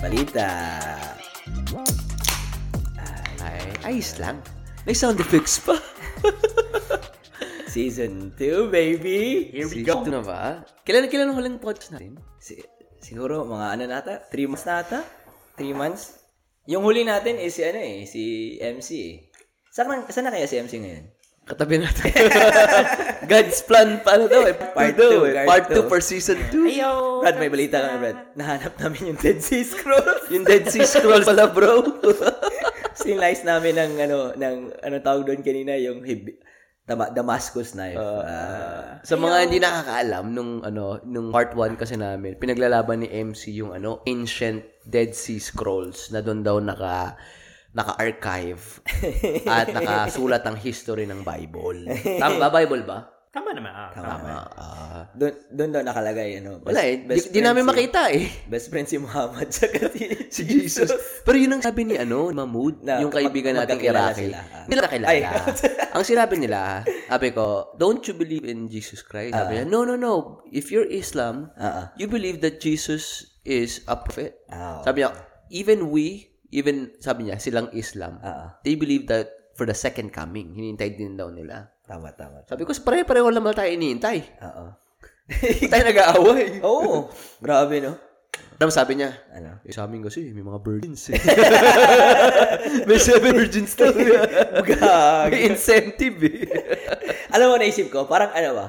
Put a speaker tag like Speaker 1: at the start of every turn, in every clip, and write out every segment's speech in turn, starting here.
Speaker 1: Balita.
Speaker 2: Eh,
Speaker 1: Ay, ayos lang. May sound effects pa. Season 2, baby!
Speaker 2: Here we
Speaker 1: Season
Speaker 2: go.
Speaker 1: two na ba? Kailan kailan ang huling podcast natin? Si, siguro mga ano nata? 3 months nata? 3 months? Yung huli natin is si ano eh, si MC eh. Saan, saan na kaya si MC ngayon?
Speaker 2: Katabi natin.
Speaker 1: God's plan pa ano daw eh. Part 2 eh.
Speaker 2: Part
Speaker 1: Part 2
Speaker 2: 2 for season 2.
Speaker 1: Ayo! Brad, may balita kami, Brad. Nahanap namin yung Dead Sea Scrolls. yung Dead Sea Scrolls pala, bro. Sinlice namin ng, ano, ng, ano tawag doon kanina, yung hib- Dama- Damascus knife. Ah.
Speaker 2: Sa mga hindi nakakaalam nung ano nung part 1 kasi namin pinaglalaban ni MC yung ano ancient Dead Sea Scrolls na doon daw naka naka-archive at nakasulat ang history ng Bible. Tama ba Bible ba?
Speaker 3: Tama naman. Ah, tama.
Speaker 1: Tama.
Speaker 2: Ah, ah.
Speaker 1: Doon, doon daw nakalagay, ano.
Speaker 2: wala eh. Di, di
Speaker 1: friend
Speaker 2: namin
Speaker 1: si-
Speaker 2: makita eh.
Speaker 1: Best friend si Muhammad tsaka si,
Speaker 2: Si Jesus. Pero yun ang sabi ni ano, Mahmoud,
Speaker 1: Na
Speaker 2: yung kaibigan
Speaker 1: mag-
Speaker 2: nating
Speaker 1: magkakilala
Speaker 2: Iraqi.
Speaker 1: sila. Ah.
Speaker 2: Hindi nila
Speaker 1: Ay.
Speaker 2: kakilala. ang sinabi nila, sabi ko, don't you believe in Jesus Christ? Sabi niya, no, no, no. If you're Islam,
Speaker 1: Ah, ah.
Speaker 2: you believe that Jesus is a prophet.
Speaker 1: Ah,
Speaker 2: Sabi niya, even we, even, sabi niya, silang Islam,
Speaker 1: Ah, ah.
Speaker 2: they believe that for the second coming, hinintay din daw nila.
Speaker 1: Tama, tama.
Speaker 2: Sabi ko, pare-pareho lang ba tayo inihintay?
Speaker 1: Oo.
Speaker 2: Hindi tayo nag-aaway.
Speaker 1: Oo. Grabe, no?
Speaker 2: Tapos sabi niya,
Speaker 1: Ano?
Speaker 2: eh, sa amin kasi, may mga virgins eh. may seven virgins daw.
Speaker 1: Gag.
Speaker 2: may incentive eh.
Speaker 1: Alam mo, naisip ko, parang ano ba?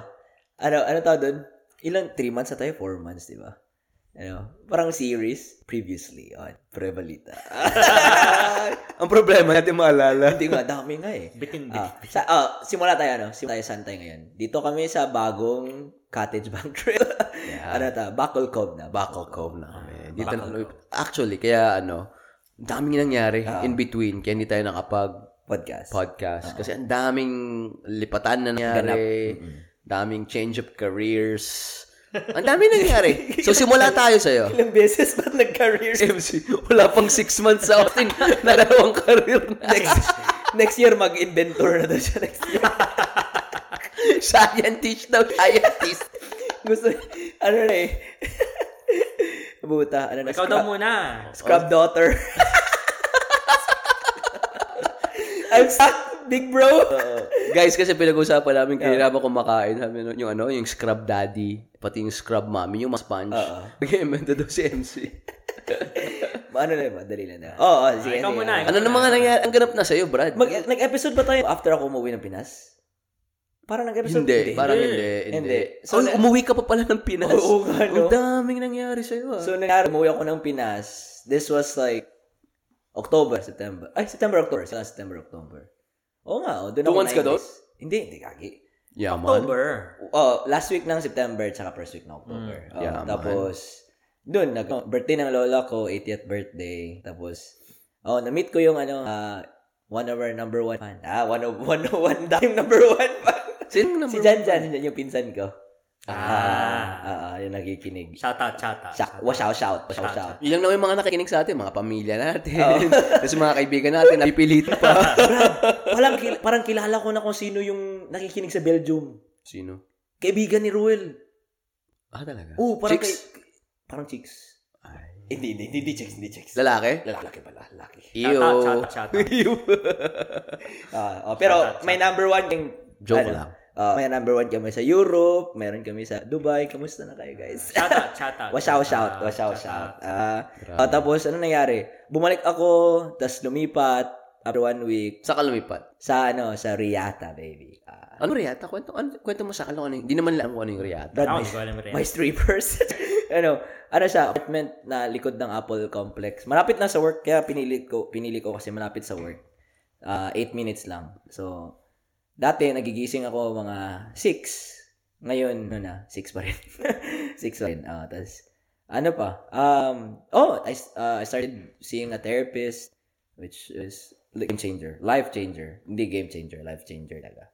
Speaker 1: Ano, ano tawag doon? Ilang, three months na tayo? Four months, di ba? Ano? Parang series, previously on Prevalita. Ah,
Speaker 2: Ang problema natin maalala.
Speaker 1: Hindi nga, dami nga eh.
Speaker 3: Bitin, bitin.
Speaker 1: Ah, sa, ah, simula tayo, ano? Simula tayo, saan tayo ngayon? Dito kami sa bagong Cottage Bank Trail. ano ta? Bacol Cove na.
Speaker 2: Bako ko na kami. Dito na, actually, kaya ano, ang daming nangyari in between. Kaya hindi tayo nakapag-podcast.
Speaker 1: Podcast.
Speaker 2: Kasi ang daming lipatan na nangyari. Daming change of careers. Ang dami nangyari. So, simula tayo sa'yo.
Speaker 1: Ilang beses ba't nag-career?
Speaker 2: MC, wala pang six months sa Austin. Dalawang career na.
Speaker 1: next, next year, mag-inventor na daw siya next year.
Speaker 2: Scientist daw, scientist.
Speaker 1: Gusto, ano na eh. Buta, ano na.
Speaker 3: Ikaw
Speaker 1: scrap-
Speaker 3: daw muna.
Speaker 1: Scrub daughter. I'm stuck, big bro.
Speaker 2: Guys, kasi pinag-usapan namin, kailangan ko makain. Sabi nun, yung ano, yung scrub daddy, pati yung scrub mommy, yung mas sponge. Nag-invento daw si MC.
Speaker 1: ano na yun, madali lang na. Oo, oh, sige.
Speaker 3: ikaw
Speaker 1: sige.
Speaker 3: muna, ikaw.
Speaker 2: ano na mga nangyari? Ang ganap na sa'yo, Brad.
Speaker 1: Mag, nag-episode ba tayo after ako umuwi ng Pinas? Parang nag-episode?
Speaker 2: hindi, parang hindi, hindi.
Speaker 1: Hindi.
Speaker 2: So,
Speaker 1: So, na-
Speaker 2: umuwi ka pa pala ng Pinas.
Speaker 1: Oo nga, no?
Speaker 2: Ang daming nangyari sa'yo, ah.
Speaker 1: So, nangyari, umuwi ako ng Pinas. This was like October, September. Ay, September, October. Saan September, October. Oo nga, oh, doon
Speaker 2: Two
Speaker 1: ako
Speaker 2: months ka
Speaker 1: nainis. Hindi, hindi, kagi.
Speaker 2: yeah, man.
Speaker 3: October.
Speaker 1: Oh, last week ng September tsaka first week ng October. Oh,
Speaker 2: Hmm, Yeah, man.
Speaker 1: tapos doon nag birthday ng lola ko, 80th birthday. Tapos oh, na-meet ko yung ano ah, one of our number one fan. Ah, one of one of one time number one fan.
Speaker 2: Sino yung
Speaker 1: si
Speaker 2: number
Speaker 1: Jan Jan, yan yung pinsan ko.
Speaker 3: Ah.
Speaker 1: Ah, ah, yung nakikinig.
Speaker 3: Shout out, shout out.
Speaker 1: Shout, wow, shout, shout, shout, shout.
Speaker 2: Yun lang naman yung mga nakikinig sa atin, mga pamilya natin. Tapos mga kaibigan natin, napipilit pa.
Speaker 1: Parang, kil- parang kilala ko na kung sino yung nakikinig sa Belgium.
Speaker 2: Sino?
Speaker 1: Kaibigan ni Ruel.
Speaker 2: Ah, talaga?
Speaker 1: Oo, parang
Speaker 2: Chicks?
Speaker 1: kay- parang chicks.
Speaker 2: Ay.
Speaker 1: Hindi, hindi, hindi, hindi chicks, hindi chicks.
Speaker 2: Lalaki?
Speaker 1: Lalaki pala, lalaki.
Speaker 3: Shout out, shout
Speaker 2: Iyo.
Speaker 3: out, shout out.
Speaker 1: Ah, oh, pero may number one kang
Speaker 2: Joke lang.
Speaker 1: Ah, may number one kami sa Europe, meron kami sa Dubai. Kamusta na kayo, guys?
Speaker 3: Shout out, shout out.
Speaker 1: Wash out, shout, wash out, shout. Ah, ah, tapos ano nangyari? Bumalik ako, tas lumipat after one week
Speaker 2: Sa kalumipat.
Speaker 1: sa ano, sa Riyata, baby. Ah,
Speaker 2: Ano Riata? Kwento, ano, kwento mo sa akin kung ano yung- Hindi naman lang kung ano yung Riata.
Speaker 1: Brad,
Speaker 3: Ako,
Speaker 1: may,
Speaker 3: hindi ko alam rin.
Speaker 1: may strippers. ano, ano siya, apartment na likod ng Apple Complex. Malapit na sa work, kaya pinili ko, pinili ko kasi malapit sa work. 8 minutes lang. So, dati nagigising ako mga 6. Ngayon, ano na, 6 pa rin. 6 pa rin. Ah, tas, ano pa? Um, oh, I, s- ah, I started seeing a therapist, which is game changer. Life changer. Hindi game changer, life changer talaga.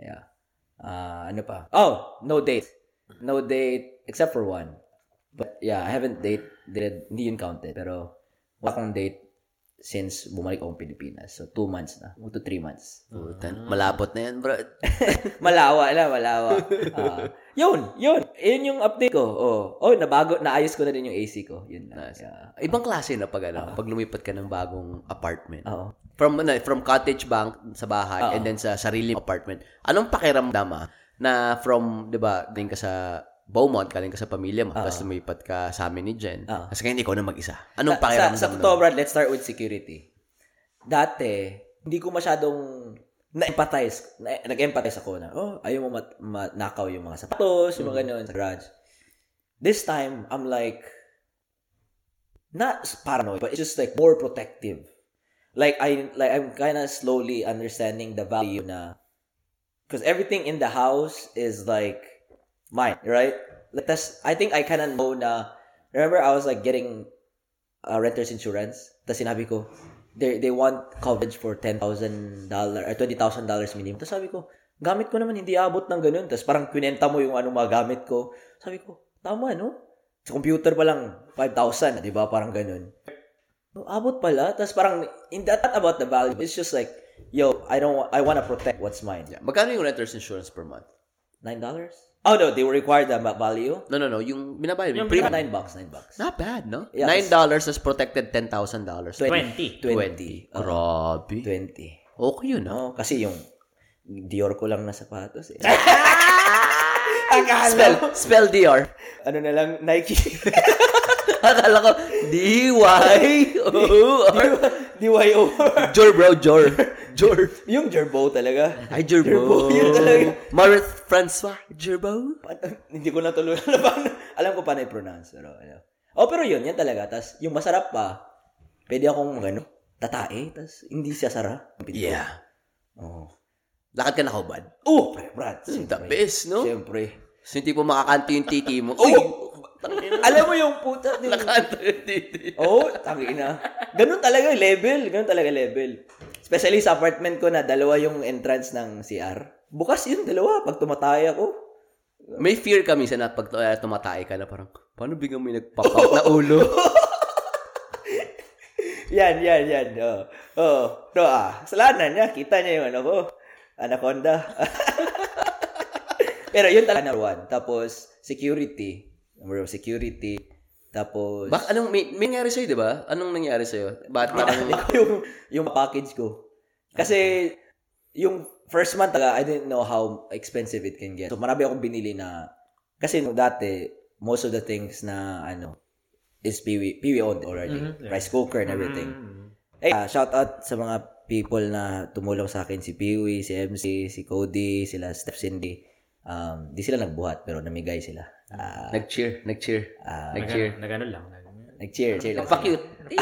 Speaker 1: Yeah. Ah, ano pa? Oh, no date. No date except for one. But yeah, I haven't date dated, hindi yun counted. Pero wala akong date since bumalik akong Pilipinas. So, two months na. Two to three months.
Speaker 2: Putan. Malapot na yan, bro.
Speaker 1: Malawa na, malawa. Ah, Yun, yun. Yun yung update ko. Oh, oh nabago, naayos ko na din yung AC ko. Yun na.
Speaker 2: Nice. Ibang klase na pag ano, pag lumipat ka ng bagong apartment.
Speaker 1: Oo.
Speaker 2: From ano, from cottage bank sa bahay
Speaker 1: Oo.
Speaker 2: and then sa sarili mong apartment. Anong pakiramdam ah, na from, 'di ba, din ka sa Beaumont, galing ka sa pamilya mo, tapos lumipat ka sa amin ni Jen.
Speaker 1: Oo.
Speaker 2: Tapos ngayon ikaw na mag-isa. Anong
Speaker 1: Sa-
Speaker 2: pakiramdam
Speaker 1: Sa, sa totoo, Brad, let's start with security. Dati, hindi ko masyadong na-empathize. Na, nag-empathize ako na, oh, ayaw mo mat, matnakaw yung mga sapatos, yung mga
Speaker 2: Mm-hmm.
Speaker 1: ganun sa garage. This time, I'm like, not paranoid, but it's just like more protective. Like, I, like I'm kind of slowly understanding the value na Because everything in the house is like mine, right? Like that's, I think I kind of know na, remember I was like getting uh, renter's insurance? Tapos sinabi ko, they, they want coverage for $10,000 or $20,000 minimum. Tapos sabi ko, gamit ko naman, hindi abot ng ganun. Tapos parang kwinenta mo yung anong magamit ko. Sabi ko, tama no? Sa computer pa lang, 5,000, di ba? Parang ganun. No, abot pala. Tapos parang, in that, not about the value. It's just like, yo, I don't, wa- I want to protect what's mine.
Speaker 2: Yeah. Magkano yung renter's insurance per month?
Speaker 1: Nine dollars? Oh no, they were required the ma- value.
Speaker 2: No, no, no. Yung binabayad mo.
Speaker 3: Yung
Speaker 2: Yung premium.
Speaker 1: Nine bucks, nine bucks.
Speaker 2: Not bad, no?
Speaker 1: Yeah,
Speaker 2: Nine dollars is protected ten thousand dollars.
Speaker 3: 20.
Speaker 1: Twenty. Oh,
Speaker 2: Grabe.
Speaker 1: Twenty.
Speaker 2: Okay yun,
Speaker 1: No,
Speaker 2: ah.
Speaker 1: kasi yung Dior ko lang na sapatos eh.
Speaker 2: Spell, spell DR.
Speaker 1: ano na lang, Nike.
Speaker 2: Akala ko, DY. Oo.
Speaker 1: DYO.
Speaker 2: Jor, bro, Jor. Jor.
Speaker 1: yung Jerbo talaga.
Speaker 2: Ay, Jor, bro.
Speaker 1: Jerbo, yun talaga.
Speaker 2: Marit Francois, Jor, bro.
Speaker 1: Pa- Hindi ko na tuloy alam paano. Alam ko paano i-pronounce. Pero, ano. Oh, pero yun, yan talaga. Tapos, yung masarap pa, pwede akong, ano, tatae. Tapos, hindi siya sara.
Speaker 2: Yeah.
Speaker 1: Oh.
Speaker 2: Lakad ka na kaubad.
Speaker 1: Oh, Brad.
Speaker 2: The
Speaker 1: siyempre.
Speaker 2: best, no? Oh!
Speaker 1: Siyempre.
Speaker 2: So, hindi po makakanta yung titi mo. Uy!
Speaker 1: Alam mo yung puta din.
Speaker 2: Nakanta yung titi.
Speaker 1: Oo, oh, tangina. Ganun talaga yung level. Ganun talaga level. Especially sa apartment ko na dalawa yung entrance ng CR. Bukas yun, dalawa. Pag tumatay ako.
Speaker 2: May fear kami sa na pag uh, tumatay ka na parang, paano biglang may nagpop out na ulo?
Speaker 1: Yan, yan, yan. Oo. Oh. Oh. No, ah. Salanan niya. Kita niya yung ano ko. Anaconda. Pero yun talaga number one. Tapos, security. Number one, security. Tapos,
Speaker 2: Bak, anong, may, may nangyari sa'yo, di ba? Anong nangyari sa'yo? Ba't parang,
Speaker 1: Ako yung, yung package ko. Kasi, yung first month talaga, I didn't know how expensive it can get. So, marami akong binili na, kasi nung dati, most of the things na, ano, is Piwi, Piwi owned already.
Speaker 3: Mhm, yeah. Mm-hmm.
Speaker 1: Rice cooker and everything.
Speaker 3: Mm.
Speaker 1: Eh, ah, shout out sa mga people na tumulong sa akin, si Piwi, si MC, si Cody, sila Steph Cindy. Um, di sila nagbuhat, pero namigay sila. Ah,
Speaker 2: nag-cheer, nag-cheer,
Speaker 1: ah,
Speaker 2: nag-cheer.
Speaker 3: Nagano lang.
Speaker 1: nag-cheer, cheer lang.
Speaker 2: Fuck you.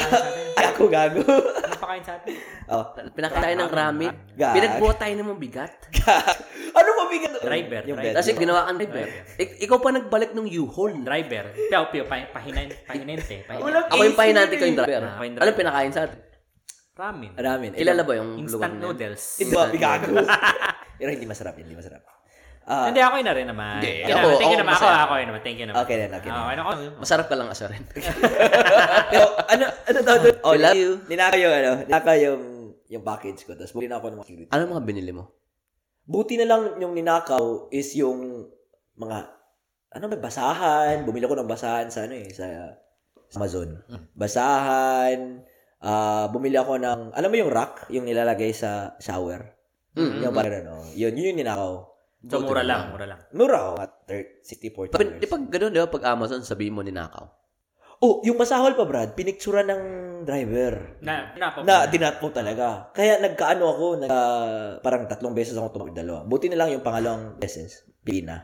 Speaker 1: Ay, ako gago.
Speaker 3: Napakain sa atin.
Speaker 1: oh,
Speaker 2: Pinakain tayo ng ramen.
Speaker 1: Gag.
Speaker 2: Pinagbuha tayo ng mabigat.
Speaker 1: ano mabigat?
Speaker 3: Driver, driver.
Speaker 2: Kasi ginawa kang driver. Ik- ikaw pa nagbalik ng U-Haul.
Speaker 3: Driver. Piyaw, piyaw. pa- Pahinan, pahinente. Pahinan.
Speaker 2: Ako yung pahinante ko yung driver.
Speaker 3: Ah, ako yung driver.
Speaker 2: Alam pinakain sa atin?
Speaker 3: Ramen.
Speaker 1: Ramen.
Speaker 2: Kilala ba yung lugar
Speaker 3: Instant
Speaker 2: na yun?
Speaker 3: noodles.
Speaker 1: Hindi ba bigago? Pero hindi masarap, hindi masarap. Ah,
Speaker 3: Hindi, ako yun na rin naman.
Speaker 2: Hindi,
Speaker 3: Yun
Speaker 2: ako-
Speaker 3: naman, Thank you
Speaker 2: ako
Speaker 3: naman. Ako,
Speaker 2: masaya.
Speaker 3: ako yun naman. Thank you naman.
Speaker 1: Okay then, okay then.
Speaker 3: Ah, ano ako?
Speaker 2: Masarap ka lang asarin.
Speaker 1: pero ano ano daw doon? Oh,
Speaker 2: We love you.
Speaker 1: Ninaka yung ano, ninaka yung yung package ko. Tapos buli na ako ng mga security.
Speaker 2: ano mga binili mo?
Speaker 1: Buti na lang yung ninakaw is yung mga ano ba basahan, bumili ako ng basahan sa ano eh sa, sa Amazon. Basahan, ah bumili ako ng alam mo yung rack yung nilalagay sa shower.
Speaker 2: Mm.
Speaker 1: Yung parang ano, yun yun yung ninakaw.
Speaker 3: So, mura lang, mura lang.
Speaker 1: Mura oh, at 30, 60, 40
Speaker 2: Pag, di pag ganun, di ba? Pag Amazon, sabihin mo ninakaw.
Speaker 1: Oh, yung masahol pa, Brad, pinictura ng driver.
Speaker 3: Na, pinapa-
Speaker 1: Na, dinat mo talaga. Kaya nagkaano ako, nag, ah, parang tatlong beses ako tumawag dalawa. Buti na lang yung pangalawang beses, Pilipina.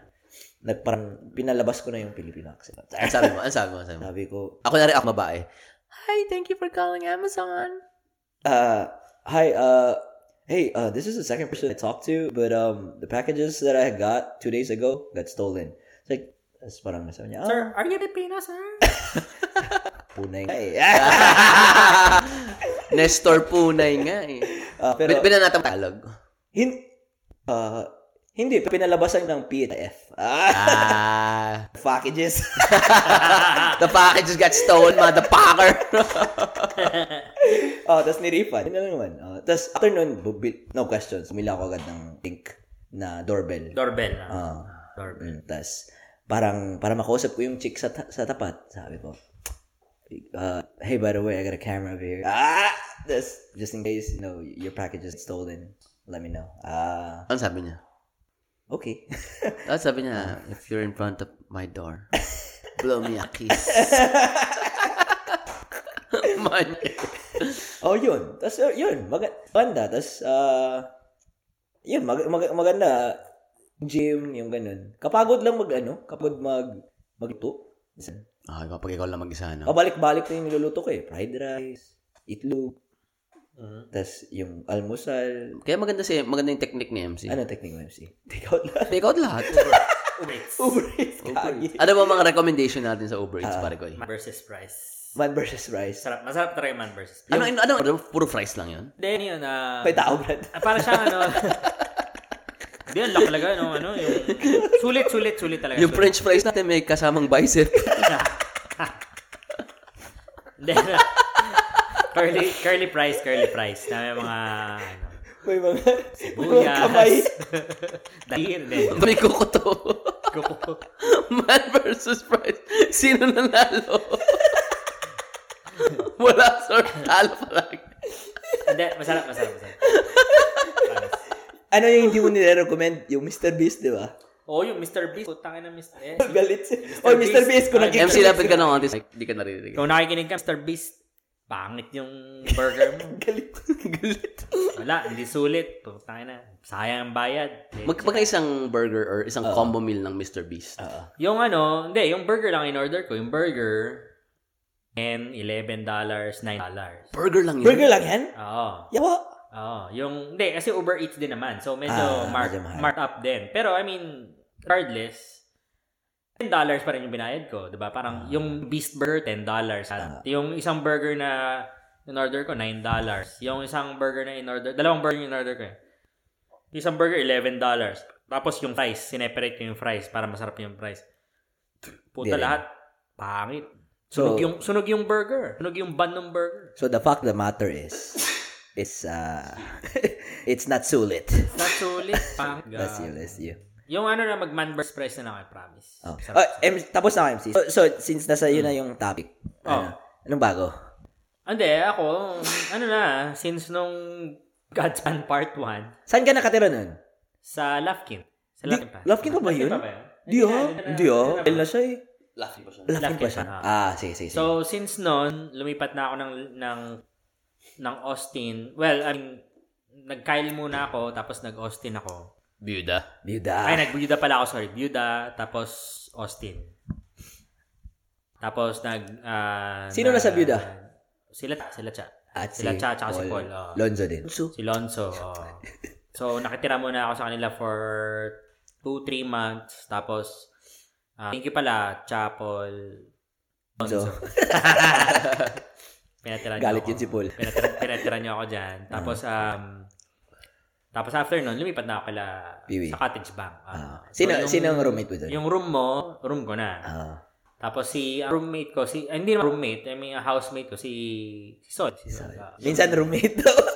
Speaker 1: Nag, parang pinalabas ko na yung Pilipina accent.
Speaker 2: Ang sabi mo, ang sabi mo, ang sabi mo.
Speaker 1: Sabi ko,
Speaker 2: Ako na rin ako mabae. Hi, thank you for calling Amazon.
Speaker 1: uh, hi, uh, hey, uh, this is the second person I talked to, but um, the packages that I got two days ago got stolen. It's like, that's parang sabi niya, ah,
Speaker 3: Sir, are you the pina, sir?
Speaker 1: punay. Ah, Ay,
Speaker 2: Nestor Punay nga eh.
Speaker 1: Ah,
Speaker 2: Pero,
Speaker 1: pero,
Speaker 2: Binanatang Tagalog.
Speaker 1: hin- ah, hindi, pinalabasan ng PTF. Ah,
Speaker 2: Ah,
Speaker 1: packages.
Speaker 2: the package got stolen, motherfucker.
Speaker 1: oh, tapos ni-refund. Yun na lang naman. Oh, tapos after nun, bubi- no questions. Bumila ako agad ng link na doorbell.
Speaker 3: Doorbell. ah.
Speaker 1: Ah.
Speaker 3: Doorbell.
Speaker 1: tas parang, para makausap ko yung chick sa, ta- sa tapat, sabi ko, uh, hey, by the way, I got a camera over here. Ah! Just, just in case, you know, your package is stolen, let me know. Ah,
Speaker 2: Ano sabi niya?
Speaker 1: okay.
Speaker 2: Ano sabi niya? If you're in front of my door, blow me a kiss. Man.
Speaker 1: oh, yun. Tapos, uh, yun. Maga- maganda. Tapos, ah, yun, mag- mag- maganda. Gym, yung ganun. Kapagod lang mag, ano, kapag mag, magluto.
Speaker 2: Ah, ikaw, pag ikaw lang mag-isa,
Speaker 1: Oh.
Speaker 2: no?
Speaker 1: Pabalik-balik na yung niluluto ko eh. Fried rice, itlog, tapos yung almusal.
Speaker 2: Kaya maganda si maganda yung technique ni MC.
Speaker 1: Ano technique mo, MC? Take out lang.
Speaker 2: Take out lahat.
Speaker 3: Uber Eats.
Speaker 1: Uber Eats, kagi.
Speaker 2: ano ba mga recommendation natin sa Uber Eats, pare ko eh?
Speaker 3: Man versus price.
Speaker 1: Man versus rice.
Speaker 3: Sarap, masarap talaga yung man versus price.
Speaker 2: Ano, ano, ano, puro fries lang yun?
Speaker 3: Then yun, ah,
Speaker 1: May tao, Brad.
Speaker 3: ah, para siyang ano, hindi yun, lock talaga, no, ano, yung, sulit, sulit, sulit talaga.
Speaker 2: Yung
Speaker 3: sulit.
Speaker 2: french fries natin may kasamang bicep.
Speaker 3: Then, ah, curly, curly price, curly price, na may mga, ano,
Speaker 1: May mga, may mga
Speaker 3: buyas,
Speaker 1: kamay.
Speaker 3: dahil, then,
Speaker 2: may kuko to.
Speaker 3: kuko.
Speaker 2: Man versus fries. Sino nanalo? Wala, sir. Talo palagi.
Speaker 3: Hindi, masarap, masarap, masarap. Promise.
Speaker 1: Ano yung hindi mo nire-recommend? Yung Mr. Beast, di ba?
Speaker 3: Oo, Oh, yung Mr. Beast, putang ina Mr. Eh,
Speaker 1: Galit siya. Oh, Mr. Beast, kung nakikita.
Speaker 2: MC, lapit ka ng konti. Like, Di ka naririnig.
Speaker 3: Kung nakikinig ka, Mr. Beast, pangit yung burger mo.
Speaker 1: Galit. Galit.
Speaker 3: Wala, hindi sulit. Putang ina, sayang ang bayad. Eh,
Speaker 2: Mag, magka isang burger or isang combo meal ng Mr. Beast.
Speaker 3: Yung ano, hindi, yung burger lang in-order ko. Yung burger, 10, 11 dollars, 9 dollars.
Speaker 2: burger lang yun.
Speaker 1: Burger lang yan?
Speaker 3: Oo.
Speaker 1: Yawa.
Speaker 3: Oo. Yung, hindi, kasi Uber Eats din naman. So, medyo
Speaker 1: Ah,
Speaker 3: mark,
Speaker 1: medyo mahal.
Speaker 3: marked up din. Pero, I mean, regardless, 10 dollars pa rin yung binayad ko, 'di
Speaker 1: Ah.
Speaker 3: ba? Parang yung beast burger 10 dollars. yung isang burger na in order ko 9 dollars. Yung isang burger na in order, dalawang burger yung in order ko. eh. Yung isang burger 11 dollars. Tapos yung fries, sineperate ko yung fries para masarap yung fries.
Speaker 1: Hindi
Speaker 3: Puta
Speaker 1: rin.
Speaker 3: lahat pangit.
Speaker 1: So-
Speaker 3: Sunog yung sunog yung burger. Sunog yung bun ng burger.
Speaker 1: So, the fact of the matter is, it's, uh, it's not sulit.
Speaker 3: It's not solid. pangit.
Speaker 1: That's you, that's you.
Speaker 3: Yung ano na mag-man versus price na lang, I promise.
Speaker 1: Oh.
Speaker 3: Sarap. Hmm.
Speaker 1: Oh, em, tapos na ako, MC. So, so since nasa yun na yung topic, ano,
Speaker 3: Oh.
Speaker 1: anong bago?
Speaker 3: Hindi, ako, ano na, since nung God's Plan Part 1,
Speaker 1: Saan ka nakatira nun?
Speaker 3: sa Lafkin. Sa
Speaker 1: Di-
Speaker 3: Lafkin pa.
Speaker 1: Lafkin pa ba yun? Di
Speaker 3: ano
Speaker 1: ha? Di ha? oh. Dahil na siya eh.
Speaker 2: Lucky pa siya.
Speaker 1: Lafkin pa
Speaker 3: Lafkin
Speaker 1: siya.
Speaker 3: pa,
Speaker 1: Ah, sige, sige, sige.
Speaker 3: So, since noon, lumipat na ako ng, ng, ng Austin. Well, I mean, nag-Kyle muna ako, tapos nag-Austin ako.
Speaker 2: Byuda.
Speaker 3: Ay,
Speaker 1: Byuda.
Speaker 3: nag-Buda pala ako, sorry. Buda, tapos Austin. Tapos nag... ah,
Speaker 1: Sino nasa Buda?
Speaker 3: Sila, sila cha.
Speaker 1: At
Speaker 3: sila Cha, tsaka si Paul, oo.
Speaker 1: Lonzo din.
Speaker 3: Si Lonzo. oo. so, nakitira muna ako sa kanila for 2-3 months. Tapos, ah, thank you pala, Chapol.
Speaker 1: Lonzo.
Speaker 3: Pinatira niyo
Speaker 1: Galit
Speaker 3: ako.
Speaker 1: yun si Paul.
Speaker 3: Pinatira, pinatira niyo ako dyan. Tapos, um, tapos after nun, lumipat na ako kala
Speaker 1: Piwi.
Speaker 3: sa cottage bank. Ah.
Speaker 1: Ah.
Speaker 3: So,
Speaker 1: Sino,
Speaker 3: yung-
Speaker 1: sino ang roommate mo doon?
Speaker 3: Yung room mo, room ko na.
Speaker 1: Ah.
Speaker 3: Tapos si ang roommate ko, si, ah, hindi naman roommate, I mean, ang housemate ko, si, si Sol. Si Sol. ah.
Speaker 1: minsan roommate daw.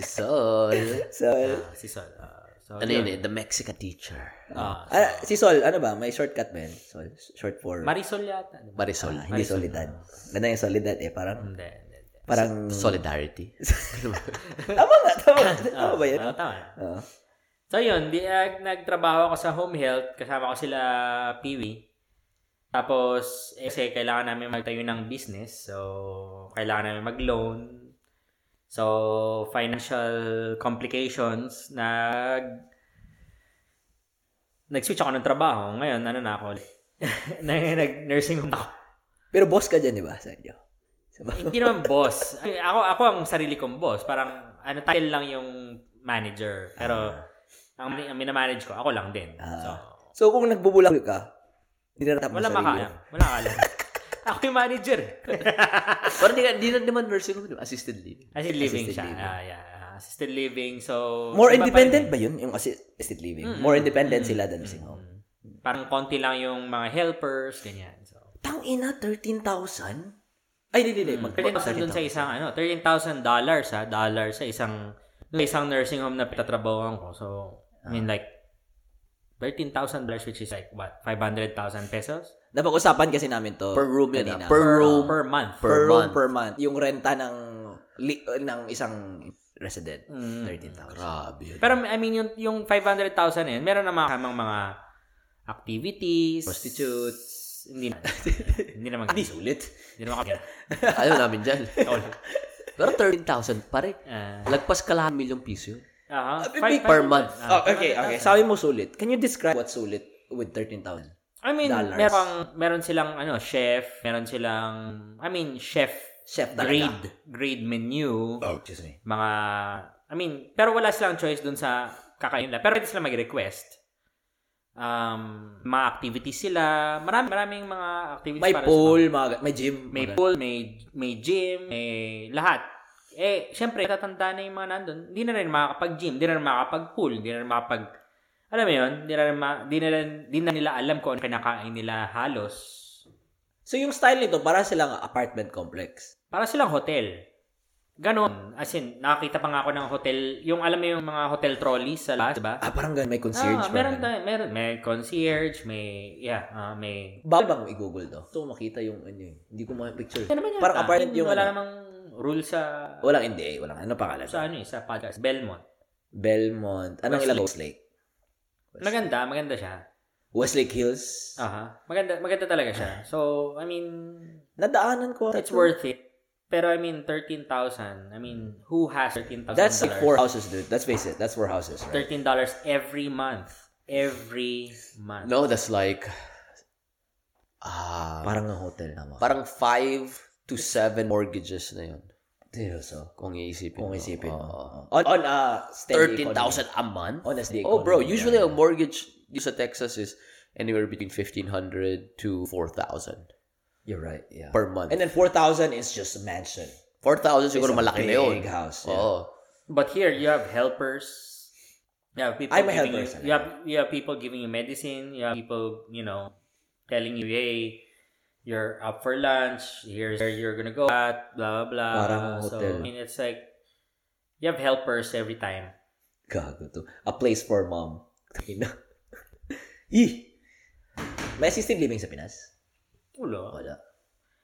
Speaker 2: Si Sol.
Speaker 1: so,
Speaker 3: Ah, si Sol. ah. so,
Speaker 2: Ano yun eh? The Mexican teacher.
Speaker 3: Ah,
Speaker 1: ah, si Sol, ano ba? May shortcut ba yun? Sol, short for...
Speaker 3: Marisol yata. di ba?
Speaker 2: Marisol.
Speaker 1: Ah, hindi solidad. Ganda yung solidad eh. Parang,
Speaker 3: Hindi, hindi, hindi.
Speaker 1: parang...
Speaker 2: Solidarity.
Speaker 1: Tama nga, tama. Tama ba yun?
Speaker 3: Ah, tama.
Speaker 1: Oo.
Speaker 3: So yun, di, ah, nagtrabaho ako sa home health. Kasama ko sila Piwi. Tapos, eh, kasi kailangan namin magtayo ng business. So, kailangan namin mag-loan. So, financial complications. Nag... Nag-switch ako ng trabaho. Ngayon, ano na ako ulit? Nag- Nag-nursing home ako.
Speaker 1: Pero boss ka dyan, di ba? Sa inyo. Sa ba-
Speaker 3: Hindi naman boss. Ay, Ako, ako ang sarili kong boss. Parang, ano, title lang yung manager. Pero, ang, mani- ang minamanage ko, ako lang din.
Speaker 1: Ah.
Speaker 3: so,
Speaker 1: So, kung nagbubulak ka, nilaratap mo
Speaker 3: wala
Speaker 1: sa sarili.
Speaker 3: makaalam. Wala makaalam. ako yung manager.
Speaker 2: Parang di, di na naman nursing home, di ba? assisted living.
Speaker 3: Assisted living
Speaker 1: Assisted
Speaker 3: siya.
Speaker 1: living.
Speaker 3: Ah, yeah. Assisted living. So,
Speaker 1: More
Speaker 3: iba pa rin
Speaker 1: independent ba yun? Yung assisted living. More independent sila than nursing home.
Speaker 3: eh. Parang konti lang yung mga helpers, ganyan. So,
Speaker 1: Tang ina, 13,000? Ay, hindi, hindi. Mag-
Speaker 3: 13,000 dun sa isang, ano, 13,000 dollars, ha,
Speaker 1: Ah.
Speaker 3: dollars sa isang, sa isang nursing home na pitatrabahoan ko. So, I mean, like, $13,000 which is like what? 500,000 pesos?
Speaker 1: Napag-usapan kasi namin to.
Speaker 2: Per room yun,
Speaker 1: kanina.
Speaker 2: ah. Per room.
Speaker 3: per month.
Speaker 1: per,
Speaker 2: per
Speaker 1: room
Speaker 2: month.
Speaker 1: per month. Yung renta ng li- uh, ng isang resident.
Speaker 3: Mm.
Speaker 1: 13,000.
Speaker 2: Grabe. yun.
Speaker 3: Pero I mean, yung, yung 500,000 na yun, meron na mga kamang mga activities.
Speaker 1: Prostitutes.
Speaker 3: Hindi na. hindi naman.
Speaker 1: Hindi sulit.
Speaker 3: Hindi naman kapira.
Speaker 2: Ayaw namin dyan. Pero 13,000, pare.
Speaker 3: Ah,
Speaker 2: Lagpas ka lang milyong piso yun.
Speaker 3: aha.
Speaker 1: big
Speaker 3: Five-
Speaker 2: per
Speaker 3: five-
Speaker 2: month.
Speaker 3: ah.
Speaker 1: okay, okay. Sabi mo sulit. Can you describe what sulit with 13,000?
Speaker 3: I mean,
Speaker 1: Dollars.
Speaker 3: merong, meron silang ano, chef, meron silang, I mean, chef
Speaker 1: Chef talaga.
Speaker 3: grade, grade menu,
Speaker 1: Oh, excuse me.
Speaker 3: mga, I mean, pero wala silang choice dun sa kakain nila. Pero pwede sila mag-request. Um, mga activities sila. Marami, maraming mga activities
Speaker 1: May
Speaker 3: para sa-
Speaker 1: pool, mga, may gym.
Speaker 3: May
Speaker 1: mga-
Speaker 3: pool, may, may gym, may lahat. Eh, syempre, natatanda na yung mga nandun. Hindi na rin makakapag-gym, hindi na rin makakapag-pool, hindi na rin makakapag... Alam mo yun, hindi na, rin ma- di na, rin, di na nila alam kung ano kinakain nila halos.
Speaker 1: So yung style nito, para silang apartment complex.
Speaker 3: Para silang hotel. Ganon. As in, nakakita pa nga ako ng hotel, yung alam mo yung mga hotel trolleys sa labas, diba?
Speaker 1: Ah, parang ganun. May concierge.
Speaker 3: Ah, meron
Speaker 1: parang ganun.
Speaker 3: tayo, meron. May concierge, may, yeah, ah, may...
Speaker 1: Bawal bang i-google to? Gusto ko makita yung ano yun. Hindi ko ma-picture.
Speaker 3: Ano naman yun?
Speaker 1: Parang
Speaker 3: Ah,
Speaker 1: apartment yung
Speaker 3: Wala
Speaker 1: ano.
Speaker 3: namang rule sa,
Speaker 1: Walang NDA. Walang ano pangalan.
Speaker 3: sa ano eh, sa podcast. Belmont.
Speaker 1: Belmont. Anong
Speaker 3: Westlake.
Speaker 1: ilang Westlake?
Speaker 3: Maganda, maganda siya.
Speaker 1: Westlake Hills.
Speaker 2: Ah.
Speaker 3: Aha. Maganda, maganda talaga siya. So, I mean,
Speaker 1: Nadaanan ko.
Speaker 3: it's worth it. Pero I mean, 13,000. I mean, who has 13,000
Speaker 1: That's like four houses, dude. Let's face it. That's four houses, right?
Speaker 3: 13 dollars every month. Every month.
Speaker 2: No, that's like, ah,
Speaker 1: Parang ang hotel naman.
Speaker 2: parang 5 to 7 mortgages na yun.
Speaker 1: Dude, so,
Speaker 2: Kung iisipin
Speaker 1: kung
Speaker 2: mo.
Speaker 1: isipin
Speaker 2: Oo.
Speaker 1: mo. On, on uh, steady economy.
Speaker 2: 13,000 a month?
Speaker 1: On a steady
Speaker 2: Oh, bro,
Speaker 1: economy,
Speaker 2: usually
Speaker 1: yeah.
Speaker 2: a mortgage dito sa Texas is anywhere between 1,500 to 4,000
Speaker 1: You're right, yeah.
Speaker 2: per month.
Speaker 1: And then 4,000 is just a mansion.
Speaker 2: 4,000 siguro
Speaker 1: It's a
Speaker 2: malaki na yun. Oh,
Speaker 1: Big house.
Speaker 2: Oo.
Speaker 1: Yeah.
Speaker 3: But here, you have helpers. You have people
Speaker 1: I'm a
Speaker 3: giving
Speaker 1: helper,
Speaker 3: you,
Speaker 1: sana.
Speaker 3: you, have, you have people giving you medicine. You have people, you know, telling you, hey, you're up for lunch. Here's where you're gonna go at. Blah, blah, blah.
Speaker 1: Parang
Speaker 3: so,
Speaker 1: hotel.
Speaker 3: I mean, it's like, you have helpers every time.
Speaker 1: Gago to. A place for mom. Tangina. Ih! May assisted living sa Pinas?
Speaker 3: Ulo.
Speaker 1: Wala.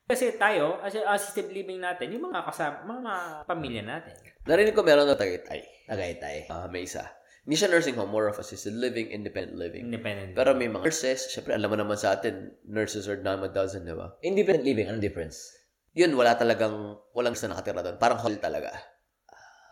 Speaker 3: Kasi tayo, as assisted living natin, yung mga kasama, mga pamilya natin.
Speaker 2: Narinig ko meron na Tagaytay.
Speaker 1: Tagaytay.
Speaker 2: Ah, may isa. Hindi siya nursing home, more of assisted living, independent living.
Speaker 3: Independent.
Speaker 2: Pero may mga nurses, syempre alam mo naman sa atin, nurses are dime a dozen, di ba?
Speaker 1: Independent living, anong difference?
Speaker 2: Yun, wala talagang, walang isa nakatira doon. Parang hotel talaga.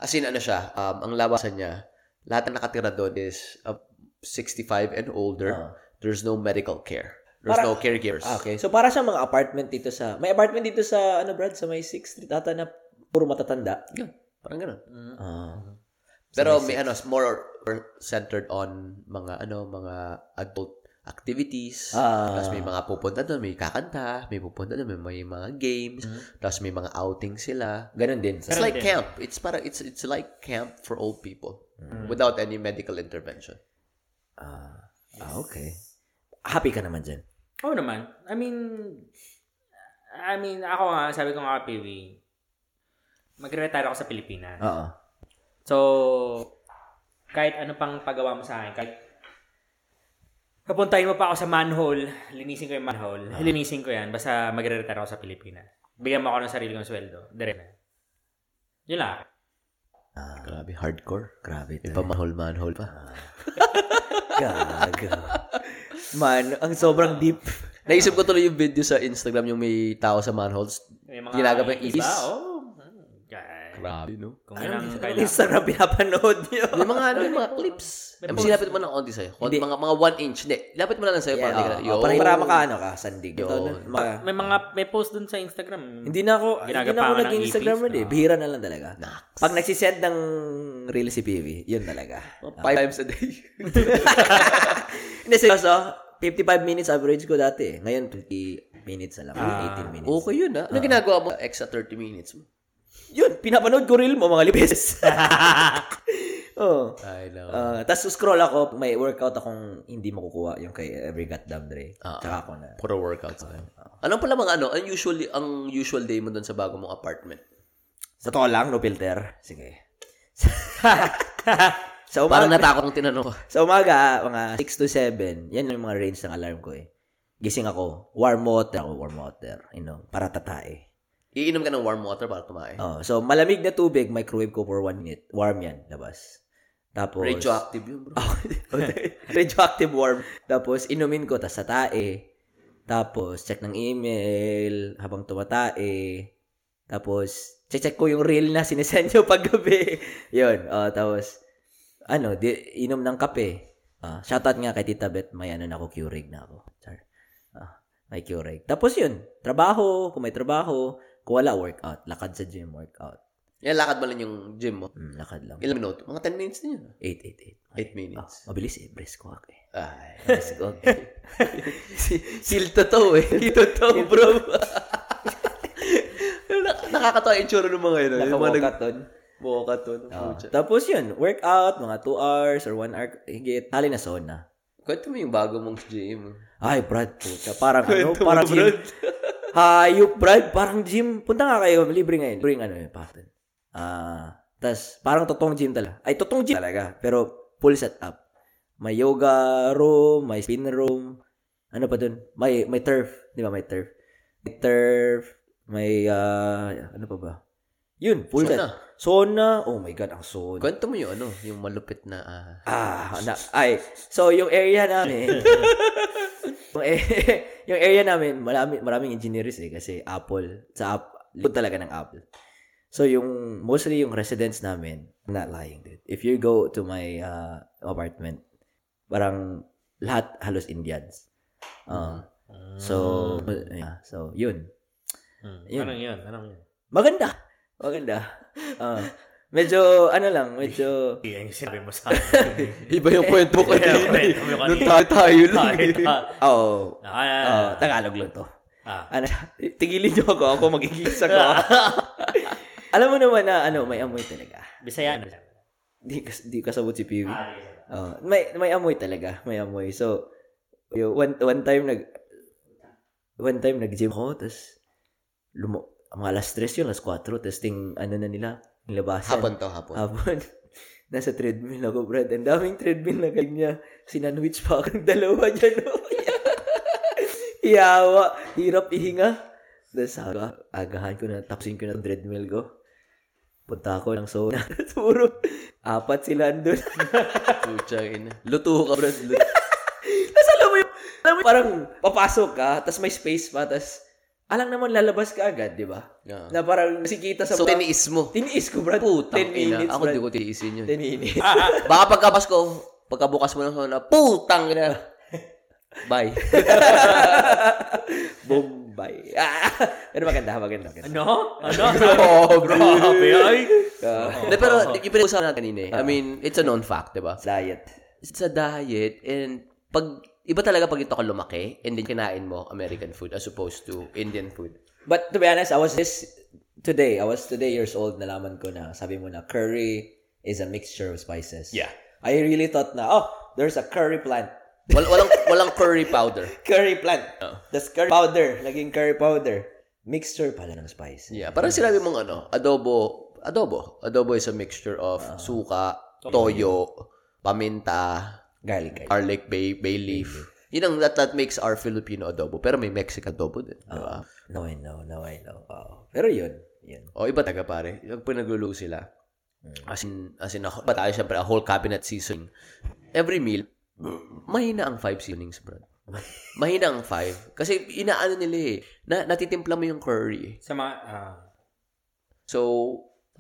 Speaker 2: As in, ano siya, um, ang lawasan niya, lahat na nakatira doon is uh, 65 and older.
Speaker 1: Ah.
Speaker 2: There's no medical care. There's
Speaker 1: Para-
Speaker 2: no caregivers.
Speaker 1: Ah, okay. So, para sa mga apartment dito sa... May apartment dito sa, ano, Brad? Sa may 6th Street ata na puro matatanda.
Speaker 2: Yun, parang ganun.
Speaker 3: Mm.
Speaker 1: Ah.
Speaker 2: Pero may ano, more or- centered on mga ano, mga adult activities.
Speaker 1: Ah.
Speaker 2: Tapos may mga pupunta doon, may kakanta, may pupunta doon, may, may mga games,
Speaker 1: Mm-hmm.
Speaker 2: tapos may mga outing sila.
Speaker 1: Ganun din. Sa,
Speaker 2: It's
Speaker 3: Ganun
Speaker 2: like
Speaker 3: din.
Speaker 2: camp. It's para it's it's like camp for old people
Speaker 1: Mm.
Speaker 2: without any medical intervention.
Speaker 1: ah, ah, okay. Happy ka naman dyan.
Speaker 3: Oo naman. I mean, I mean, ako nga, sabi ko nga, Piwi, magre-retire ako sa Pilipinas.
Speaker 1: Oo.
Speaker 3: So, kahit ano pang pagawa mo sa akin, kahit papuntahin mo pa ako sa manhole, linisin ko yung manhole, linisin ko yan, basta magre-retire ako sa Pilipinas. Bigyan mo ako ng sarili kong sweldo. Dire na. Yun lang.
Speaker 1: Ah,
Speaker 2: Grabe, hardcore.
Speaker 1: grabe Ah.
Speaker 2: May pa
Speaker 1: talaga.
Speaker 2: manhole manhole pa.
Speaker 1: Gago. Man, ang sobrang deep.
Speaker 2: Naisip ko tuloy yung video sa Instagram yung may tao sa manholes.
Speaker 3: May mga
Speaker 2: Ginagawa yung
Speaker 3: iba,
Speaker 2: is.
Speaker 3: oo. Hmm, kaya-
Speaker 2: Grabe, no?
Speaker 3: Kung yun ang
Speaker 1: Anong- anong
Speaker 3: kailangan.
Speaker 1: Instagram pinapanood niyo?
Speaker 2: May mga ano, may mga clips.
Speaker 3: May
Speaker 2: May
Speaker 3: post.
Speaker 2: sinapit mo ng konti sa'yo. Konti, mga, mga one inch. Hindi, lapit mo na lang sa'yo.
Speaker 1: Yeah,
Speaker 2: parang
Speaker 1: oh,
Speaker 2: para,
Speaker 1: oh, para, para makaano ka, sandig.
Speaker 2: Yo.
Speaker 1: Ano, maka-
Speaker 3: May mga, may post dun sa Instagram.
Speaker 1: hindi na ako, hindi na
Speaker 3: Ginagapangan
Speaker 1: ako
Speaker 3: ng
Speaker 1: naging Instagram
Speaker 3: EPs,
Speaker 1: rin eh.
Speaker 3: no?
Speaker 1: Bihira na lang talaga.
Speaker 2: Nax.
Speaker 1: Pag nagsisend ng reel si PV, yun talaga.
Speaker 2: Five times a day.
Speaker 1: Hindi, seryoso. 55 minutes average ko dati. eh. Ngayon, 20 minutes na lang. 18 minutes.
Speaker 2: okay yun, ah. Ano ginagawa mo? Extra 30 minutes mo.
Speaker 1: Yun, pinapanood ko reel mo, mga lipes. oh.
Speaker 2: Ay, no.
Speaker 1: Uh, Tapos scroll ako, may workout akong hindi makukuha yung kay Every Goddamn Dre.
Speaker 2: Ah.
Speaker 1: Tsaka ako na.
Speaker 2: Puro workout sa Anong pala mga ano? Ang usual, ang usual day mo dun sa bago mong apartment?
Speaker 1: Sa totoo lang, no filter. Sige. Sa umaga,
Speaker 2: Parang natakot ang tinanong ko.
Speaker 1: sa umaga, mga 6 to 7, yan yung mga range ng alarm ko eh. Gising ako, warm water ako, warm water, you know, para tatae.
Speaker 2: Iinom ka ng warm water para kumain.
Speaker 1: Oh, so malamig na tubig, microwave ko for 1 minute. Warm yan, labas. Tapos,
Speaker 2: Radioactive yun, bro.
Speaker 1: radioactive warm. Tapos, inumin ko, tas tatae. Tapos, check ng email habang tumatae. Tapos, check ko yung reel na sinesend nyo paggabi. Yun. Oh, tapos, ano, di, inom ng kape. Ah, shoutout nga kay Tita Bet, may ano na ako, Keurig na ako. Char. Ah, may Keurig. Tapos yun, trabaho, kung may trabaho, kung wala, workout. Lakad sa gym, workout.
Speaker 2: Yan, lakad mo lang yung gym mo.
Speaker 1: Mm, lakad lang. 8,
Speaker 2: Ilang minuto? Mga 10 minutes na yun.
Speaker 1: 8, 8.
Speaker 2: 8 minutes.
Speaker 1: mabilis eh, brisk walk eh.
Speaker 2: Ay.
Speaker 1: Brisk walk eh.
Speaker 2: Silto to eh. Silto to, bro. Nak- Nakakatawa yung tsura ng mga yun. Eh, Yung mga nag-
Speaker 1: Nakamokaton.
Speaker 2: Bokaton.
Speaker 1: Ah,
Speaker 2: Pucha.
Speaker 1: tapos yun, workout, mga 2 hours or 1 hour, higit, tali na sauna.
Speaker 2: Kwento mo yung bago mong gym.
Speaker 1: Ay, Brad, puta, parang ano,
Speaker 2: Kwento mo,
Speaker 1: parang gym.
Speaker 2: Brad.
Speaker 1: Hayop, Brad, parang gym. Punta nga kayo, libre ngayon. Libre yung ano yun, pattern. Ah, tas parang totoong gym talaga. Ay, totoong gym talaga, pero full setup. May yoga room, may spin room, ano pa dun? May, may turf, di ba, may turf. May turf, may, ah, ano pa ba? Yun, full
Speaker 2: Sauna.
Speaker 1: set. Sauna. Oh my God, ang sauna.
Speaker 2: Kwento mo yung ano, yung malupit na... ah,
Speaker 1: Ah, na, ay. So, yung area namin, yung, e- yung area namin, marami, maraming engineers eh, kasi Apple, sa Apple, likod talaga ng Apple. So, yung, mostly yung residents namin, I'm not lying, dude. If you go to my uh, apartment, parang lahat halos Indians. Uh,
Speaker 3: Mm,
Speaker 1: so,
Speaker 2: Mm.
Speaker 1: yeah, so, yun.
Speaker 3: Hmm.
Speaker 1: Yun.
Speaker 3: Anong yun? Anong yun?
Speaker 1: Maganda. Maganda. Ah, medyo, ano lang, medyo,
Speaker 3: Hindi, yung sinabi mo sa akin.
Speaker 2: Iba yung kwento ko
Speaker 3: Iba yung
Speaker 2: kanina.
Speaker 3: kwento mo
Speaker 2: Nung
Speaker 3: kanina.
Speaker 2: tayo tayo lang.
Speaker 3: Ay,
Speaker 2: eh.
Speaker 3: ah,
Speaker 1: oh,
Speaker 3: ah,
Speaker 1: oh, Tagalog lang to.
Speaker 3: ah.
Speaker 1: ano, tigilin niyo ako, ako magigising ako. Alam mo naman na, ano, may amoy talaga.
Speaker 3: Bisaya na.
Speaker 1: Di, kas- di kasabot si PB.
Speaker 3: Ah, yes.
Speaker 1: Oh, may, may amoy talaga, may amoy. So, yo, one, one time nag, one time nag-gym ako, tapos, lumo, mga alas 3 yun, alas 4, tapos ting, ano na nila, nilabasan.
Speaker 2: Hapon to, hapon.
Speaker 1: Hapon. Nasa treadmill ako, Brad. Ang daming treadmill na kanya. Sinandwich pa ako ng dalawa dyan. oh. Iyawa. Hirap ihinga. Tapos aga, agahan ko na, tapsin ko na ang treadmill ko. Punta ako ng sauna. Puro, apat sila andun.
Speaker 2: Pucha, Ah, ina. Luto ka, bro. Luto.
Speaker 1: Tapos alam mo yung, alam mo yung parang papasok ka, tapos may space pa, tapos alang naman lalabas ka agad, di ba?
Speaker 2: Yeah.
Speaker 1: Na parang sikita sa
Speaker 2: So, tiniis mo.
Speaker 1: Tiniis ko, Brad. 10
Speaker 2: Tang ina.
Speaker 1: minutes,
Speaker 2: Ako
Speaker 1: Brad.
Speaker 2: di ko tiniisin yun.
Speaker 1: 10 minutes.
Speaker 2: Baka pagkabas ko, pagkabukas mo ng sauna, putang ina. Bye.
Speaker 1: Bombay. Ah, pero maganda, maganda. maganda.
Speaker 3: Ano? Ano?
Speaker 2: Oh,
Speaker 3: Grabe. Ay.
Speaker 1: Uh,
Speaker 2: Hindi, pero yung pinag-usapan natin kanina eh. I mean, it's a known fact, di ba?
Speaker 1: Diet.
Speaker 2: It's a diet and pag iba talaga pag ito ka lumaki and then kinain mo American food as opposed to Indian food.
Speaker 1: But to be honest, I was this today. I was today years old. Nalaman ko na, sabi mo na, curry is a mixture of spices.
Speaker 2: Yeah.
Speaker 1: I really thought na, oh, there's a curry plant.
Speaker 2: Wal- walang walang curry powder.
Speaker 1: Curry plant.
Speaker 2: Oh.
Speaker 1: That's curry powder. Naging curry powder. Mixture pala ng spice.
Speaker 2: Yeah, parang sinabi mong ano, adobo, adobo. Adobo is a mixture of suka, toyo, paminta,
Speaker 1: Garlic. garlic.
Speaker 2: garlic bay, bay leaf. Yun ang that, that makes our Filipino adobo. Pero may Mexican adobo din. di ba?
Speaker 1: No, I know. No, I know. Oo. Pero yun. Yun.
Speaker 2: O, iba taga pare. Yung pinagluluto sila. As in, as in, a- iba tayo syempre, a whole cabinet seasoning. Every meal, mahina ang five seasonings, bro. mahina ang five. Kasi inaano nila eh. Na, natitimpla mo yung curry eh.
Speaker 3: Sa mga, ah,
Speaker 2: So,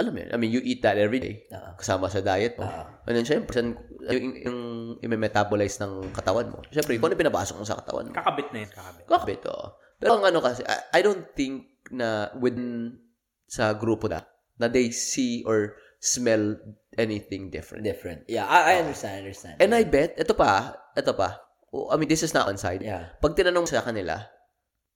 Speaker 2: alam mo yun. I mean, you eat that every day.
Speaker 1: Ah.
Speaker 2: Kasama sa diet mo.
Speaker 1: Uh-uh.
Speaker 2: And then, syempre, san, yung, yung, yung metabolize ng katawan mo. Syempre, kung ano pinapasok mo sa katawan mo.
Speaker 3: kakabit na yun. Kakabit.
Speaker 2: Cockpit, oo. Pero ang ano kasi, I, I don't think na within sa grupo na, na they see or smell anything different.
Speaker 1: Different. Yeah, I, I understand. I understand.
Speaker 2: Oh. And I bet, ito pa, ito pa, oh, I mean, this is not on side.
Speaker 1: yeah.
Speaker 2: Pag tinanong sa kanila,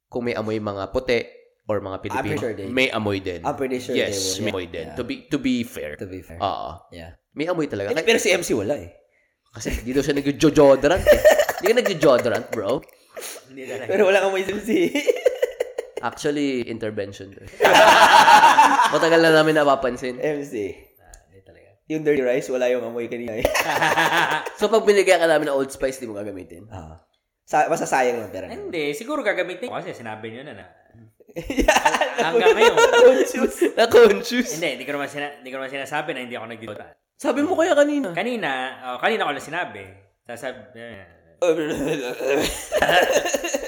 Speaker 2: kung may amoy mga puti or mga Pilipino,
Speaker 1: pretty sure they-
Speaker 2: may amoy din.
Speaker 1: I'm pretty sure they
Speaker 2: yes,
Speaker 1: will,
Speaker 2: may
Speaker 1: yeah.
Speaker 2: amoy din.
Speaker 1: Yeah.
Speaker 2: To be to be fair.
Speaker 1: To be fair.
Speaker 2: Oo.
Speaker 1: Yeah.
Speaker 2: May amoy talaga.
Speaker 1: Pero si MC wala eh.
Speaker 2: Kasi hindi daw siya nag-jodorant. Eh. Hindi ka nag-jodorant, bro.
Speaker 3: Hindi na lang.
Speaker 1: Pero wala kang may MC.
Speaker 2: Actually, intervention to. Matagal na namin napapansin.
Speaker 1: MC.
Speaker 3: Hindi talaga.
Speaker 1: Yung dirty rice, wala yung amoy kanina. eh.
Speaker 2: So, pag binigyan ka namin ng Old Spice, di mo gagamitin.
Speaker 1: Ah. Sa, masasayang yung pera. naman.
Speaker 3: Hindi, siguro gagamitin ko kasi sinabi niyo na na.
Speaker 1: Yeah.
Speaker 3: Hanggang ngayon.
Speaker 2: Na-conscious.
Speaker 3: hindi, hindi ko naman, sina- hindi ko naman sinasabi na hindi ako nagdidota.
Speaker 2: Sabi mo kaya kanina.
Speaker 3: Kanina, oh, kanina ko na sinabi. Sasabi, eh,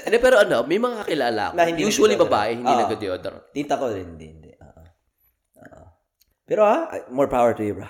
Speaker 2: Hindi, pero ano, may mga kakilala ako.
Speaker 1: Na hindi
Speaker 2: Usually
Speaker 1: nag-deodorant.
Speaker 2: babae, hindi
Speaker 1: Ah.
Speaker 2: nag-deodorant.
Speaker 1: Tita ko rin, hindi, hindi. Ah, Oo. Oo. ah. Pero ha, more power to you, bro.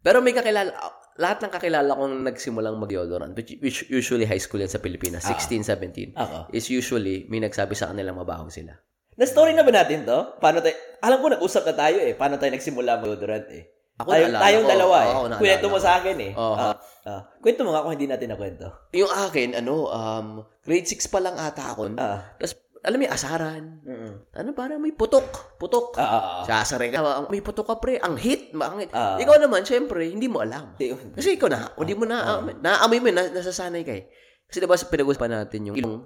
Speaker 2: Pero may kakilala, lahat ng kakilala kong nagsimulang mag-deodorant, which, which usually high school yan sa Pilipinas,
Speaker 1: Ah.
Speaker 2: 16, 17,
Speaker 1: Ako.
Speaker 2: is usually may nagsabi sa kanila mabaho sila.
Speaker 1: Na-story na ba natin to? Paano tayo, alam ko nag-usap na tayo eh. Paano tayo nagsimula mag-odorant eh.
Speaker 2: Ako
Speaker 1: Tayo,
Speaker 2: naalala
Speaker 1: tayong
Speaker 2: ko.
Speaker 1: dalawa eh.
Speaker 2: Oo, naalala
Speaker 1: Kwento mo
Speaker 2: ko.
Speaker 1: sa akin eh.
Speaker 2: Oo.
Speaker 1: Ah, ah. Kwento mo nga kung hindi natin nakwento.
Speaker 2: Yung akin, ano, um, grade 6 pa lang ata ako.
Speaker 1: Ah.
Speaker 2: Tapos, alam mo yung asaran.
Speaker 1: Mm-mm.
Speaker 2: Ano, parang may putok. Putok.
Speaker 1: Ah, ah, ah.
Speaker 2: Sasare ka. May putok ka, pre. Ang hit. Maangit.
Speaker 1: Ah.
Speaker 2: Ikaw naman, syempre, hindi mo alam.
Speaker 1: Hindi yun.
Speaker 2: Kasi ikaw na, hindi mo na, naamoy mo, na, nasasanay ka eh. Kasi diba, pinag-usapan natin yung ilong,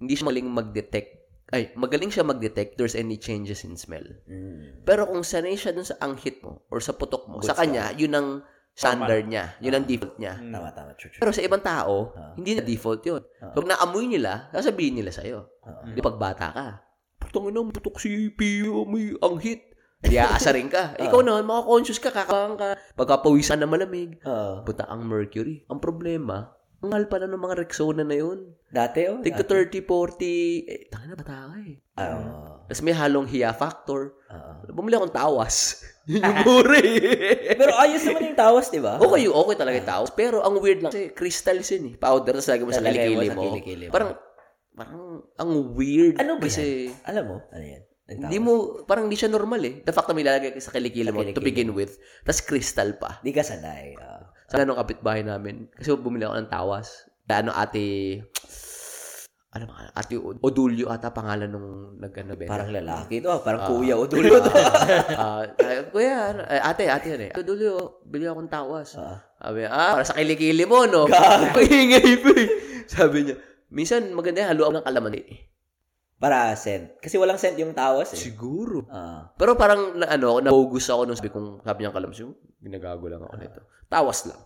Speaker 2: hindi siya magaling mag-detect, ay, magaling siya mag-detect there's any changes in smell.
Speaker 1: Mm.
Speaker 2: Pero kung sanay siya dun sa anghit mo or sa putok mo, sa kanya, yun ang standard niya, yun ang default niya.
Speaker 1: Tama, tama. True, true.
Speaker 2: Pero sa ibang tao, hindi na default yun. Pag naamoy nila, sasabihin nila sa'yo.
Speaker 1: Ah,
Speaker 2: Di pag bata ka, putang ina, putok si Pio, may anghit. Di aasarin ka. Ikaw naman, makakonsyos ka, kakabang ka. Pagkapawisan na malamig,
Speaker 1: Oo.
Speaker 2: Puta ang mercury. Ang problema, ang mahal pala ng mga Rexona na yun.
Speaker 1: dati oh.
Speaker 2: Tigka
Speaker 1: dati.
Speaker 2: 30, 40, eh, tanga na bata ka eh.
Speaker 1: Ah,
Speaker 2: Tapos may halong hiya factor.
Speaker 1: Oo.
Speaker 2: Bumili akong tawas. Yun yung mura eh.
Speaker 1: Pero ayos naman yung tawas, di ba?
Speaker 2: Okay, yung okay talaga yung tawas. Pero ang weird lang, kasi crystals yun eh. Powder, tapos lagi mo sa
Speaker 1: Lalagay mo
Speaker 2: kilikili
Speaker 1: sa
Speaker 2: mo.
Speaker 1: kilikili mo.
Speaker 2: Parang, parang ang weird.
Speaker 1: Ano ba
Speaker 2: Kasi,
Speaker 1: Alam mo, ano yan? Yung
Speaker 2: hindi
Speaker 1: tawas.
Speaker 2: mo, parang hindi siya normal eh. The fact na may lalagay ka sa kilikili
Speaker 1: Sa
Speaker 2: mo to
Speaker 1: kilikili.
Speaker 2: begin with. Tapos crystal pa.
Speaker 1: Di ka sanay. ah.
Speaker 2: Sana nung kapitbahay namin, kasi bumili ako ng tawas. Ano ate, ano ba, ate Odulio ata pangalan nung nag-ano ba?
Speaker 1: parang lalaki to. ah. Parang kuya o dulo to.
Speaker 2: Ah, ah, kuya, ano, eh, ate, ate yan eh. Ate Odulio, bili akong tawas. Sabi niya, ah, para sa kilikili mo, no? Ingay po eh. Sabi niya, minsan maganda yan, haluan mo ng kalamansi.
Speaker 1: Para scent. Kasi walang scent yung tawas eh.
Speaker 2: Siguro.
Speaker 1: Ah.
Speaker 2: Pero parang, na, ano, nabogus ako nung sabi kong, sabi niya kalamansi, "Oh, ginagago lang ako nito. Tawas lang.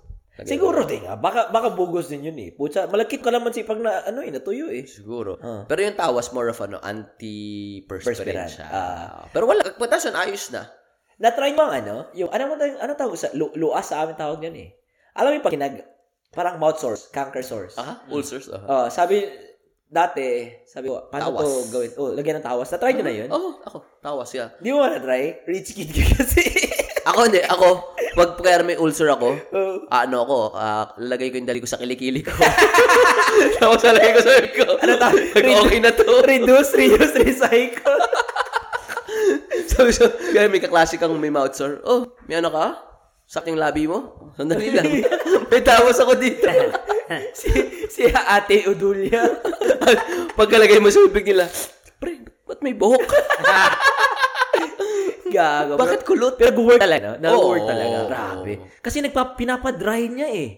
Speaker 1: Siguro din nga. Baka, baka bugos din yun eh. Pucha, malakit ka naman si pag na, ano eh, natuyo eh.
Speaker 2: Siguro.
Speaker 1: Ah.
Speaker 2: Pero yung tawas more of ano, anti-perspirant
Speaker 1: Perspirant,
Speaker 2: siya.
Speaker 1: ah.
Speaker 2: Pero wala, pagpatasan, ayos na.
Speaker 1: Na-try mo ang ano? Yung, ano mo tawag, ano tawag sa, lu, luas sa amin tawag yan eh. Alam mo yung pag kinag, parang mouth sores, canker sores.
Speaker 2: Aha, ulcers. aha.
Speaker 1: Oh, sabi, dati, sabi ko, paano
Speaker 2: Tawas.
Speaker 1: to gawin? Oh, lagyan ng tawas. Na-try nyo na yun?
Speaker 2: Oo, Oh, ako, tawas, yeah.
Speaker 1: Di mo na-try? Rich kid ka kasi.
Speaker 2: Ako hindi, ako, pag kaya may ulcer ako,
Speaker 1: oh.
Speaker 2: ah, ano ako, ah, lagay ko yung dali ko sa kilikili ko. Tapos lalagay ko sa sabi ko, ano ta? okay na to.
Speaker 1: Reduce, reuse, recycle.
Speaker 2: Sabi siya, kaya may kaklase kang may mouth sore. Oh, may ano ka? Saking labi mo? Sandali lang. may tawas ako dito.
Speaker 1: si, si Ate Udulia.
Speaker 2: Pagkalagay mo sa bibig nila, pre, ba't may buhok?
Speaker 1: Gago.
Speaker 2: Bakit kulot?
Speaker 1: Pero nag-work talaga. no? Nag-work
Speaker 2: Oo.
Speaker 1: talaga. Grabe. Kasi nagpa, pinapadry niya eh.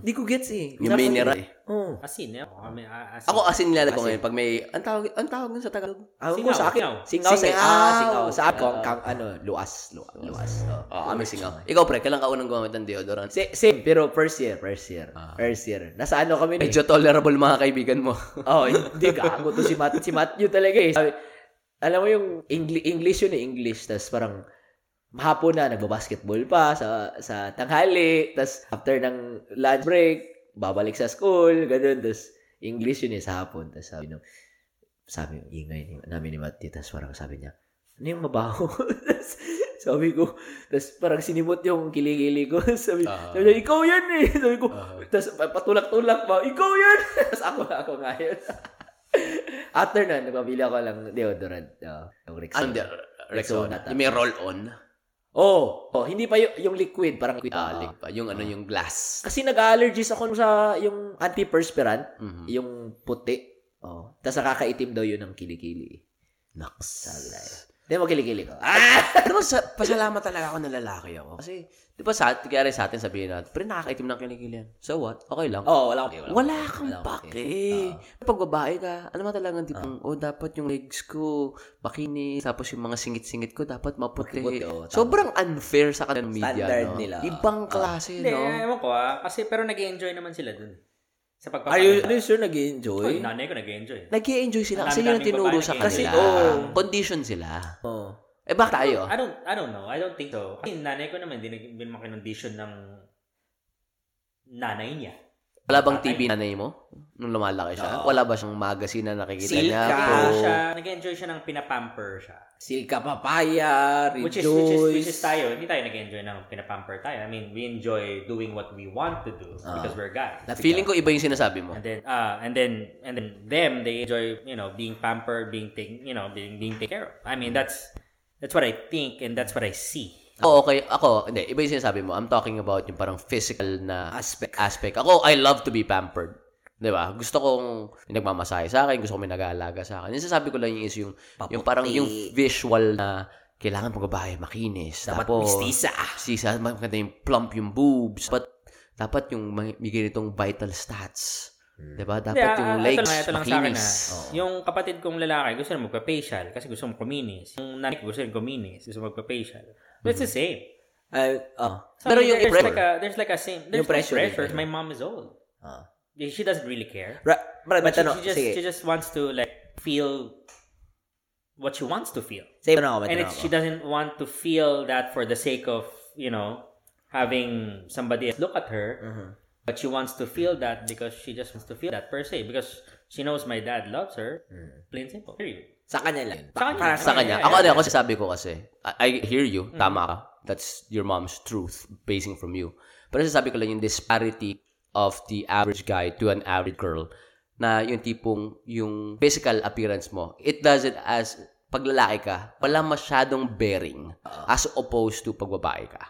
Speaker 1: Hindi ko Oh. gets eh.
Speaker 2: Yung mineral.
Speaker 1: Oo.
Speaker 3: asin eh. Ako, kami, a- asin.
Speaker 2: Ako asin nilalagay ko ngayon pag may ang tawag ang tawag nun sa Tagalog.
Speaker 1: Ang ko sa akin, singaw,
Speaker 2: Singaw.
Speaker 1: sa ah, singaw. Sa akin,
Speaker 2: Ah.
Speaker 1: kang, ano, luas, lu- luas. Oh.
Speaker 2: Ah, kami singaw. Ikaw pre, kailan ka unang gumamit ng deodorant?
Speaker 1: Sa- Same, pero first year, first year. First year. Nasa ano kami na eh.
Speaker 2: Ah. Medyo tolerable mga kaibigan mo.
Speaker 1: Oh, hindi gago to si Mat si Matthew talaga eh. Sabi, alam mo yung English, English yun eh, English. Tapos parang hapon na, nagbabasketball pa sa sa tanghali. Tapos after ng lunch break, babalik sa school, ganun. Tapos English yun eh sa hapon. Tapos sabi nung, sabi yung ingay ni, namin ni Matthew. Tapos parang sabi niya, ano yung mabaho? Tapos sabi ko, tapos parang sinimot yung kilikili ko. sabi,
Speaker 2: Ah.
Speaker 1: sabi niya, ikaw yan eh. Sabi ko, tapos patulak-tulak pa, ikaw yan! Tapos ako, ako nga yun. After nun, nagpabili ako ng deodorant. Uh, yung Rexona.
Speaker 3: Ah,
Speaker 2: Ano de-
Speaker 1: Rexona.
Speaker 2: Rexona. Yung may roll-on.
Speaker 1: Oh, oh, hindi pa yung, yung liquid, parang liquid.
Speaker 2: Ah, lig pa. Yung ano, yung glass.
Speaker 1: Kasi nag-allergies ako sa yung antiperspirant,
Speaker 3: Mm.
Speaker 2: Mhm.
Speaker 1: yung puti. Oh. Tapos nakakaitim daw yun ng kilikili.
Speaker 2: Naks.
Speaker 1: Salay.
Speaker 2: Then magkilikili ko. Ah! Ano ba, sa, pasalamat talaga ako na lalaki ako. Kasi, di ba sa, kaya rin sa atin sabihin natin, pero nakakaitim ng kilikili yan. So what? Okay lang.
Speaker 1: Oo, Oh, wala akong
Speaker 2: Wala kang
Speaker 1: wala akong
Speaker 2: pake. Pag babae ka, ano man
Speaker 1: Ah.
Speaker 2: talagang tipong, oh, dapat yung legs ko makinis, tapos yung mga singit-singit ko dapat maputi.
Speaker 1: Maputi, oo, tama.
Speaker 2: Sobrang unfair sa kanilang media.
Speaker 1: Standard
Speaker 2: no?
Speaker 1: nila. Ah.
Speaker 2: Ibang klase,
Speaker 3: Hindi,
Speaker 2: no?
Speaker 3: ewan ko ah. Kasi pero nag enjoy naman sila dun. eh, Sa
Speaker 1: Are you,
Speaker 3: pagpapakita.
Speaker 1: are you sure nag-enjoy?
Speaker 3: nanay ko eh. nag enjoy
Speaker 2: nag enjoy sila kasi yun ang
Speaker 3: Ang dami-daming
Speaker 2: tinuro
Speaker 3: babae
Speaker 2: sa kanila.
Speaker 1: nag-i-enjoy.
Speaker 2: Kasi,
Speaker 1: Oo.
Speaker 2: condition sila.
Speaker 1: Oo.
Speaker 2: Eh, bakit tayo?
Speaker 3: I don't, I don't know. I don't think so. Kasi nanay ko naman, hindi nag- hindi naman kinondisyon ng nanay niya.
Speaker 2: Wala bang TV nanay mo? Nung lumalaki siya?
Speaker 1: Oo.
Speaker 2: Wala ba siyang magazine na nakikita
Speaker 1: Silka.
Speaker 2: niya?
Speaker 3: Kaya
Speaker 2: Pro?
Speaker 3: Ah, siya, nag-enjoy siya ng pinapamper siya.
Speaker 1: Silka papaya, rejoice.
Speaker 3: Which is, which is, which is tayo, hindi tayo nag-enjoy ng pinapamper tayo. I mean, we enjoy doing what we want to do
Speaker 2: Ah.
Speaker 3: because we're guys.
Speaker 2: Na feeling ko iba yung sinasabi mo.
Speaker 3: And then, ah, and then, and then them, they enjoy, you know, being pampered, being taken, you know, being, being taken care of. I mean, that's, that's what I think and that's what I see.
Speaker 2: Oo, okay. Ako, hindi. Iba yung sinasabi mo. I'm talking about yung parang physical na
Speaker 1: aspect.
Speaker 2: aspect. Ako, I love to be pampered. Di ba? Gusto kong may nagmamasahe sa akin, gusto kong may nag-aalaga sa akin. Yung sasabi ko lang yung is yung, yung parang yung visual na kailangan pag babae makinis.
Speaker 1: Dapat
Speaker 2: Tapos,
Speaker 1: mistisa.
Speaker 2: Sisa, maganda yung plump yung boobs. Dapat, dapat yung may, may ganitong vital stats. Di ba? Diba? Dapat
Speaker 3: Hindi,
Speaker 2: yung
Speaker 3: ah,
Speaker 2: legs
Speaker 3: ito lang, ito lang sa akin,
Speaker 2: makinis.
Speaker 3: ah. Yung kapatid kong lalaki, gusto na magpa-facial kasi gusto mong kuminis. Yung nanay ko gusto rin kuminis, gusto magpa-facial. That's the same.
Speaker 1: Ay, oh.
Speaker 2: Mm-hmm.
Speaker 3: So,
Speaker 2: Pero
Speaker 3: I mean,
Speaker 2: yung
Speaker 3: there's
Speaker 2: pressure.
Speaker 3: like a, there's like a same, there's
Speaker 1: Yung pressure din,
Speaker 3: pressure. pressure.
Speaker 1: yun.
Speaker 3: My mom is old.
Speaker 1: Ah.
Speaker 3: She doesn't really care.
Speaker 1: Right, right, may
Speaker 3: But she,
Speaker 1: tanong.
Speaker 3: she just,
Speaker 1: Sige.
Speaker 3: she just wants to like feel what she wants to feel.
Speaker 1: Sige, tanong ako, may
Speaker 3: and
Speaker 1: tanong
Speaker 3: it's, she
Speaker 1: ako.
Speaker 3: doesn't want to feel that for the sake of you know having somebody else look at her
Speaker 1: Mm. Mm-hmm.
Speaker 3: but she wants to feel that because she just wants to feel that per se because she knows my dad loves her plain simple period
Speaker 1: Sa kanya lang.
Speaker 3: Sa kanya. Mm.
Speaker 1: Para
Speaker 2: Sa kanya.
Speaker 3: Yeah,
Speaker 2: Ako,
Speaker 3: yeah,
Speaker 2: ano,
Speaker 3: yeah.
Speaker 2: ako sasabi ko kasi, I, I hear you, tama ka. That's your mom's truth, basing from you. Pero sasabi ko lang yung disparity of the average guy to an average girl na yung tipong, yung physical appearance mo, it doesn't as, pag lalaki ka, wala masyadong bearing as opposed to pag babae ka.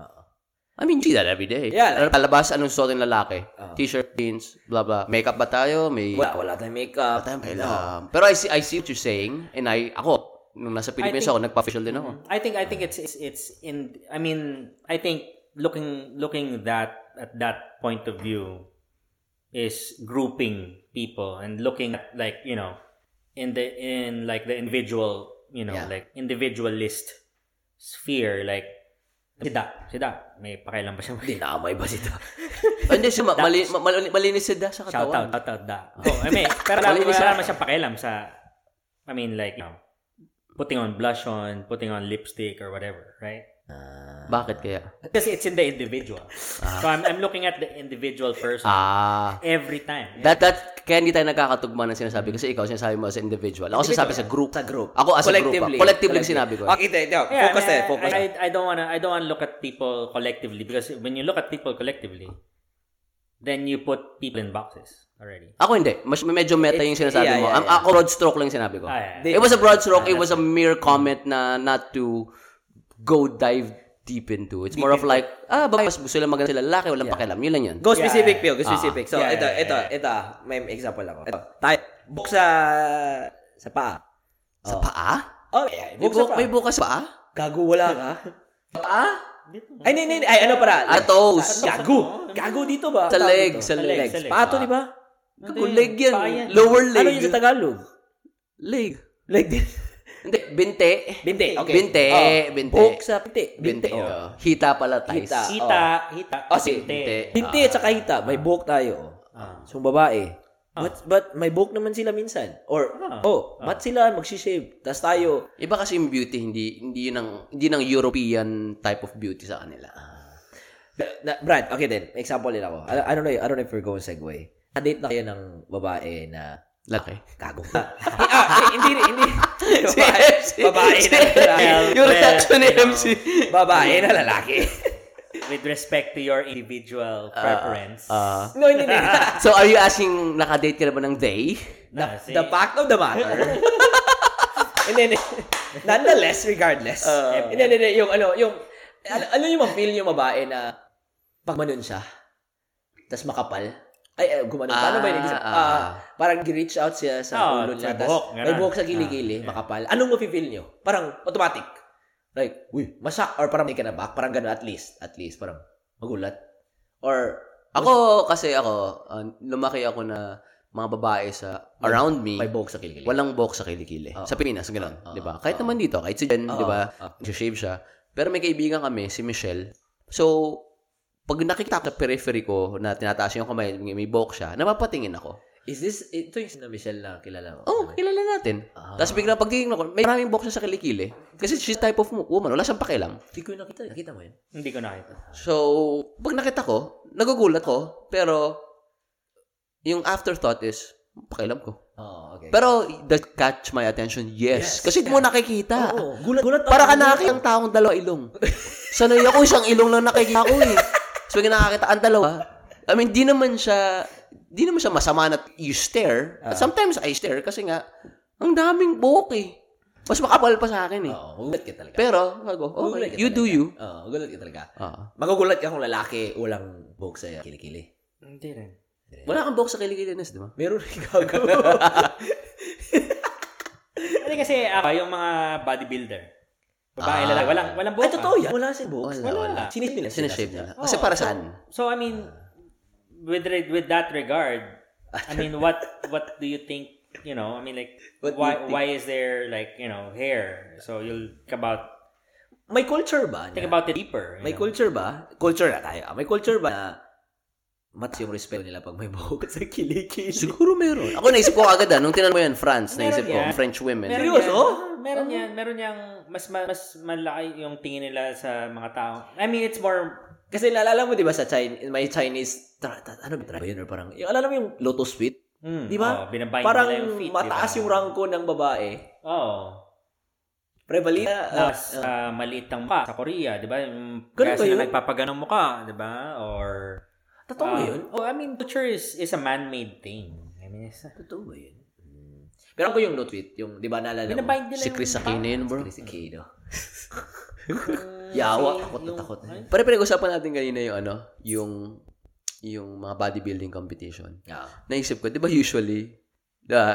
Speaker 1: Oo.
Speaker 2: I mean, you see that every day.
Speaker 1: Yeah,
Speaker 2: Ano, palabas, anong suot ng lalaki?
Speaker 1: Oo.
Speaker 2: T-shirt, jeans, blah, blah. Makeup ba tayo? May
Speaker 1: Wala, wala tayong makeup.
Speaker 2: time Um, Pero I see, I see what you're saying. And I, ako, nung nasa Pilipinas
Speaker 3: think-
Speaker 2: ako, nagpa-facial din ako.
Speaker 3: i think i think it's it's, it's in i mean i think looking looking that at that point of view is grouping people and looking at like you know in the in like the individual you know
Speaker 2: Yeah.
Speaker 3: like individualist sphere like si Dak, si Dak, may pakailan ba siya?
Speaker 1: Dinamay ba sito?
Speaker 2: Oh, Hindi, siya ma- mali, ma- mali- malinis siya da sa
Speaker 3: Shout
Speaker 2: katawan.
Speaker 3: out, shout out da. Oh, I mean, pero wala,
Speaker 2: Malinis
Speaker 3: wala
Speaker 2: siya.
Speaker 3: naman siyang pakialam sa, I mean, like, you know, putting on blush on, putting on lipstick or whatever, right?
Speaker 2: Bakit kaya?
Speaker 3: Kasi it's in the individual. So I'm, I'm looking at the individual person
Speaker 2: Ah,
Speaker 3: every time.
Speaker 2: that, that, kaya hindi tayo nagkakatugma ng sinasabi. Kasi ikaw, sinasabi mo as individual. Ako sinasabi sa group.
Speaker 1: Sa group.
Speaker 2: Ako as a group. ah. Collectively yung sinabi ko.
Speaker 1: Okay, ito, ito.
Speaker 3: Yeah,
Speaker 1: Focus
Speaker 3: I,
Speaker 1: tayo, focus. eh.
Speaker 3: I, I, I don't wanna, I don't wanna look at people collectively because when you look at people collectively, then you put people in boxes already.
Speaker 2: Ako hindi. Mas, medyo meta yung sinasabi
Speaker 1: Yeah,
Speaker 2: mo.
Speaker 1: yeah,
Speaker 2: Am-
Speaker 1: yeah.
Speaker 2: Ako broad stroke lang yung sinabi ko.
Speaker 3: Ah,
Speaker 1: They-
Speaker 2: It was a broad stroke. It was a mere comment na not to go dive deep into. It's more of like, ah, babae, mas gusto nila maganda sila lalaki, walang pakialam. Yun lang yun.
Speaker 1: Go specific, Pio. Go
Speaker 2: Ah.
Speaker 1: specific. So,
Speaker 3: Yeah,
Speaker 1: ito,
Speaker 3: yeah,
Speaker 1: ito,
Speaker 3: yeah.
Speaker 1: ito. May example ako. Ito. Tayo. Book sa... Sa paa.
Speaker 2: Sa paa?
Speaker 1: Oh, yeah.
Speaker 2: May,
Speaker 1: Book sa
Speaker 2: bu-
Speaker 1: paa.
Speaker 2: may bukas sa paa?
Speaker 1: Gago, wala ka?
Speaker 2: Paa?
Speaker 1: Ay, hindi, hindi. Ay, ano para?
Speaker 2: Ah, toes.
Speaker 1: Gago. Gago dito ba?
Speaker 2: Sa
Speaker 1: Tawag
Speaker 2: leg,
Speaker 1: dito.
Speaker 2: sa leg,
Speaker 3: sa leg.
Speaker 1: Pato, di ba?
Speaker 2: Kuleg yan.
Speaker 3: Paa yan.
Speaker 2: Lower leg.
Speaker 1: Ano yun sa Tagalog?
Speaker 2: Leg.
Speaker 1: Leg din.
Speaker 2: Hindi, binte.
Speaker 1: Binte. Okay.
Speaker 2: Binte,
Speaker 1: Oh.
Speaker 2: binte.
Speaker 1: Buhok sa binte. Binte.
Speaker 2: Binte.
Speaker 1: Oh.
Speaker 2: oh. Hita pala, Thais. Ah,
Speaker 1: Hita.
Speaker 3: Hita, hita.
Speaker 1: Oh, sige.
Speaker 2: Binte.
Speaker 1: Binte at saka hita. May buhok tayo.
Speaker 3: Ah.
Speaker 1: So, babae. But, but may buhok naman sila minsan. Or,
Speaker 3: Ah.
Speaker 1: oh, ba't sila magsishave? Tapos tayo,
Speaker 2: Iba kasi yung beauty, hindi, hindi yun ang, hindi ng European type of beauty sa kanila.
Speaker 1: na, Brad, okay then. Example din ako. I, I don't know, I don't know if we're going segue. Na-date na kayo ng babae na
Speaker 2: Laki.
Speaker 1: kagong ka. ah, eh, hindi, hindi.
Speaker 2: Si
Speaker 1: Babae,
Speaker 2: MC.
Speaker 1: babae na lalaki.
Speaker 2: Yung reaction ni MC.
Speaker 1: babae na lalaki.
Speaker 3: With respect to your individual preference.
Speaker 2: Ah.
Speaker 1: no, hindi, hindi.
Speaker 2: so, are you asking nakadate ka na ba ng day?
Speaker 1: The,
Speaker 3: Ah, see?
Speaker 1: the fact of the matter. And then, nonetheless, regardless.
Speaker 3: Uh,
Speaker 1: Hindi, hindi, hindi. Yung ano, yung, al- ano yung ma-feel yung babae na pag manon siya, tas makapal, Ay, eh, gumano. Paano ba yun?
Speaker 2: Ah,
Speaker 1: Ah,
Speaker 2: ah.
Speaker 1: parang gi-reach out siya
Speaker 3: Ah,
Speaker 1: sa ulo niya.
Speaker 3: may
Speaker 1: tas
Speaker 3: buhok,
Speaker 1: may
Speaker 3: ganun.
Speaker 1: buhok sa gili-gili,
Speaker 3: Ah, yeah.
Speaker 1: makapal. Anong mafe-feel niyo? Parang automatic. Like, uy, masak. Or parang may ka na back. Parang gano'n at least. At least, parang magulat. Or,
Speaker 2: Ako, kasi ako, ah, lumaki ako na mga babae sa around me,
Speaker 1: may buhok sa gili-gili.
Speaker 2: walang buhok sa kilikili.
Speaker 1: Oo.
Speaker 2: Sa Pilipinas, ganun.
Speaker 1: Oo.
Speaker 2: di ba? Kahit naman dito, kahit si Jen,
Speaker 1: Oo.
Speaker 2: di ba?
Speaker 1: Oo.
Speaker 2: Shave siya. Pero may kaibigan kami, si Michelle. So, pag nakikita ko sa periphery ko na tinataas yung kamay, may may buhok siya, napapatingin ako.
Speaker 1: Is this, ito yung na Michelle na kilala mo?
Speaker 2: Oh, kilala natin.
Speaker 1: Ah.
Speaker 2: Tapos biglang pagtingin ko, may maraming buhok siya sa kilikili. Kasi she's type of woman, wala siyang pakialam.
Speaker 1: Hindi ko yun nakita. Nakita mo yun?
Speaker 3: Hindi ko nakita.
Speaker 2: So, pag nakita ko, nagugulat ko, pero yung afterthought is, pakialam ko.
Speaker 1: Oh, okay.
Speaker 2: Pero, that catch my attention, yes.
Speaker 1: Yes,
Speaker 2: Kasi di mo nakikita.
Speaker 1: Oo, gulat, gulat.
Speaker 2: Para
Speaker 1: ako.
Speaker 2: ka nakakita ng taong dalawa ilong. Sanay ako, isang ilong lang nakikita ko eh. So, pag nakakita ang dalawa, I mean, di naman siya, di naman siya masama na you stare. At
Speaker 1: Ah.
Speaker 2: sometimes I stare kasi nga, ang daming buhok eh. Mas makapal pa sa akin eh.
Speaker 1: Oo, gulat ka talaga.
Speaker 2: Pero, sabi ko,
Speaker 1: Gugulat
Speaker 2: okay,
Speaker 1: ka
Speaker 2: you do
Speaker 1: talaga.
Speaker 2: you.
Speaker 1: Oo, gulat ka talaga.
Speaker 2: Ah.
Speaker 1: Magugulat ka kung lalaki, walang buhok sa kilikili.
Speaker 3: Hindi rin.
Speaker 2: Wala kang buhok sa kilikilinis, di ba?
Speaker 1: Meron rin gago.
Speaker 3: Hindi kasi ako, yung mga bodybuilder. Babae,
Speaker 2: Ah.
Speaker 3: lalaki. Walang, walang buhok.
Speaker 1: Ay, totoo yan. Wala si buhok.
Speaker 2: Wala,
Speaker 3: wala.
Speaker 1: Sinip nila.
Speaker 2: Sinashave nila.
Speaker 3: Oo.
Speaker 2: Kasi para saan?
Speaker 3: So, I mean, with re- with that regard, I mean, what what do you think, you know, I mean, like,
Speaker 1: What do you
Speaker 3: why
Speaker 1: think?
Speaker 3: why is there, like, you know, hair? So, you'll think about,
Speaker 1: May culture ba?
Speaker 3: think
Speaker 1: na-
Speaker 3: about it deeper. you
Speaker 1: May
Speaker 3: know?
Speaker 1: culture ba? Culture na tayo. ah. May culture ba na mat yung respeto nila pag may buhok sa kilikili?
Speaker 2: Siguro meron. Ako naisip ko agad ah, nung tinanong mo yan, France,
Speaker 3: Meron
Speaker 2: naisip ko,
Speaker 3: yan.
Speaker 2: French women.
Speaker 3: Meron
Speaker 1: Seryoso?
Speaker 3: yan. Ah, Meron yan. Meron yang mas ma- mas malaki yung tingin nila sa mga tao. I mean, it's more
Speaker 1: Kasi naalala mo, di ba, sa Chinese, may Chinese, tra, tra, ano ba tra- ba yun? Or parang, yung, alam mo yung lotus feet?
Speaker 3: mm,
Speaker 1: Di ba?
Speaker 3: oh, binabind
Speaker 1: parang
Speaker 3: nila yung feet,
Speaker 1: mataas
Speaker 3: di ba?
Speaker 1: yung rangko ng babae.
Speaker 3: Oo.
Speaker 1: Prevalent. Uh,
Speaker 3: Mas ah, maliit ang mukha sa Korea, di ba? Yung
Speaker 1: Ganun ba
Speaker 3: kasi
Speaker 1: yun?
Speaker 3: na nagpapaganong mukha, di ba? Or
Speaker 1: totoo ba
Speaker 3: ah,
Speaker 1: yun?
Speaker 3: Oh, I mean, culture is is a man-made thing. I mean, it's,
Speaker 1: Totoo ba yun? Hmm. Pero ako yung lotus feet, yung, di ba, naalala mo?
Speaker 3: binabind nila
Speaker 2: Si Chris Aquino yun, bro.
Speaker 1: Si Kido.
Speaker 3: Yung-
Speaker 1: Yawa,
Speaker 3: yung-
Speaker 1: takot na takot.
Speaker 3: Ay,
Speaker 2: Pare, pinag-usapan natin kanina yung ano, yung yung mga bodybuilding competition.
Speaker 1: Yeah.
Speaker 2: Naisip ko, di ba usually, the,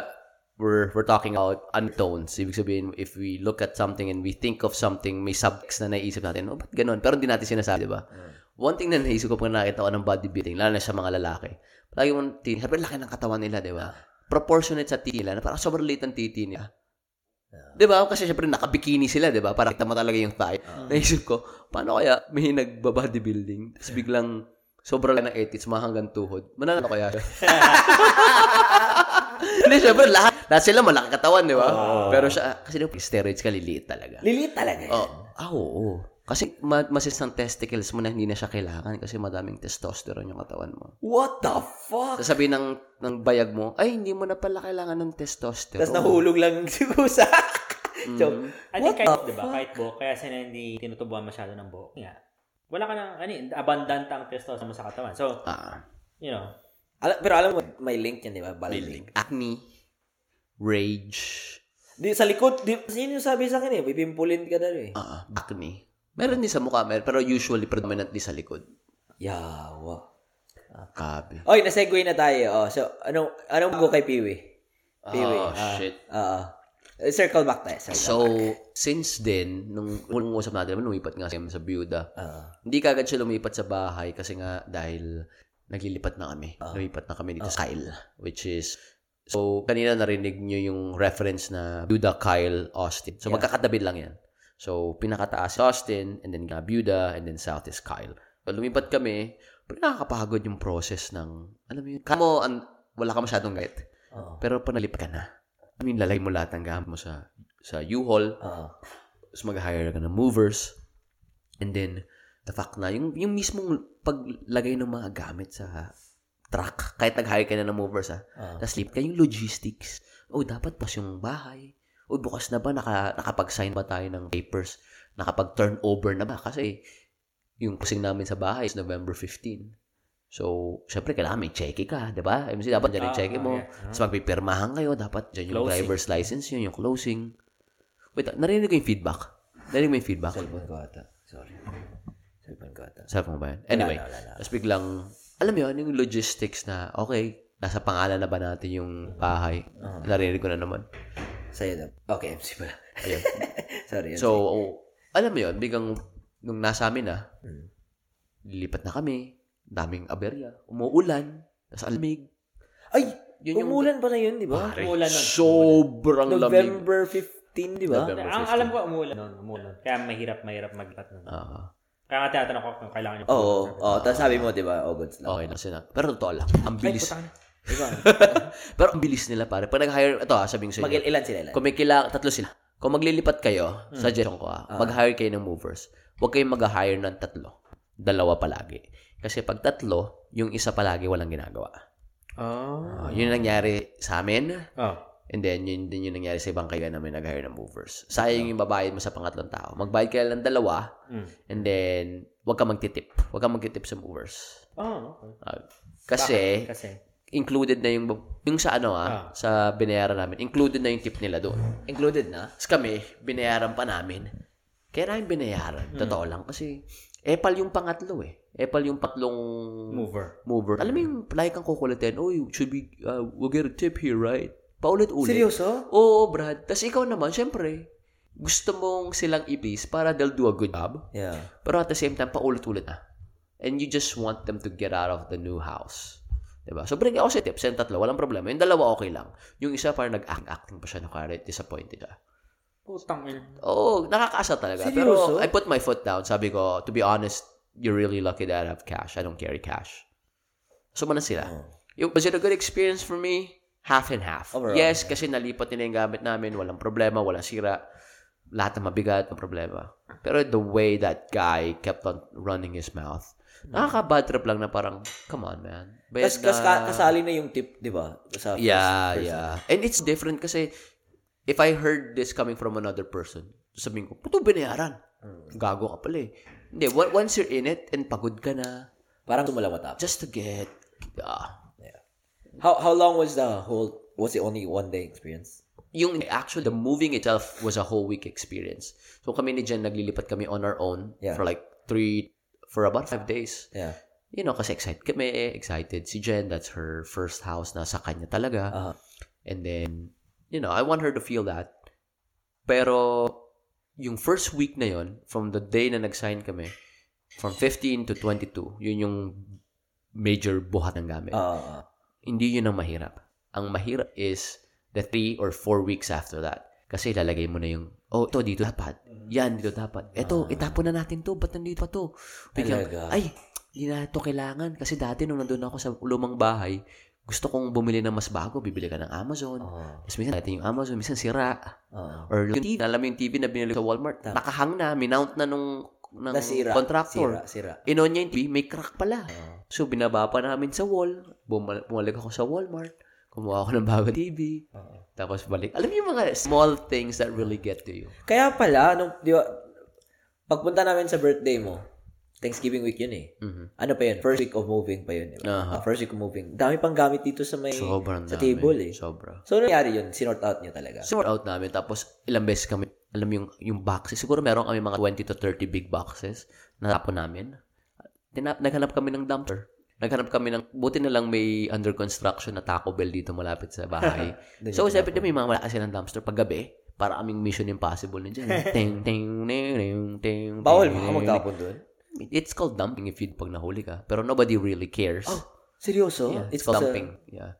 Speaker 2: we're, we're talking about undertones. Ibig sabihin, if we look at something and we think of something, may subtext na naisip natin, oh, ba't ganun? Pero hindi natin sinasabi, di ba? One thing na naisip ko pag nakita ko ng bodybuilding, lalo na sa mga lalaki, palagi mong tin, sabi, laki ng katawan nila, di ba? Proportionate sa titi nila, na parang sobrang liit ang titi nila. Di ba? Kasi syempre nakabikini sila, di ba? Para kita mo talaga yung thigh. Naisip ko, paano kaya may nagba-bodybuilding, tapos biglang sobrang lang ng 80s, mga hanggang tuhod. Mananalo kaya siya? Hindi, syempre lahat, lahat sila malaki katawan, di ba? Pero siya, kasi yung steroids ka, liliit talaga.
Speaker 1: Lilit talaga yun.
Speaker 2: Oh, ah, oo. Kasi ma- masis ng testicles mo na hindi na siya kailangan kasi madaming testosterone yung katawan mo.
Speaker 1: What the fuck?
Speaker 2: Sasabihin ng, ng bayag mo, ay, hindi mo na pala kailangan ng testosterone.
Speaker 1: Tapos nahulog lang si Kusa. Joke.
Speaker 3: I think kahit, di ba, kahit buhok, kaya sila hindi tinutubuan masyado ng buhok. Nga, wala ka ng, ano, yun, abundant ang testosterone mo sa katawan. So,
Speaker 2: Ah,
Speaker 3: you know,
Speaker 1: Ala- pero alam mo, may link yan, di ba? Bali link.
Speaker 2: acne, rage,
Speaker 1: Di, sa likod, di, yun yung sabi sa akin eh, pipimpulin ka daw eh.
Speaker 2: ah, acne. Meron din sa mukha, mer- pero usually predominantly sa likod.
Speaker 1: Yawa. Ah.
Speaker 2: Kabi.
Speaker 1: Oy, nasegue na tayo. Oh, so, anong, anong bago kay Piwi? Piwi.
Speaker 2: Oh,
Speaker 1: ah,
Speaker 2: shit.
Speaker 1: Oo. Eh, circle back tayo. Circle
Speaker 2: So, since then, nung huling usap natin, lumipat nga siya sa byuda.
Speaker 1: Oo.
Speaker 2: Hindi kagad siya lumipat sa bahay kasi nga dahil naglilipat na kami. lumipat na kami dito sa Kyle, which is So, kanina narinig nyo yung reference na Buda, Kyle, Austin. So, magkakatabi lang yan. So, pinakataas si Austin, and then nga Buda, and then south is Kyle. So, lumipat kami, pero nakakapagod yung process ng, alam mo yun, kamo, an, wala ka masyadong gait.
Speaker 1: Oo.
Speaker 2: Pero panalip ka na. I mean, lalay mo lahat ng gamit mo sa, sa U-Haul.
Speaker 1: Oo.
Speaker 2: Tapos mag-hire ka ng movers. And then, the fact na, yung, yung mismong paglagay ng mga gamit sa truck, kahit nag-hire ka na ng movers, ha,
Speaker 3: Ah.
Speaker 1: Oo.
Speaker 2: tapos lipat ka yung logistics. O, dapat pas yung bahay. O, bukas na ba? Naka, nakapag-sign ba tayo ng papers? Nakapag-turnover na ba? Kasi, yung kusing namin sa bahay is November 15. So, syempre, kailangan may cheque ka, di ba? MC, dapat dyan yung
Speaker 3: Ah,
Speaker 2: cheque
Speaker 3: ah,
Speaker 2: mo.
Speaker 3: yeah. Ah.
Speaker 2: Tapos magpipirmahan kayo, dapat dyan yung
Speaker 3: Closing.
Speaker 2: driver's license yun, yung closing. Wait, narinig ko yung feedback. Narinig mo yung feedback?
Speaker 1: Cellphone ko ata. Sorry. Cellphone ko ata.
Speaker 2: Sabi mo ba yan? Anyway,
Speaker 1: wala, wala.
Speaker 2: tapos biglang alam mo yun, yung logistics na, okay, nasa pangalan na ba natin yung bahay?
Speaker 1: Ah.
Speaker 2: Narinig ko na naman.
Speaker 1: Sa'yo na. Okay, MC pala.
Speaker 2: Ayun.
Speaker 1: Sorry. MC.
Speaker 2: So, oh, alam mo yun, bigang nung nasa amin na,
Speaker 1: Mm.
Speaker 2: lilipat na kami, daming aberya, umuulan, tas alamig. Ay, yun yung...
Speaker 1: umulan pala yun, di ba?
Speaker 2: Pare,
Speaker 3: Umulan nun.
Speaker 2: sobrang lamig.
Speaker 1: November 15, di ba?
Speaker 2: November.
Speaker 3: Ang alam ko, umulan nun. Umulan. Kaya mahirap, mahirap maglipat nun.
Speaker 2: Ah,
Speaker 3: Kaya nga tinatanong ko kung kailangan niyo.
Speaker 1: Oo. Oh, oh, Tapos sabi mo, di ba? August lang.
Speaker 2: okay lang sila. Pero totoo lang, ang bilis.
Speaker 1: Di
Speaker 3: Diba?
Speaker 1: ba?
Speaker 2: Pero ang bilis nila pare. Pag nag-hire, ito ah, sabihin ko sa inyo.
Speaker 1: Mag-ilan sila ilan?
Speaker 2: Kung may kila, tatlo sila. Kung maglilipat kayo, suggestion ko ah, mag-hire kayo ng movers. Huwag kayong mag-hire ng tatlo. Dalawa palagi. Kasi pag tatlo, yung isa palagi walang ginagawa.
Speaker 3: Oh.
Speaker 2: Ah, yun ang nangyari sa amin.
Speaker 3: Oh.
Speaker 2: And then, yun din yung nangyari sa ibang kaibigan namin nag-hire ng movers. Sayang yung babayad mo sa pangatlong tao. Magbayad ka lang ng dalawa,
Speaker 3: Mm.
Speaker 2: and then, huwag ka magtitip. Huwag ka magtitip sa movers.
Speaker 3: Oh, okay.
Speaker 2: Ah, kasi,
Speaker 3: Kasi.
Speaker 2: included na yung, yung sa ano ah, sa binayaran namin, included na yung tip nila doon.
Speaker 1: Included na?
Speaker 2: Tapos kami, binayaran pa namin. Kaya namin binayaran.
Speaker 1: Hmm.
Speaker 2: Totoo lang. Kasi, epal yung pangatlo eh. Epal yung patlong
Speaker 3: Mover.
Speaker 2: mover. Alam mo yung like kang kukulitin, oh, you should be, uh, we'll get a tip here, right? Paulit-ulit.
Speaker 1: Seryoso?
Speaker 2: Oo, Brad. Tapos ikaw naman, syempre, gusto mong silang i-please para they'll do a good job.
Speaker 1: Yeah.
Speaker 2: Pero at the same time, paulit-ulit na. And you just want them to get out of the new house. Diba? So, bring ako sa tips. Yung tatlo, walang problema. Yung dalawa, okay lang. Yung isa, parang nag-acting pa siya. Nakari, disappointed siya.
Speaker 3: Putang ina.
Speaker 2: Oo, nakakaasa talaga.
Speaker 1: Seryoso?
Speaker 2: Pero I put my foot down. Sabi ko, to be honest, you're really lucky that I have cash. I don't carry cash. So, manan sila.
Speaker 1: Oh.
Speaker 2: It was it a good experience for me? Half and half.
Speaker 1: Overall,
Speaker 2: yes, kasi nalipat nila yung gamit namin. Walang problema, walang sira. Lahat na mabigat, walang problema. Pero the way that guy kept on running his mouth, nakaka-bad trip lang na parang, come on, man. Bayad
Speaker 1: Tapos Hmm. kas,
Speaker 2: na.
Speaker 1: kasali na yung tip, di ba? Sa
Speaker 2: Yeah,
Speaker 1: first person.
Speaker 2: yeah. And it's different kasi if I heard this coming from another person, sabihin ko, puto binayaran.
Speaker 1: Mm.
Speaker 2: Gago ka pala eh. Hindi, on- once you're in it and pagod ka na,
Speaker 1: Parang tumalawa tapos.
Speaker 2: just to get, ah,
Speaker 1: How how long was the whole was it only one day experience?
Speaker 2: yung actually, the moving itself was a whole week experience. So kami ni Jen, naglilipat kami on our own
Speaker 1: Yeah.
Speaker 2: for like three, for about five days.
Speaker 1: Yeah.
Speaker 2: You know, kasi excited kami, excited. Si Jen, that's her first house na sa kanya talaga.
Speaker 1: Uh,
Speaker 2: And then, you know, I want her to feel that. Pero, yung first week na yon from the day na nag-sign kami, from 15 to 22, yun yung major buhat ng gamit.
Speaker 1: uh,
Speaker 2: Hindi yun ang mahirap. Ang mahirap is the three or four weeks after that. Kasi lalagay mo na yung, oh, ito dito dapat. Yan, dito dapat. Ito, itapon na natin to. Ba't nandito pa to? Biglang,
Speaker 1: Talaga.
Speaker 2: ay, hindi na ito kailangan. Kasi dati nung nandun ako sa lumang bahay, gusto kong bumili ng mas bago. Bibili ka ng Amazon.
Speaker 1: uh,
Speaker 2: Tapos minsan natin yung Amazon, minsan sira.
Speaker 1: uh,
Speaker 2: Or yung TV, alam mo yung TV na binili ko sa Walmart,
Speaker 1: Tama.
Speaker 2: nakahang na, minount na nung ng
Speaker 1: nasira.
Speaker 2: contractor.
Speaker 1: Sira, sira.
Speaker 2: Inon niya yung TV, may crack pala.
Speaker 1: Ah.
Speaker 2: So, binaba pa namin sa wall. Bumal- bumalik ako sa Walmart. Kumuha ako ng bagong TV.
Speaker 1: Ah.
Speaker 2: Tapos balik. Alam mo yung mga small things that really get to you.
Speaker 1: Kaya pala nung di ba pagpunta namin sa birthday mo, Thanksgiving week yun eh.
Speaker 2: Mhm.
Speaker 1: Ano pa yun? First week of moving pa yun. di ba? Ah,
Speaker 2: Aha.
Speaker 1: first week of moving. Dami pang gamit dito sa may
Speaker 2: Sobrang
Speaker 1: Eh, sa
Speaker 2: dami.
Speaker 1: table eh.
Speaker 2: Sobra.
Speaker 1: So, ano nangyari yun? Sinort out niya talaga.
Speaker 2: Sort out namin. Tapos, ilang beses kami, alam mo yung, yung boxes. Siguro meron kami mga 20 to 30 big boxes na tapo namin. Tina- naghanap kami ng dumpster. Naghanap kami ng, buti na lang may under construction na Taco Bell dito malapit sa bahay. so, sabi na may mga wala kasi ng dumpster paggabi. Para aming Mission Impossible na dyan. ting, ting, ting, ting, ting,
Speaker 1: Bawal ba
Speaker 2: ting,
Speaker 1: ka
Speaker 2: ting.
Speaker 1: magtapon doon?
Speaker 2: It's called dumping if you pag nahuli ka. Pero nobody really cares.
Speaker 1: Oh, Seryoso?
Speaker 2: Yeah, it's dumping. Yeah.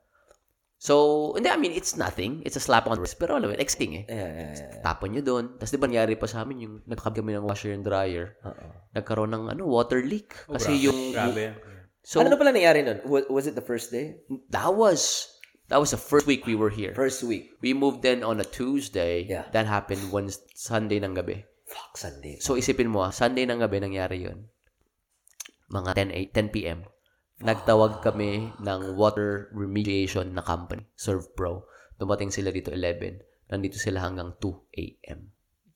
Speaker 2: So, hindi, I mean, it's nothing. It's a slap on the wrist. Pero alam mo, exting eh.
Speaker 1: A, yeah, yeah, yeah.
Speaker 2: Tapon nyo doon. Tapos di ba nangyari pa sa amin yung nagkakabit kami ng washer and dryer.
Speaker 1: Oo.
Speaker 2: Nagkaroon ng ano water leak. Kasi yung...
Speaker 3: Grabe.
Speaker 2: So,
Speaker 1: Oh, ano na pala nangyari nun? Wa- Was it the first day?
Speaker 2: that was... That was the first week we were here.
Speaker 1: First week.
Speaker 2: We moved in on a Tuesday.
Speaker 1: Yeah.
Speaker 2: That happened Wednesday, Sunday ng gabi.
Speaker 1: Fuck, Sunday.
Speaker 2: So, isipin mo ah, Sunday ng gabi nangyari yun. Mga 10, 8, 10 p.m. Nagtawag kami ng water remediation na company, ServPro. Dumating sila dito 11. Nandito sila hanggang 2 a.m.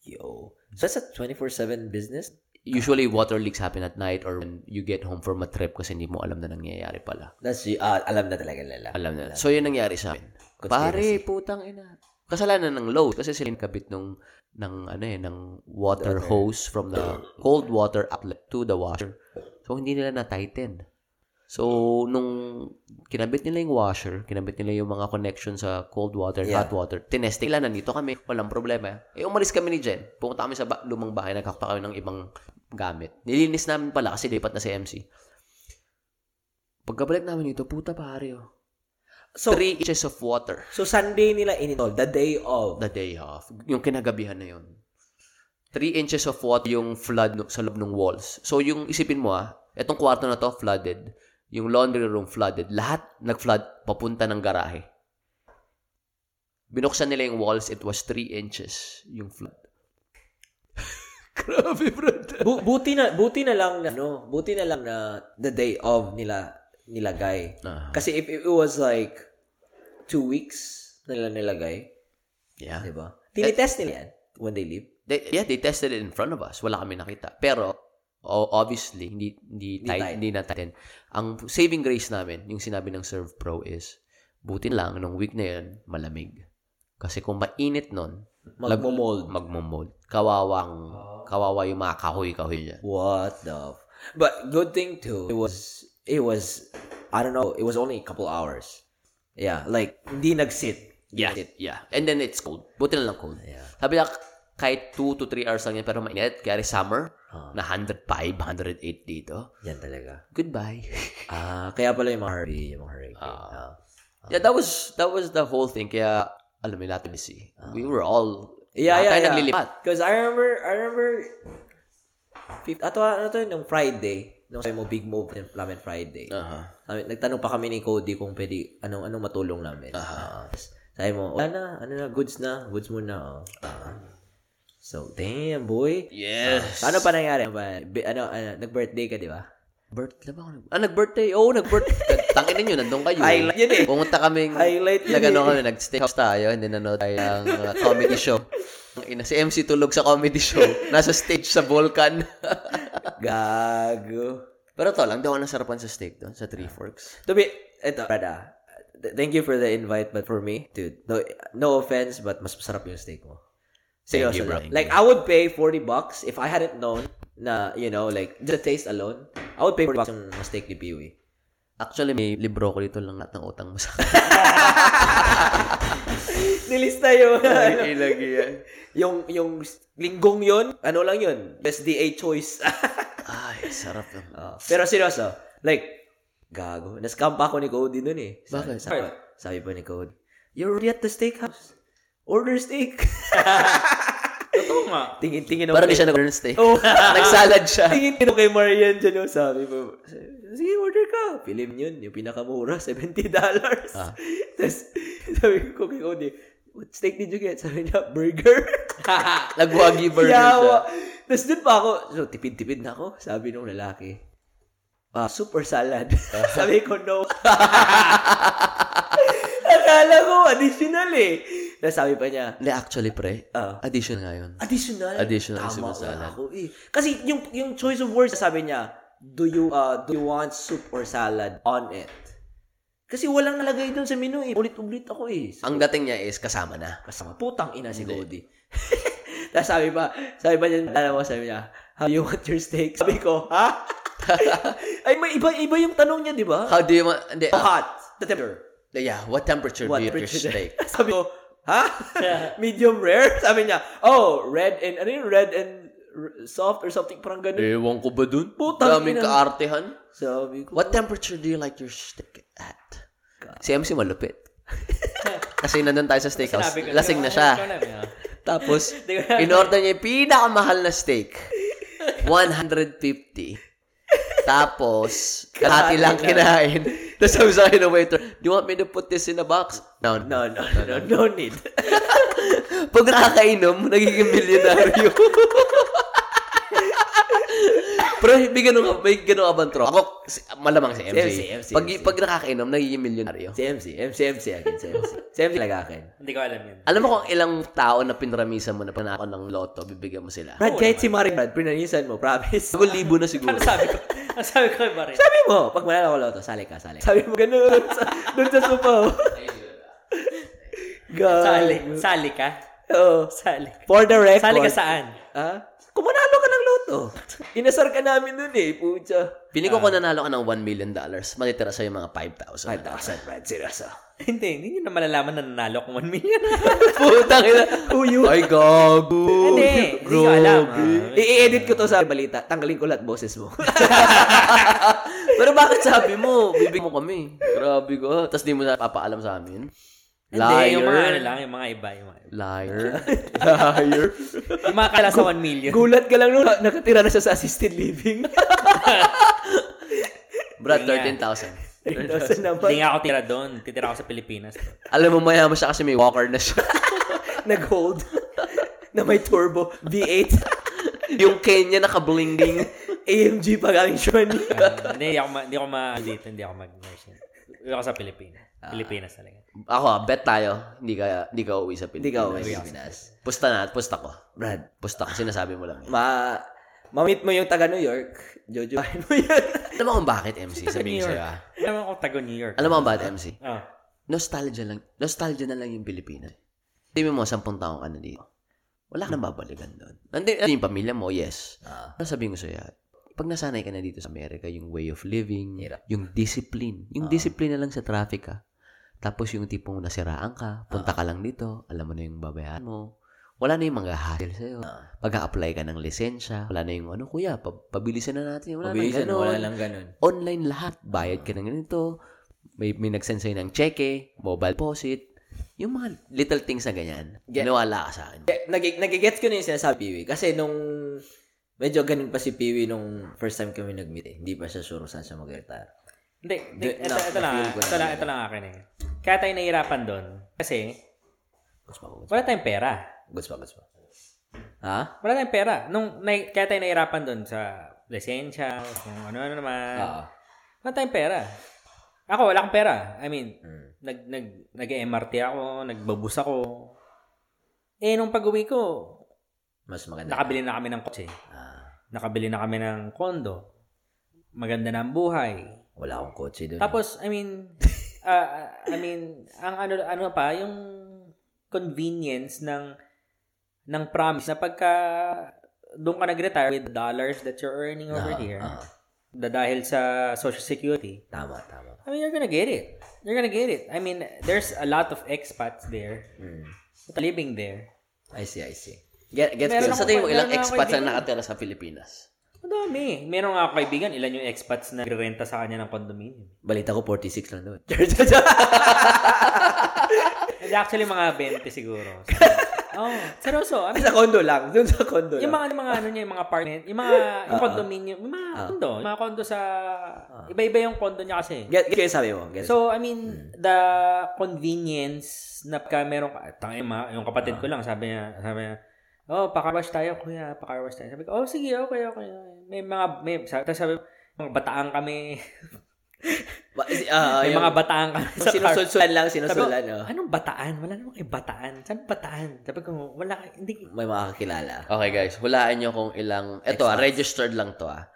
Speaker 1: Yo. So, that's a 24-7 business?
Speaker 2: usually water leaks happen at night or when you get home from a trip kasi hindi mo alam na nangyayari pala.
Speaker 1: That's, y- ah, alam na talaga nila.
Speaker 2: Alam na. So, yun nangyari sa amin. Pare, putang ina. Kasalanan ng load kasi sila yung kabit nung ng ano eh, ng water hose from the cold water outlet to the washer. So, hindi nila na-tighten. So, nung kinabit nila yung washer, kinabit nila yung mga connection sa cold water, and
Speaker 1: Yeah.
Speaker 2: hot water, tinest nila, nandito kami, walang problema. Eh, umalis kami ni Jen. Pumunta kami sa ba- lumang bahay, nagkakpa kami ng ibang gamit. Nilinis namin pala kasi lipat na si MC. Pagkabalik namin dito, puta pare, oh.
Speaker 1: So-
Speaker 2: Three inches of water
Speaker 1: So, Sunday nila ininol. The day of.
Speaker 2: the day off. Yung kinagabihan na yun. 3 inches of water yung flood no- sa loob ng walls. So, yung isipin mo ah, etong kwarto na to flooded. Yung laundry room flooded. Lahat nag-flood papunta ng garahe. Binuksan nila yung walls, it was 3 inches yung flood. Grabe, brother.
Speaker 1: Bu- buti na buti na lang na ano, buti na lang na the day of nila nilagay.
Speaker 2: Ah.
Speaker 1: Kasi if it was like two weeks nila nilagay,
Speaker 2: Yeah.
Speaker 1: 'di ba? Tinitest nila yan when they leave.
Speaker 2: They, yeah, they tested it in front of us. Wala kami nakita. Pero, o- obviously, hindi, hindi,
Speaker 1: Hindi
Speaker 2: tight,
Speaker 1: tight.
Speaker 2: hindi na tight. Ang saving grace namin, yung sinabi ng Serve Pro is, buti lang, nung week na yun, malamig. Kasi kung mainit nun, lag-
Speaker 1: Magmo-mold. Ah.
Speaker 2: magmo-mold. Kawawang, kawawa yung mga kahoy-kahoy niya.
Speaker 1: What the f- But good thing too. It was it was I don't know, it was only a couple hours. Yeah, like hindi nag-sit.
Speaker 2: Yeah, yeah. And then it's cold. Buti na lang cold.
Speaker 1: Yeah.
Speaker 2: Sabi niya, kahit 2 to 3 hours lang yan, pero mainit. Kaya summer,
Speaker 1: Ah.
Speaker 2: na 105, 108 dito.
Speaker 1: Yan talaga.
Speaker 2: Goodbye.
Speaker 1: Ah, kaya pala yung mga hurricane, yung mga hurricane. Ah.
Speaker 2: Yeah, that was that was the whole thing. Kaya alam mo natin si we were all
Speaker 1: Yeah,
Speaker 2: lahat
Speaker 1: yeah,
Speaker 2: tayo
Speaker 1: yeah.
Speaker 2: naglilipat.
Speaker 1: Because I remember, I remember, fif- ato, ano to, nung Friday, nung sabi mo, big move ng Ramen Friday.
Speaker 2: Aha.
Speaker 1: Sabi- nagtanong pa kami ni Cody kung pwede, anong, anong matulong namin. Ah, tapos sabi mo, wala na, ano na, goods na, goods muna. Oh. So, damn, boy.
Speaker 2: Yes.
Speaker 1: So, ano pa nangyari? Ano, ba? Bi- ano, ano, nag-birthday ka, di ba?
Speaker 2: Birthday ba ako? nag- Ah, nag-birthday. Oo, nag-birthday. Tangin ninyo, nandun kayo.
Speaker 1: Highlight yun eh.
Speaker 2: Pumunta kaming,
Speaker 1: Highlight yun
Speaker 2: nag-ano
Speaker 1: eh.
Speaker 2: kami, nag-stay house tayo, and then ano tayo ng uh, comedy show. Ang ina, si MC tulog sa comedy show. Nasa stage sa Volcan.
Speaker 1: Gago.
Speaker 2: Pero to lang, daw ang nasarapan sa steak doon, sa Three Forks.
Speaker 1: To be, eto, brada, th- thank you for the invite, but for me, dude, no, no offense, but mas masarap yung steak mo.
Speaker 2: Thank
Speaker 1: Seryoso
Speaker 2: you, bro.
Speaker 1: lang. Like, I would pay 40 bucks if I hadn't known na, you know, like, the taste alone, I would pay 40 bucks yung steak ni E. Peewee.
Speaker 2: Actually, may libro ko dito lang lahat ng utang mo sa
Speaker 1: Nilista yun.
Speaker 2: Ilagi yan.
Speaker 1: yung, yung linggong yun, ano lang yun, SDA choice.
Speaker 2: Ay, sarap naman.
Speaker 1: Oh, pero seryoso, like, gago. Na-scam pa ako ni Cody dun eh. Sabi,
Speaker 2: Bakit?
Speaker 1: Sabi, sabi pa ni Cody, you're already at the steakhouse. Order steak.
Speaker 3: Totoo nga.
Speaker 1: Tingin-tingin
Speaker 2: Parang di siya nag-earn steak.
Speaker 1: Oh.
Speaker 2: Nagsalad siya.
Speaker 1: Tingin ko kay Marian dyan yung sabi mo. Sige, order ka. Film yun. Yung pinakamura, $70.
Speaker 2: Ah.
Speaker 1: Tapos, sabi ko kay Cody, what steak did you get? Sabi niya, burger.
Speaker 2: Nagwagi burger siya.
Speaker 1: Yawa. Tapos dun pa ako, so tipid-tipid na ako. Sabi nung lalaki, ah, super salad. sabi ko, no. Akala ko, additional eh. Tapos sabi pa niya,
Speaker 2: Hindi, actually, pre. uh,
Speaker 1: Ah.
Speaker 2: Addition nga yun.
Speaker 1: Additional.
Speaker 2: Additional
Speaker 1: Tama
Speaker 2: super
Speaker 1: nga
Speaker 2: salad.
Speaker 1: Ako, eh. Kasi yung yung choice of words sabi niya, do you uh, do you want soup or salad on it? Kasi walang nalagay doon sa menu eh. Ulit-ulit ako eh.
Speaker 2: Ang dating niya is kasama na.
Speaker 1: Kasama putang ina si Cody. Tapos sabi pa, sabi pa niya, alam mo, sabi niya, how you want your steak? Sabi ko, ha? Ay, may iba, iba yung tanong niya, di ba?
Speaker 2: How do you want... Hindi.
Speaker 1: How hot? The temperature.
Speaker 2: Yeah, what temperature
Speaker 1: Ah. What
Speaker 2: do you want your
Speaker 1: temperature?
Speaker 2: steak?
Speaker 1: sabi ko, ha? Medium rare? Sabi niya, oh, red and, ano yun, red and r- soft or something, parang ganun.
Speaker 2: Ewan ko ba dun?
Speaker 1: Putang
Speaker 2: Daming
Speaker 1: ina.
Speaker 2: kaartehan.
Speaker 1: Sabi ko,
Speaker 2: What temperature do you like your steak at? Si MC malupit. Kasi nandun tayo sa steakhouse.
Speaker 3: Sinabi ko,
Speaker 2: Lasing na
Speaker 3: hindi ko-
Speaker 2: siya.
Speaker 3: hindi ko alam, ah.
Speaker 2: Tapos,
Speaker 3: ko alam.
Speaker 2: inorder niya yung pinakamahal na steak. 150. Tapos, kalahati lang kinain. Tapos sabi sa akin ng waiter, do you want me to put this in a box? No,
Speaker 1: no, no, no, no, no need.
Speaker 2: Pag nakakainom, nagiging milyonaryo. Pero may ganun, ka- may ganun ka bang tropa? Ako, si- malamang si MC.
Speaker 1: MC, MC.
Speaker 2: pag, pag nakakainom, nagiging milyonaryo.
Speaker 1: Si MC, MC, MC akin, si MC. Si MC talaga akin.
Speaker 3: Hindi ko alam yun.
Speaker 2: Alam mo kung ilang tao na pinramisan mo na panako ng loto, bibigyan mo sila.
Speaker 1: Brad, kahit si Maring Brad, pinanisan mo, promise.
Speaker 2: Bago libo na siguro.
Speaker 3: Ano sabi ko? Ang sabi ko kay Barry.
Speaker 1: Sabi mo, pag manalo ko loto, sali ka, sali. ka. Sabi mo, ganun, sa, dun sa supaw. God.
Speaker 3: Sali. Sali ka?
Speaker 1: Oo.
Speaker 3: Sali ka.
Speaker 1: For the record.
Speaker 3: Sali ka saan?
Speaker 1: Ha? Kung manalo ka ng loto, to? Inasar ka namin dun eh, pucha.
Speaker 2: Piling ko kung nanalo ka ng 1 million dollars, matitira sa'yo mga 5,000.
Speaker 1: 5,000, man. Seryoso.
Speaker 3: hindi, hindi nyo na malalaman na nanalo kung 1 million.
Speaker 2: Putang ina. Uyu. Ay, gago.
Speaker 3: Hindi, hindi ko alam. Ah,
Speaker 1: I-edit ko to sa balita. Tanggalin ko lahat boses mo.
Speaker 2: Pero bakit sabi mo? Bibig mo kami. Grabe ko. Tapos di mo na papaalam sa amin.
Speaker 3: Hindi, yung mga ano
Speaker 2: Liar.
Speaker 3: lang, yung mga iba. Yung mga,
Speaker 2: Liar. Liar.
Speaker 3: yung mga kala sa 1 million.
Speaker 1: Gulat ka lang nung na- nakatira na siya sa assisted living.
Speaker 2: Brad,
Speaker 3: Yun nga.
Speaker 2: 13,000.
Speaker 1: 3,000 naman.
Speaker 3: Hindi nga ako tira doon. Titira ako sa Pilipinas.
Speaker 2: Alam mo, mayaman siya kasi may walker na siya.
Speaker 1: Nag-hold. na may turbo. V8.
Speaker 2: yung Kenya nakabling-ding.
Speaker 1: AMG pa galing Shawnee.
Speaker 3: Ah, hindi, hindi ako, ma- hindi ako ma- dito, hindi ako mag-nursing. Hindi ako sa Pilipinas.
Speaker 2: Ah.
Speaker 3: Pilipinas talaga.
Speaker 2: Ako, ah, bet tayo. Hindi ka, hindi ka uuwi sa Pilipinas.
Speaker 1: Hindi ka uuwi sa
Speaker 2: Pilipinas. Pusta na, pusta ko.
Speaker 1: Brad,
Speaker 2: Pusta ko, sinasabi mo lang. yun.
Speaker 1: ma... Ma-meet mo yung taga New York. Jojo, bahay mo yan.
Speaker 2: Alam mo kung bakit MC? Sabihin ko
Speaker 3: New
Speaker 2: sa'yo
Speaker 3: York.
Speaker 2: ah.
Speaker 3: Alam mo ako taga New York.
Speaker 2: Alam mo kung bakit MC?
Speaker 3: Ah.
Speaker 2: Nostalgia lang. Nostalgia na lang yung Pilipinas. Sabi mo, sampung taong ka na dito. Wala ka nang babalikan doon. Nandito yung pamilya mo, yes.
Speaker 1: Ah.
Speaker 2: Ano sabihin ko sa'yo? Pag nasanay ka na dito sa Amerika, yung way of living,
Speaker 1: Hirap. Ah.
Speaker 2: yung discipline. Yung discipline na lang sa traffic ah. Tapos yung tipong nasiraan
Speaker 1: Ah.
Speaker 2: ka, punta ka lang dito, alam mo na yung babayaran mo. Wala na yung mga hassle sa'yo.
Speaker 1: Ah.
Speaker 2: Pag-a-apply ka ng lisensya, wala na yung ano, kuya, pa- pabilisan na natin. Wala
Speaker 1: Mabilisan,
Speaker 2: na, ganun
Speaker 1: wala lang ganun.
Speaker 2: online lahat. Bayad ka ng ganito. May, may nagsend sa'yo ng cheque, mobile deposit. Yung mga little things na ganyan.
Speaker 1: Get-
Speaker 2: Nawala ka sa akin.
Speaker 1: Eh, nag- nagigets ko na yung sinasabi Piwi. Kasi nung medyo ganun pa si Piwi nung first time kami nag-meet eh. Hindi pa siya sure saan siya mag-retire.
Speaker 3: Hindi, hindi.
Speaker 1: Di-
Speaker 3: Ito,
Speaker 1: na-
Speaker 3: ito lang.
Speaker 1: na-feel
Speaker 3: ah.
Speaker 1: ko na
Speaker 3: Ito lang,
Speaker 1: talaga.
Speaker 3: ito lang akin eh. Kaya tayo nahihirapan doon. Kasi,
Speaker 1: Goods pa, goods pa.
Speaker 3: wala tayong pera.
Speaker 1: Goods pa, goods pa. Ha?
Speaker 3: Wala tayong pera. Nung, na, kaya tayo nahihirapan doon sa lisensya, kung ano-ano naman.
Speaker 1: Oo.
Speaker 3: Wala tayong pera. Ako, wala akong pera. I mean,
Speaker 1: Mm.
Speaker 3: nag, nag, nag-MRT ako, nagbabus ako. Eh, nung pag-uwi ko,
Speaker 1: Mas maganda.
Speaker 3: nakabili na kami ng kotse.
Speaker 1: Ah,
Speaker 3: Nakabili na kami ng kondo. Maganda na ang buhay.
Speaker 1: wala akong kotse doon.
Speaker 3: Tapos, I mean, ah, I mean, ang ano, ano pa, yung convenience ng ng promise na pagka doon ka nag-retire with dollars that you're earning over here, da- dahil sa Social Security,
Speaker 1: tama, tama.
Speaker 3: I mean, you're gonna get it. You're gonna get it. I mean, there's a lot of expats there
Speaker 1: Mm.
Speaker 3: that are living there.
Speaker 1: I see, I see.
Speaker 2: Get, get
Speaker 3: Meron
Speaker 2: ko. Sa
Speaker 3: ako-
Speaker 2: tingin mo, ilang
Speaker 3: meron ako
Speaker 2: expats ang
Speaker 3: kaibigan.
Speaker 2: nakatira sa Pilipinas?
Speaker 3: Madami. Meron nga ako kaibigan, ilan yung expats na renta sa kanya ng condominium.
Speaker 1: Balita ko 46 lang doon.
Speaker 3: And actually, mga 20 siguro. oh, seryoso. I mean,
Speaker 1: sa condo lang. Doon sa condo lang.
Speaker 3: Yung mga, yung mga ano niya, yung mga apartment, yung mga
Speaker 1: Ah,
Speaker 3: yung condominium, yung mga condo, yung mga condo sa, iba-iba yung condo niya kasi.
Speaker 1: Get, get, yung sabi mo. Get.
Speaker 3: So, I mean,
Speaker 1: Hmm.
Speaker 3: the convenience na pagka meron ka, tangin, ma, yung kapatid
Speaker 1: Ah.
Speaker 3: ko lang, sabi niya, sabi niya, oh, pakarwash tayo, kuya, pakarwash tayo. Sabi ko, oh, sige, okay, okay. May mga, may, sabi, tapos sabi, mga bataan kami.
Speaker 1: Ba- is- ah,
Speaker 3: may
Speaker 1: yung-
Speaker 3: mga bataan kami sa car.
Speaker 1: sinusulsulan lang,
Speaker 3: Sabi ko,
Speaker 1: sinusulan. oh.
Speaker 3: anong bataan? Wala naman kay bataan. Saan bataan? Sabi ko, wala, kay- hindi,
Speaker 1: May makakilala.
Speaker 2: Okay guys, hulaan nyo kung ilang... Ito ah,
Speaker 1: Expats.
Speaker 2: registered lang to ah.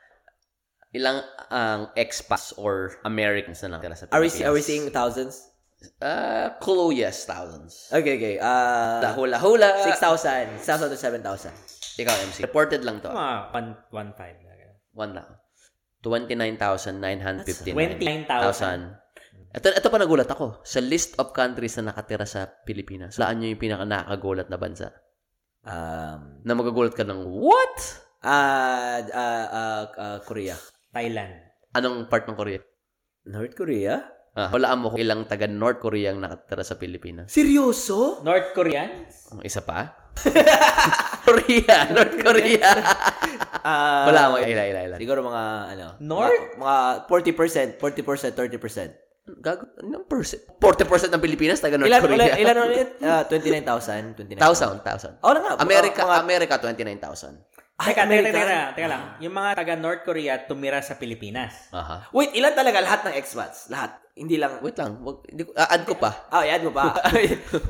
Speaker 2: Ilang ang expats or Americans na nakatira sa
Speaker 1: Are we,
Speaker 2: Pilipinas?
Speaker 1: are we seeing thousands?
Speaker 2: Ah, clue, yes, thousands.
Speaker 1: Okay, okay. Ah,
Speaker 2: Ah, hula, hula.
Speaker 1: 6,000. 6,000 to 7,000.
Speaker 2: Ikaw, MC. Reported lang to. ah.
Speaker 3: mga 1.5 na gano'n.
Speaker 2: One lang. 29,959.
Speaker 3: 29,000.
Speaker 2: 1,000. Ito, ito pa nagulat ako. Sa list of countries na nakatira sa Pilipinas, saan nyo yung pinaka nakakagulat na bansa?
Speaker 1: Um,
Speaker 2: Na magagulat ka ng, what?
Speaker 1: ah, ah, ah, ah, Korea.
Speaker 3: Thailand.
Speaker 2: Anong part ng Korea?
Speaker 1: North Korea?
Speaker 2: Ah, walaan mo kung ilang taga North Korea ang nakatira sa Pilipinas.
Speaker 1: Seryoso?
Speaker 3: North Koreans?
Speaker 2: Ang isa pa? Korea! North Korea!
Speaker 1: Ah,
Speaker 2: Wala mo. Ila, ila, ila.
Speaker 1: Siguro mga, ano?
Speaker 3: North?
Speaker 1: Mga, mga 40%, 40%, 30%.
Speaker 2: Gago, anong percent? 40% ng Pilipinas taga North
Speaker 1: Ilan, ilan,
Speaker 2: Korea.
Speaker 1: ilan ulit? Ah, 29,000. 29,000.
Speaker 2: Thousand, thousand.
Speaker 1: Oh, na nga.
Speaker 2: Amerika,
Speaker 1: Mga,
Speaker 2: America, 29,000.
Speaker 1: Ay,
Speaker 3: Teka, teka,
Speaker 1: American.
Speaker 3: teka, teka, teka lang. Yung mga taga North Korea tumira sa Pilipinas.
Speaker 2: Aha.
Speaker 1: oh. wait, ilan talaga lahat ng expats? Lahat. Hindi lang.
Speaker 2: Wait lang. Wag, hindi ko, ah, add ko pa.
Speaker 1: Ah, add mo pa.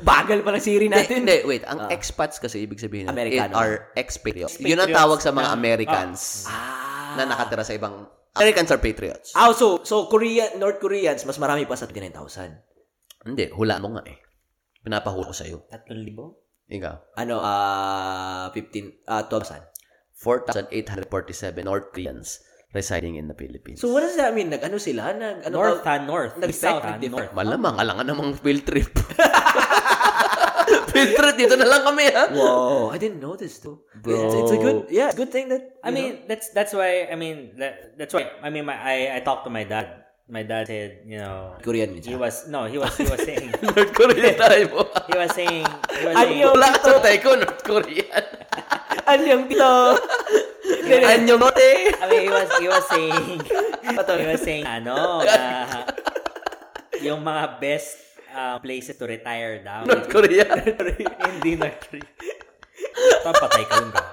Speaker 1: Bagal pala siri natin.
Speaker 2: Hindi,
Speaker 1: Ah.
Speaker 2: hindi, wait. Ang expats kasi ibig sabihin na
Speaker 1: Amerikano.
Speaker 2: it are expatriates. Yun ang tawag sa mga
Speaker 3: Ah.
Speaker 2: Americans
Speaker 1: Ah.
Speaker 2: na nakatira sa ibang... Americans are patriots.
Speaker 1: Ah, so, so Korea, North Koreans, mas marami pa sa 29,000.
Speaker 2: Hindi, hula mo nga eh. Pinapahula ko sa'yo.
Speaker 3: 3,000?
Speaker 2: Ikaw.
Speaker 1: Ano, ah, 15, ah, 12,000.
Speaker 2: 4,847 North Koreans residing in the Philippines.
Speaker 1: So, what does that mean? Nag-ano sila? Nag, ano
Speaker 3: north
Speaker 1: ba?
Speaker 3: ha, north.
Speaker 1: Nag-
Speaker 3: South
Speaker 1: south,
Speaker 3: ha,
Speaker 1: nag-
Speaker 3: north.
Speaker 2: Malamang, alangan namang field trip. field trip, dito na lang kami, ha?
Speaker 1: Wow, I didn't know this too.
Speaker 2: Bro.
Speaker 1: It's, it's a good, yeah, it's a good thing that,
Speaker 3: I
Speaker 1: you
Speaker 3: mean, that's that's why. I mean, that, that's why. I mean, my, I I talked to my dad. My dad said, you know,
Speaker 1: know, Korean
Speaker 3: he
Speaker 1: ninja.
Speaker 3: was no, he was he was saying,
Speaker 2: North Korea tayo.
Speaker 3: he was saying, he was saying,
Speaker 1: Anyong
Speaker 2: Wala ka sa tayo ko, North Korean.
Speaker 1: Anyong tito!
Speaker 2: Anyong note.
Speaker 3: I mean, he was he was saying, he was saying, ano, na yung mga best uh, places to retire daw.
Speaker 2: North Korea.
Speaker 3: Hindi North Korea. Tapos patay ka lang daw.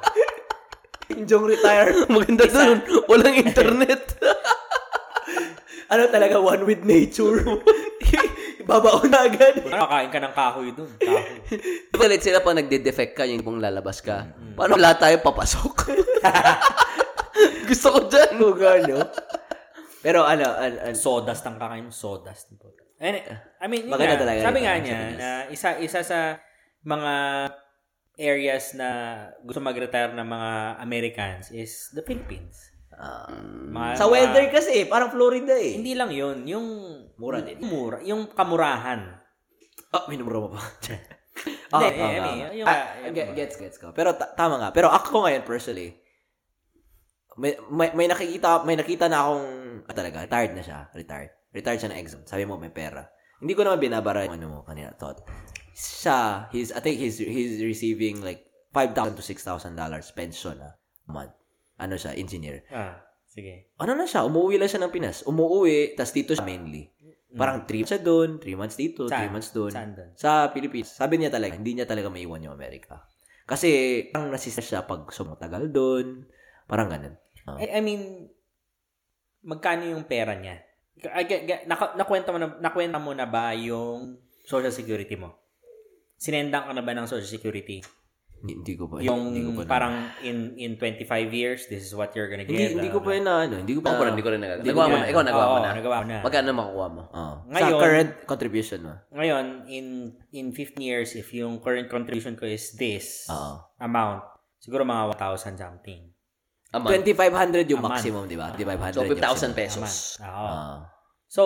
Speaker 1: Injong retire.
Speaker 2: Maganda doon. Walang internet.
Speaker 1: Ano talaga, one with nature. Babaon na agad.
Speaker 3: Ano, kain ka ng kahoy dun. Kahoy.
Speaker 2: Palit sila pag nagde-defect ka, yung pong lalabas ka. Paano wala tayo papasok? Gusto ko dyan.
Speaker 1: Ano ano? Pero ano, ano, ano
Speaker 3: Sodas tang kakain mo. Sodas. And, I mean, yun
Speaker 1: Maganda
Speaker 3: nga,
Speaker 1: talaga
Speaker 3: sabi
Speaker 1: yun,
Speaker 3: nga
Speaker 1: parang
Speaker 3: niya,
Speaker 1: sa Pinas.
Speaker 3: na isa, isa sa mga areas na gusto mag-retire ng mga Americans is the Philippines. Mga-
Speaker 1: Um, sa weather kasi, parang Florida eh.
Speaker 3: Ah. Hindi lang yun. Yung
Speaker 1: Mura din.
Speaker 3: Mura, yung kamurahan.
Speaker 1: Oh, minumura mo ba?
Speaker 3: Hindi,
Speaker 1: Ah,
Speaker 3: eh,
Speaker 1: ah,
Speaker 3: I mean,
Speaker 1: ah.
Speaker 3: yung-
Speaker 1: Ah, ge- gets, gets ko. Pero ta- tama nga. Pero ako ngayon, personally, may, may, may nakikita, may nakita na akong, ah, talaga, retired na siya. Retired. Retired siya ng exam. Sabi mo, may pera. Hindi ko naman binabara yung ano mo kanina, thought. Siya, he's, I think he's, he's receiving like 5,000 to 6,000 dollars pension na month. Ano siya, engineer.
Speaker 3: Ah, sige.
Speaker 1: Ano na siya, umuwi lang siya ng Pinas. Umuwi, tas dito siya mainly. Parang 3 months siya doon, 3 months dito, 3
Speaker 3: Saan?
Speaker 1: months doon
Speaker 3: Saan dun?
Speaker 1: sa Philippines. Sabi niya talaga, hindi niya talaga maiwan yung Amerika. Kasi, parang nasista siya pag sumatagal doon. Parang ganun. Ah.
Speaker 3: I, I mean, magkano yung pera niya? I, get- get- naka- nakwenta, mo na, nakwenta mo na ba yung social security mo? Sinendang ka na ba ng social security?
Speaker 1: Hindi, hindi ko pa.
Speaker 3: Yung
Speaker 1: hindi ko pa na-
Speaker 3: parang in in 25 years, this is what you're gonna
Speaker 1: hindi,
Speaker 3: get.
Speaker 1: hindi ko pa yun na, ano, hindi ko pa.
Speaker 3: Ah.
Speaker 2: Ako pa rin, hindi ko rin nagagawa.
Speaker 1: Hindi ko
Speaker 2: Nagawa mo
Speaker 1: yan.
Speaker 2: na. Ikaw nagawa mo
Speaker 3: Oo,
Speaker 2: na.
Speaker 3: nagawa ko na.
Speaker 2: Magkano makukuha mo?
Speaker 1: Oo.
Speaker 3: Ngayon-
Speaker 1: Ah. sa current contribution mo.
Speaker 3: Ngayon, in in 15 years, if yung current contribution ko is this
Speaker 1: Oo.
Speaker 3: amount, siguro mga 1,000 something.
Speaker 2: A month.
Speaker 1: 2,500 yung
Speaker 3: A month. Ah.
Speaker 1: maximum, di ba? 2,500
Speaker 2: So,
Speaker 1: yung
Speaker 2: 5,000
Speaker 1: maximum.
Speaker 2: pesos.
Speaker 3: A month. Oo.
Speaker 1: Ah.
Speaker 3: So,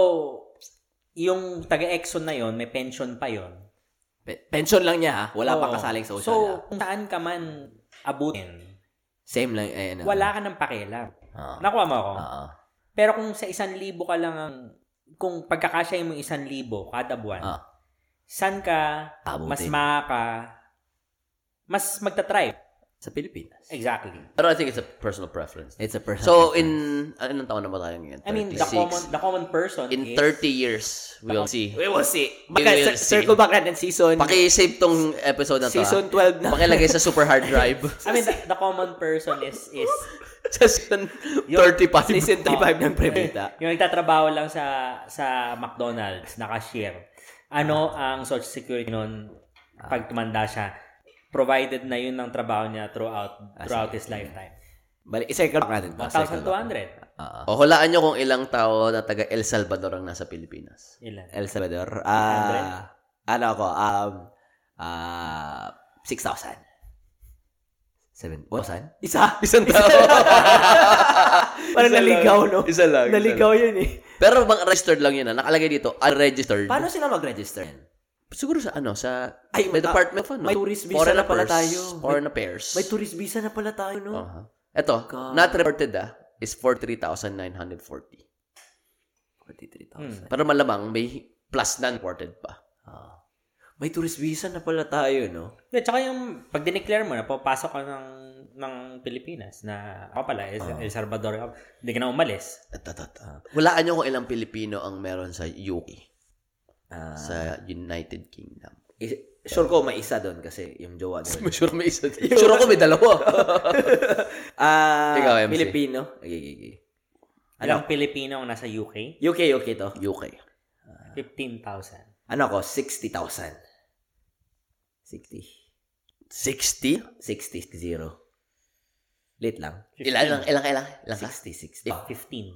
Speaker 3: yung taga-Exxon na yon may pension pa yon
Speaker 1: Pe- pension lang niya, ha? Wala
Speaker 3: Oo.
Speaker 1: pang kasaling social.
Speaker 3: So,
Speaker 1: So,
Speaker 3: kung saan ka man abutin,
Speaker 1: Same lang, eh, ano.
Speaker 3: wala ka ng pakialam.
Speaker 1: Ah.
Speaker 3: Nakuha mo ako.
Speaker 1: Ah.
Speaker 3: Pero kung sa isang libo ka lang ang, kung pagkakasya mo yung isang libo kada buwan,
Speaker 1: Ah.
Speaker 3: saan ka mas
Speaker 1: Abutin.
Speaker 3: maka, mas magta-try.
Speaker 1: sa Pilipinas.
Speaker 3: Exactly.
Speaker 2: Pero I think it's a personal preference.
Speaker 1: It's a person.
Speaker 2: So, in, anong taon na ba tayo ngayon?
Speaker 3: I mean, the
Speaker 2: 36.
Speaker 3: common, the common person
Speaker 2: In
Speaker 3: is,
Speaker 2: 30 years, we'll see.
Speaker 1: we will see.
Speaker 2: We will
Speaker 1: Baka,
Speaker 2: see.
Speaker 1: cir- circle back natin season.
Speaker 2: Paki-save tong episode na to. ah.
Speaker 1: season 12 na.
Speaker 2: Pakilagay sa super hard drive.
Speaker 3: I mean, the, the common person is, is
Speaker 2: sa season 35.
Speaker 1: Season 35 ng Prebita.
Speaker 3: yung nagtatrabaho lang sa sa McDonald's na cashier. Ano ang social security noon pag tumanda siya? Provided na yun ng trabaho niya throughout
Speaker 2: Ah,
Speaker 3: throughout his lifetime.
Speaker 1: Bali, i-circle back natin. to. Circle back.
Speaker 3: 1,200.
Speaker 1: Oo.
Speaker 2: Ah. O hulaan nyo kung ilang tao na taga El Salvador ang nasa Pilipinas.
Speaker 3: Ilan?
Speaker 1: El Salvador. Ah, ano ako? Um, ah, 6,000. 7,000? Isa?
Speaker 2: Isang tao.
Speaker 1: Parang naligaw, no?
Speaker 2: Isa lang. isa lang.
Speaker 1: Naligaw yun eh.
Speaker 2: Pero bang registered lang yun ah. Nakalagay dito, unregistered.
Speaker 1: Paano sila mag-register?
Speaker 2: Siguro sa ano, sa
Speaker 1: Ay,
Speaker 2: may
Speaker 1: ah,
Speaker 2: department of ano.
Speaker 1: may tourist visa
Speaker 2: Foreign
Speaker 1: na pala
Speaker 2: Affairs.
Speaker 1: tayo.
Speaker 2: Foreign Affairs.
Speaker 1: May tourist visa na pala tayo, no?
Speaker 2: Aha. Ito,
Speaker 1: God.
Speaker 2: not reported ah, is 43,940.
Speaker 1: 43,000.
Speaker 2: Pero malamang may plus non-reported pa.
Speaker 1: Ah. May tourist visa na pala tayo, no?
Speaker 3: Hindi, tsaka yung pag dineclare mo na papasok ka ng ng Pilipinas na ako pala, El,
Speaker 2: Ah.
Speaker 3: El Salvador, ako, hindi ka na umalis.
Speaker 2: Ito, ito, ito. Hulaan nyo ah, kung ilang Pilipino ang meron sa UK,
Speaker 1: Ah,
Speaker 2: sa United Kingdom.
Speaker 1: is- sure ko may isa doon kasi yung jowa doon.
Speaker 2: Sure may isa. Sure ako may dalawa.
Speaker 1: Ah,
Speaker 2: Ikaw, MC.
Speaker 1: Filipino. Okay, okay, okay. Ano?
Speaker 3: Ilang Pilipino ang nasa UK?
Speaker 1: UK, UK to.
Speaker 2: UK.
Speaker 3: 15,000.
Speaker 1: Ano ako? 60,000. 60.
Speaker 2: 60?
Speaker 1: 60, zero. Late lang.
Speaker 2: Ilan lang, ilang, ilang, ilang ka?
Speaker 1: 60, 60.
Speaker 3: 15.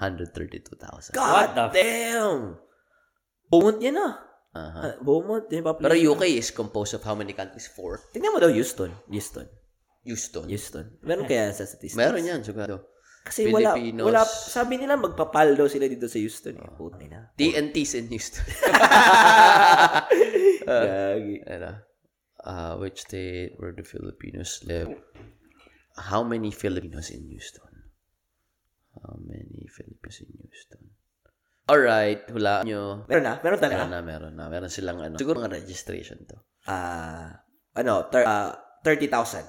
Speaker 2: 132,000.
Speaker 1: God
Speaker 3: What the f-
Speaker 1: damn! Pungot niya na.
Speaker 2: Aha.
Speaker 1: Ah, buong mundo, yung
Speaker 2: Uh-huh. Pero
Speaker 1: population.
Speaker 2: UK is composed of how many countries? Four.
Speaker 1: Tingnan mo daw Houston. Houston.
Speaker 2: Houston.
Speaker 1: Houston. Meron kaya sa statistics?
Speaker 2: Meron yan, sigurado.
Speaker 1: Kasi
Speaker 2: Filipinos. Oh.
Speaker 1: wala, wala, sabi nila magpapal daw sila dito sa Houston. Eh. Putay na.
Speaker 2: TNTs in Houston. Ah.
Speaker 1: Gagi.
Speaker 2: Ano? Uh, which state where the Filipinos live? How many Filipinos in Houston? How many Filipinos in Houston? Alright, hulaan nyo.
Speaker 1: Meron na? Meron talaga?
Speaker 2: Meron na, meron na. Meron silang ano. Siguro mga registration to.
Speaker 1: Ah, ano, ter- ah, 30,000.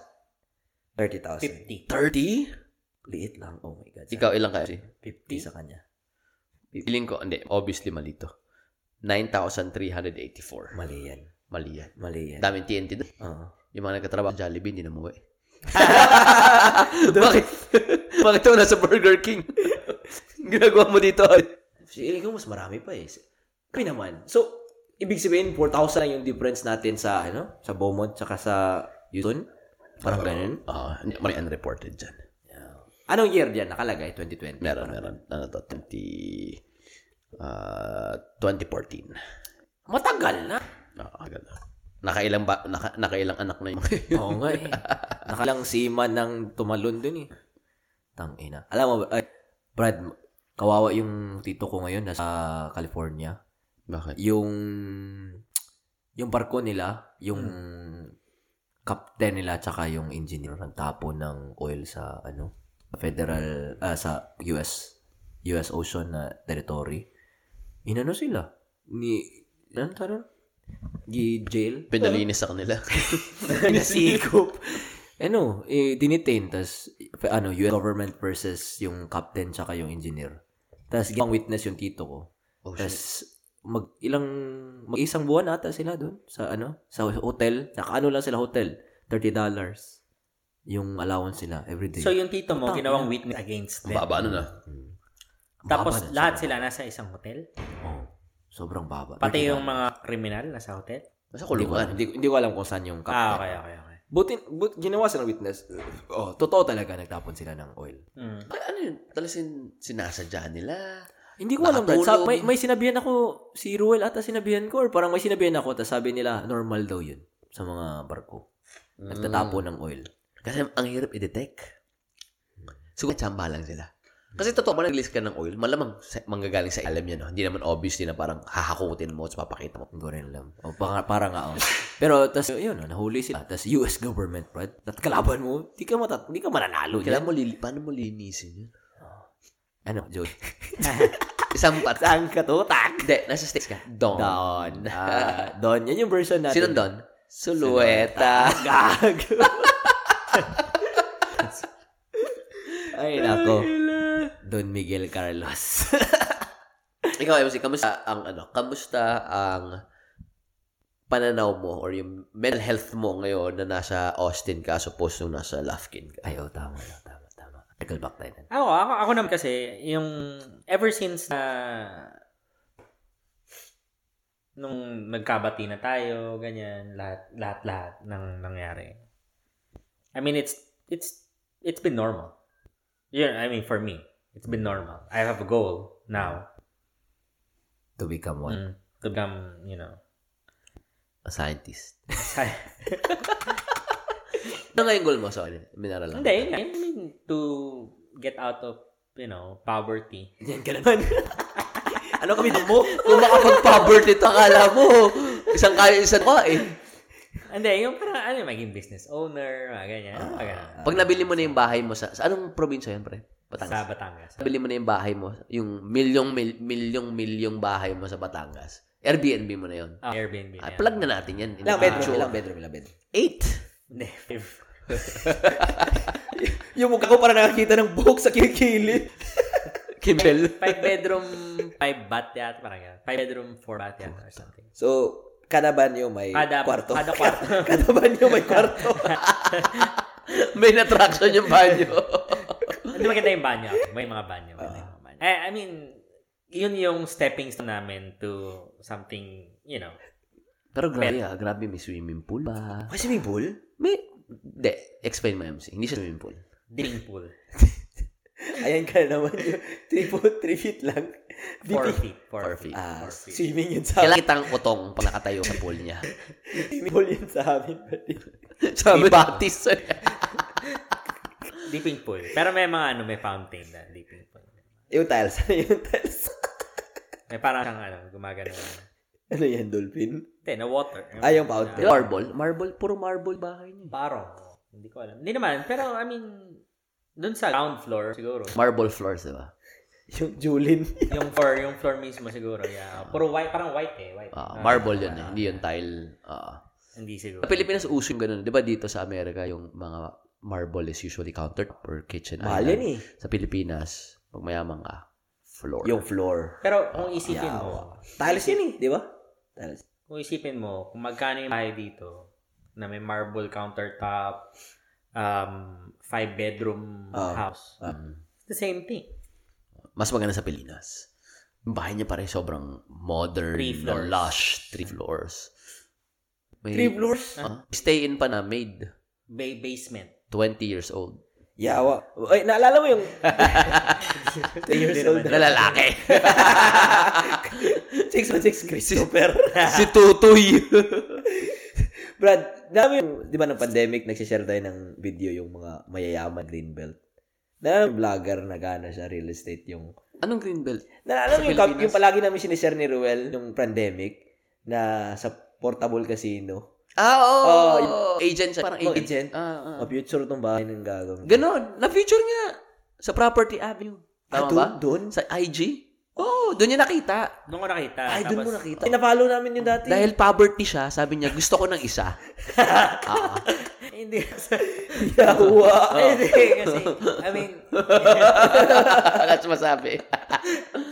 Speaker 1: 30,000.
Speaker 3: 50.
Speaker 2: 30?
Speaker 1: Liit lang. Oh my God.
Speaker 2: Ikaw, ilang kayo?
Speaker 1: 50 sa kanya.
Speaker 2: Piling ko, hindi. Obviously, mali to. 9,384.
Speaker 1: Mali yan.
Speaker 2: Mali yan.
Speaker 1: Mali yan.
Speaker 2: Daming TNT doon.
Speaker 1: Oo.
Speaker 2: Yung mga nagkatrabaho sa Jollibee, hindi na umuwi. Bakit? Bakit ako nasa Burger King? Ginagawa mo dito.
Speaker 1: Feeling ko mas marami pa eh. Kami naman. So, ibig sabihin, 4,000 lang yung difference natin sa, ano, sa Beaumont, tsaka sa Houston. Parang ganun.
Speaker 2: Ah, hindi may unreported dyan.
Speaker 1: Anong year diyan nakalagay? 2020.
Speaker 2: Meron, meron. Ano to? 20... ah 2014.
Speaker 1: Matagal na.
Speaker 2: Ah, agad na. Nakailang, ba, naka, nakailang anak na yung mga yun.
Speaker 1: Oo nga eh. Nakalang seaman ng tumalon dun eh. Tangina. Alam mo ba, ay, Brad, kawawa yung tito ko ngayon nasa California.
Speaker 2: Bakit?
Speaker 1: Yung, yung barko nila, yung captain nila, tsaka yung engineer, nagtapo ng oil sa, ano, sa federal, ah, sa US, US ocean na territory. Inano sila? Ni, ano taron? Gi-jail?
Speaker 2: Pinalinis sa kanila.
Speaker 1: Nasikop. ano, eh, dinitain. Tapos, ano, US government versus yung captain tsaka yung engineer. Tapos, ginawang witness yung tito ko.
Speaker 2: Oh,
Speaker 1: Tapos, mag ilang mag isang buwan ata sila doon sa ano sa hotel nakaano lang sila hotel 30 dollars yung allowance nila every day
Speaker 3: So yung tito mo, ginawang witness against
Speaker 2: Ang
Speaker 3: them.
Speaker 2: baba nun ah.
Speaker 3: Tapos lahat sila nasa isang hotel.
Speaker 1: oh, sobrang baba 30
Speaker 3: Pati yung mga kriminal nasa hotel.
Speaker 2: Nasa
Speaker 1: hindi ko, alam,
Speaker 2: kulungan.
Speaker 1: hindi, ko- hindi ko alam kung saan yung captain
Speaker 3: Ah, okay, okay, okay.
Speaker 1: buti, but, ginawa sila witness oh totoo talaga nagtapon sila ng oil
Speaker 3: Mm.
Speaker 2: Ay, ano yun? Talasin sinasadya nila.
Speaker 1: Hindi ko alam, Brad. Sa-
Speaker 2: Nakatulog.
Speaker 1: may, may sinabihan ako, si Ruel ata sinabihan ko, or parang may sinabihan ako, tapos sabi nila, normal daw yun sa mga barko. Nagtatapo
Speaker 3: Hmm.
Speaker 1: ng oil.
Speaker 2: Kasi ang hirap i-detect. Siguro tsamba lang sila. Kasi totoo, pag nag-release ka ng oil, malamang sa- manggagaling sa alam niya, no? Hindi naman obviously na parang hahakutin mo at papakita mo.
Speaker 1: Hindi ko rin alam. O, para, para nga, oh. Pero, tas yun, oh, nahuli sila. tas US government, Brad. At kalaban mo, di ka, matat di ka mananalo.
Speaker 2: Kailangan
Speaker 1: niyan.
Speaker 2: mo, lili- paano mo linisin yun?
Speaker 1: Ano, Joey?
Speaker 2: Isang part.
Speaker 1: Saan ka to, tak?
Speaker 2: Hindi, nasa states ka. Don.
Speaker 1: Don. Ah, Don, yan yung version natin.
Speaker 2: Sino Oh. Don? Sulueta.
Speaker 1: Gag. Ay, nako. Don Miguel Carlos.
Speaker 2: Ikaw, MC, kamusta ang ano? Kamusta ang pananaw mo or yung mental health mo ngayon na nasa Austin ka as opposed to nasa Lufkin ka?
Speaker 1: Ay, oh, tama na, tama, tama. Circle back tayo na.
Speaker 3: Ako, ako, ako naman kasi, yung ever since na nung nagkabati na tayo, ganyan, lahat, lahat, lahat ng nangyari. I mean, it's, it's, it's been normal. Yeah, I mean, for me, it's been normal. I have a goal now
Speaker 1: To become one.
Speaker 3: mm, to become, you know,
Speaker 2: A scientist.
Speaker 3: sci-
Speaker 2: Ano nga yung goal mo? Sorry, minaral lang.
Speaker 3: Hindi, yun nga. I mean, to get out of, you know, poverty.
Speaker 1: Yan ka naman. ano kami mo?
Speaker 2: Kung makapag-poverty to, akala mo, isang kaya isang ko eh.
Speaker 3: Hindi, yung parang, ano, maging business owner, mga ganyan.
Speaker 1: Ah,
Speaker 3: mga ganun.
Speaker 2: Pag nabili mo na yung bahay mo sa, sa anong probinsya yun, pre?
Speaker 3: Sa
Speaker 2: Batangas.
Speaker 3: Batangas.
Speaker 2: Nabili mo na yung bahay mo, yung milyong, mil, milyong, milyong bahay mo sa Batangas. Airbnb mo na yun.
Speaker 3: Ah, Airbnb.
Speaker 2: Ah,
Speaker 3: na yan.
Speaker 2: plug na natin yan.
Speaker 1: Ilang bedroom,
Speaker 2: Sure.
Speaker 1: ilang bedroom, ilang bedroom.
Speaker 2: Eight.
Speaker 3: Hindi, five.
Speaker 1: Yung mukha ko para nakakita ng buhok sa kilikili.
Speaker 2: Kimbel.
Speaker 3: Five bedroom, five bath yata, parang yan. Five bedroom, four bath yata or something.
Speaker 1: So, kada banyo may
Speaker 3: Kada-
Speaker 1: kwarto.
Speaker 3: kada kwarto.
Speaker 1: kada banyo may kwarto.
Speaker 2: Main attraction yung banyo.
Speaker 3: Hindi maganda yung banyo. May mga banyo. Maganda
Speaker 1: Ah.
Speaker 3: yung mga banyo. Eh, I mean, yun yung stepping stone namin to something, you know.
Speaker 2: Pero grabe ah, grabe may swimming pool ba?
Speaker 1: May swimming pool?
Speaker 2: May, de, explain mo MC. Hindi siya swimming pool.
Speaker 3: Dining pool.
Speaker 1: Ayan ka naman. 3 foot, 3 feet lang.
Speaker 3: Four feet. Four,
Speaker 2: Four feet.
Speaker 3: feet.
Speaker 1: Ah,
Speaker 3: Four feet.
Speaker 1: swimming yun sa
Speaker 2: Kailangan kitang utong pag nakatayo sa pool niya.
Speaker 1: swimming pool yun sa amin.
Speaker 2: Sabi Baptist.
Speaker 3: Dipping pool. Pero may mga ano, may fountain na dipping pool.
Speaker 1: yung tiles. Ano yung tiles?
Speaker 3: May parang siyang ano, gumagano.
Speaker 1: ano yan, dolphin?
Speaker 3: Hindi, na water.
Speaker 1: Ah, yung fountain.
Speaker 2: marble? Marble? Puro marble bahay niya.
Speaker 3: Parang. Hindi ko alam. Hindi naman. Pero, I mean, dun sa ground floor, siguro.
Speaker 2: Marble floors, di ba?
Speaker 1: Yung Julin.
Speaker 3: yung floor, yung floor mismo siguro. Yeah. Puro white, parang white eh. White.
Speaker 2: Ah,
Speaker 3: Ah,
Speaker 2: marble yun eh. Hindi yun tile. Ah.
Speaker 3: Hindi siguro.
Speaker 2: Sa Pilipinas, uso yung ganun. Di ba dito sa Amerika, yung mga marble is usually countertop or kitchen
Speaker 1: Mahal
Speaker 2: island.
Speaker 1: yun eh.
Speaker 2: Sa Pilipinas, pag mayaman ka, floor.
Speaker 1: Yung floor.
Speaker 3: Pero kung isipin mo,
Speaker 1: Tiles yun eh, di ba? Tiles.
Speaker 3: kung isipin mo, kung magkano yung bahay dito, na may marble countertop, um, five bedroom
Speaker 1: Ah.
Speaker 3: house.
Speaker 1: Ah.
Speaker 3: It's the same thing.
Speaker 2: Mas maganda sa Pilipinas. Yung bahay niya parang sobrang modern,
Speaker 3: Three floors.
Speaker 2: lush, three floors. May,
Speaker 1: Three floors?
Speaker 2: Ah, stay in pa na, maid.
Speaker 3: Ba- basement.
Speaker 2: 20 years old.
Speaker 1: Yawa. Ay, naalala mo yung... 10 years old.
Speaker 2: Na lalaki.
Speaker 1: 616 Christopher.
Speaker 2: si Tutoy.
Speaker 1: Brad, naalala mo yung... Di ba ng pandemic, nagsishare tayo ng video yung mga mayayaman Greenbelt. Naalala mo yung vlogger na gana siya, real estate yung...
Speaker 2: Anong green belt?
Speaker 1: Naalala mo yung, kap- yung palagi namin sinishare ni Ruel nung pandemic na sa portable casino.
Speaker 2: Ah, oo.
Speaker 1: Oh,
Speaker 2: agent siya. Parang
Speaker 1: Oh, agent.
Speaker 2: agent. Ah, ah.
Speaker 1: A future tong bahay ng gagawin.
Speaker 2: Ganon. Na-feature nga sa Property Avenue. Tama
Speaker 1: Ah,
Speaker 2: ba?
Speaker 1: doon?
Speaker 2: Sa IG? Oo, oh, doon niya nakita.
Speaker 3: Doon ko nakita.
Speaker 1: Ay, doon mo
Speaker 3: Tapos,
Speaker 1: nakita. Ay, napalo namin yung dati.
Speaker 2: Dahil poverty siya, sabi niya, gusto ko ng isa. Ah, ah.
Speaker 3: Hindi.
Speaker 1: Yawa.
Speaker 3: Hindi kasi, I mean,
Speaker 2: Wala siya masabi.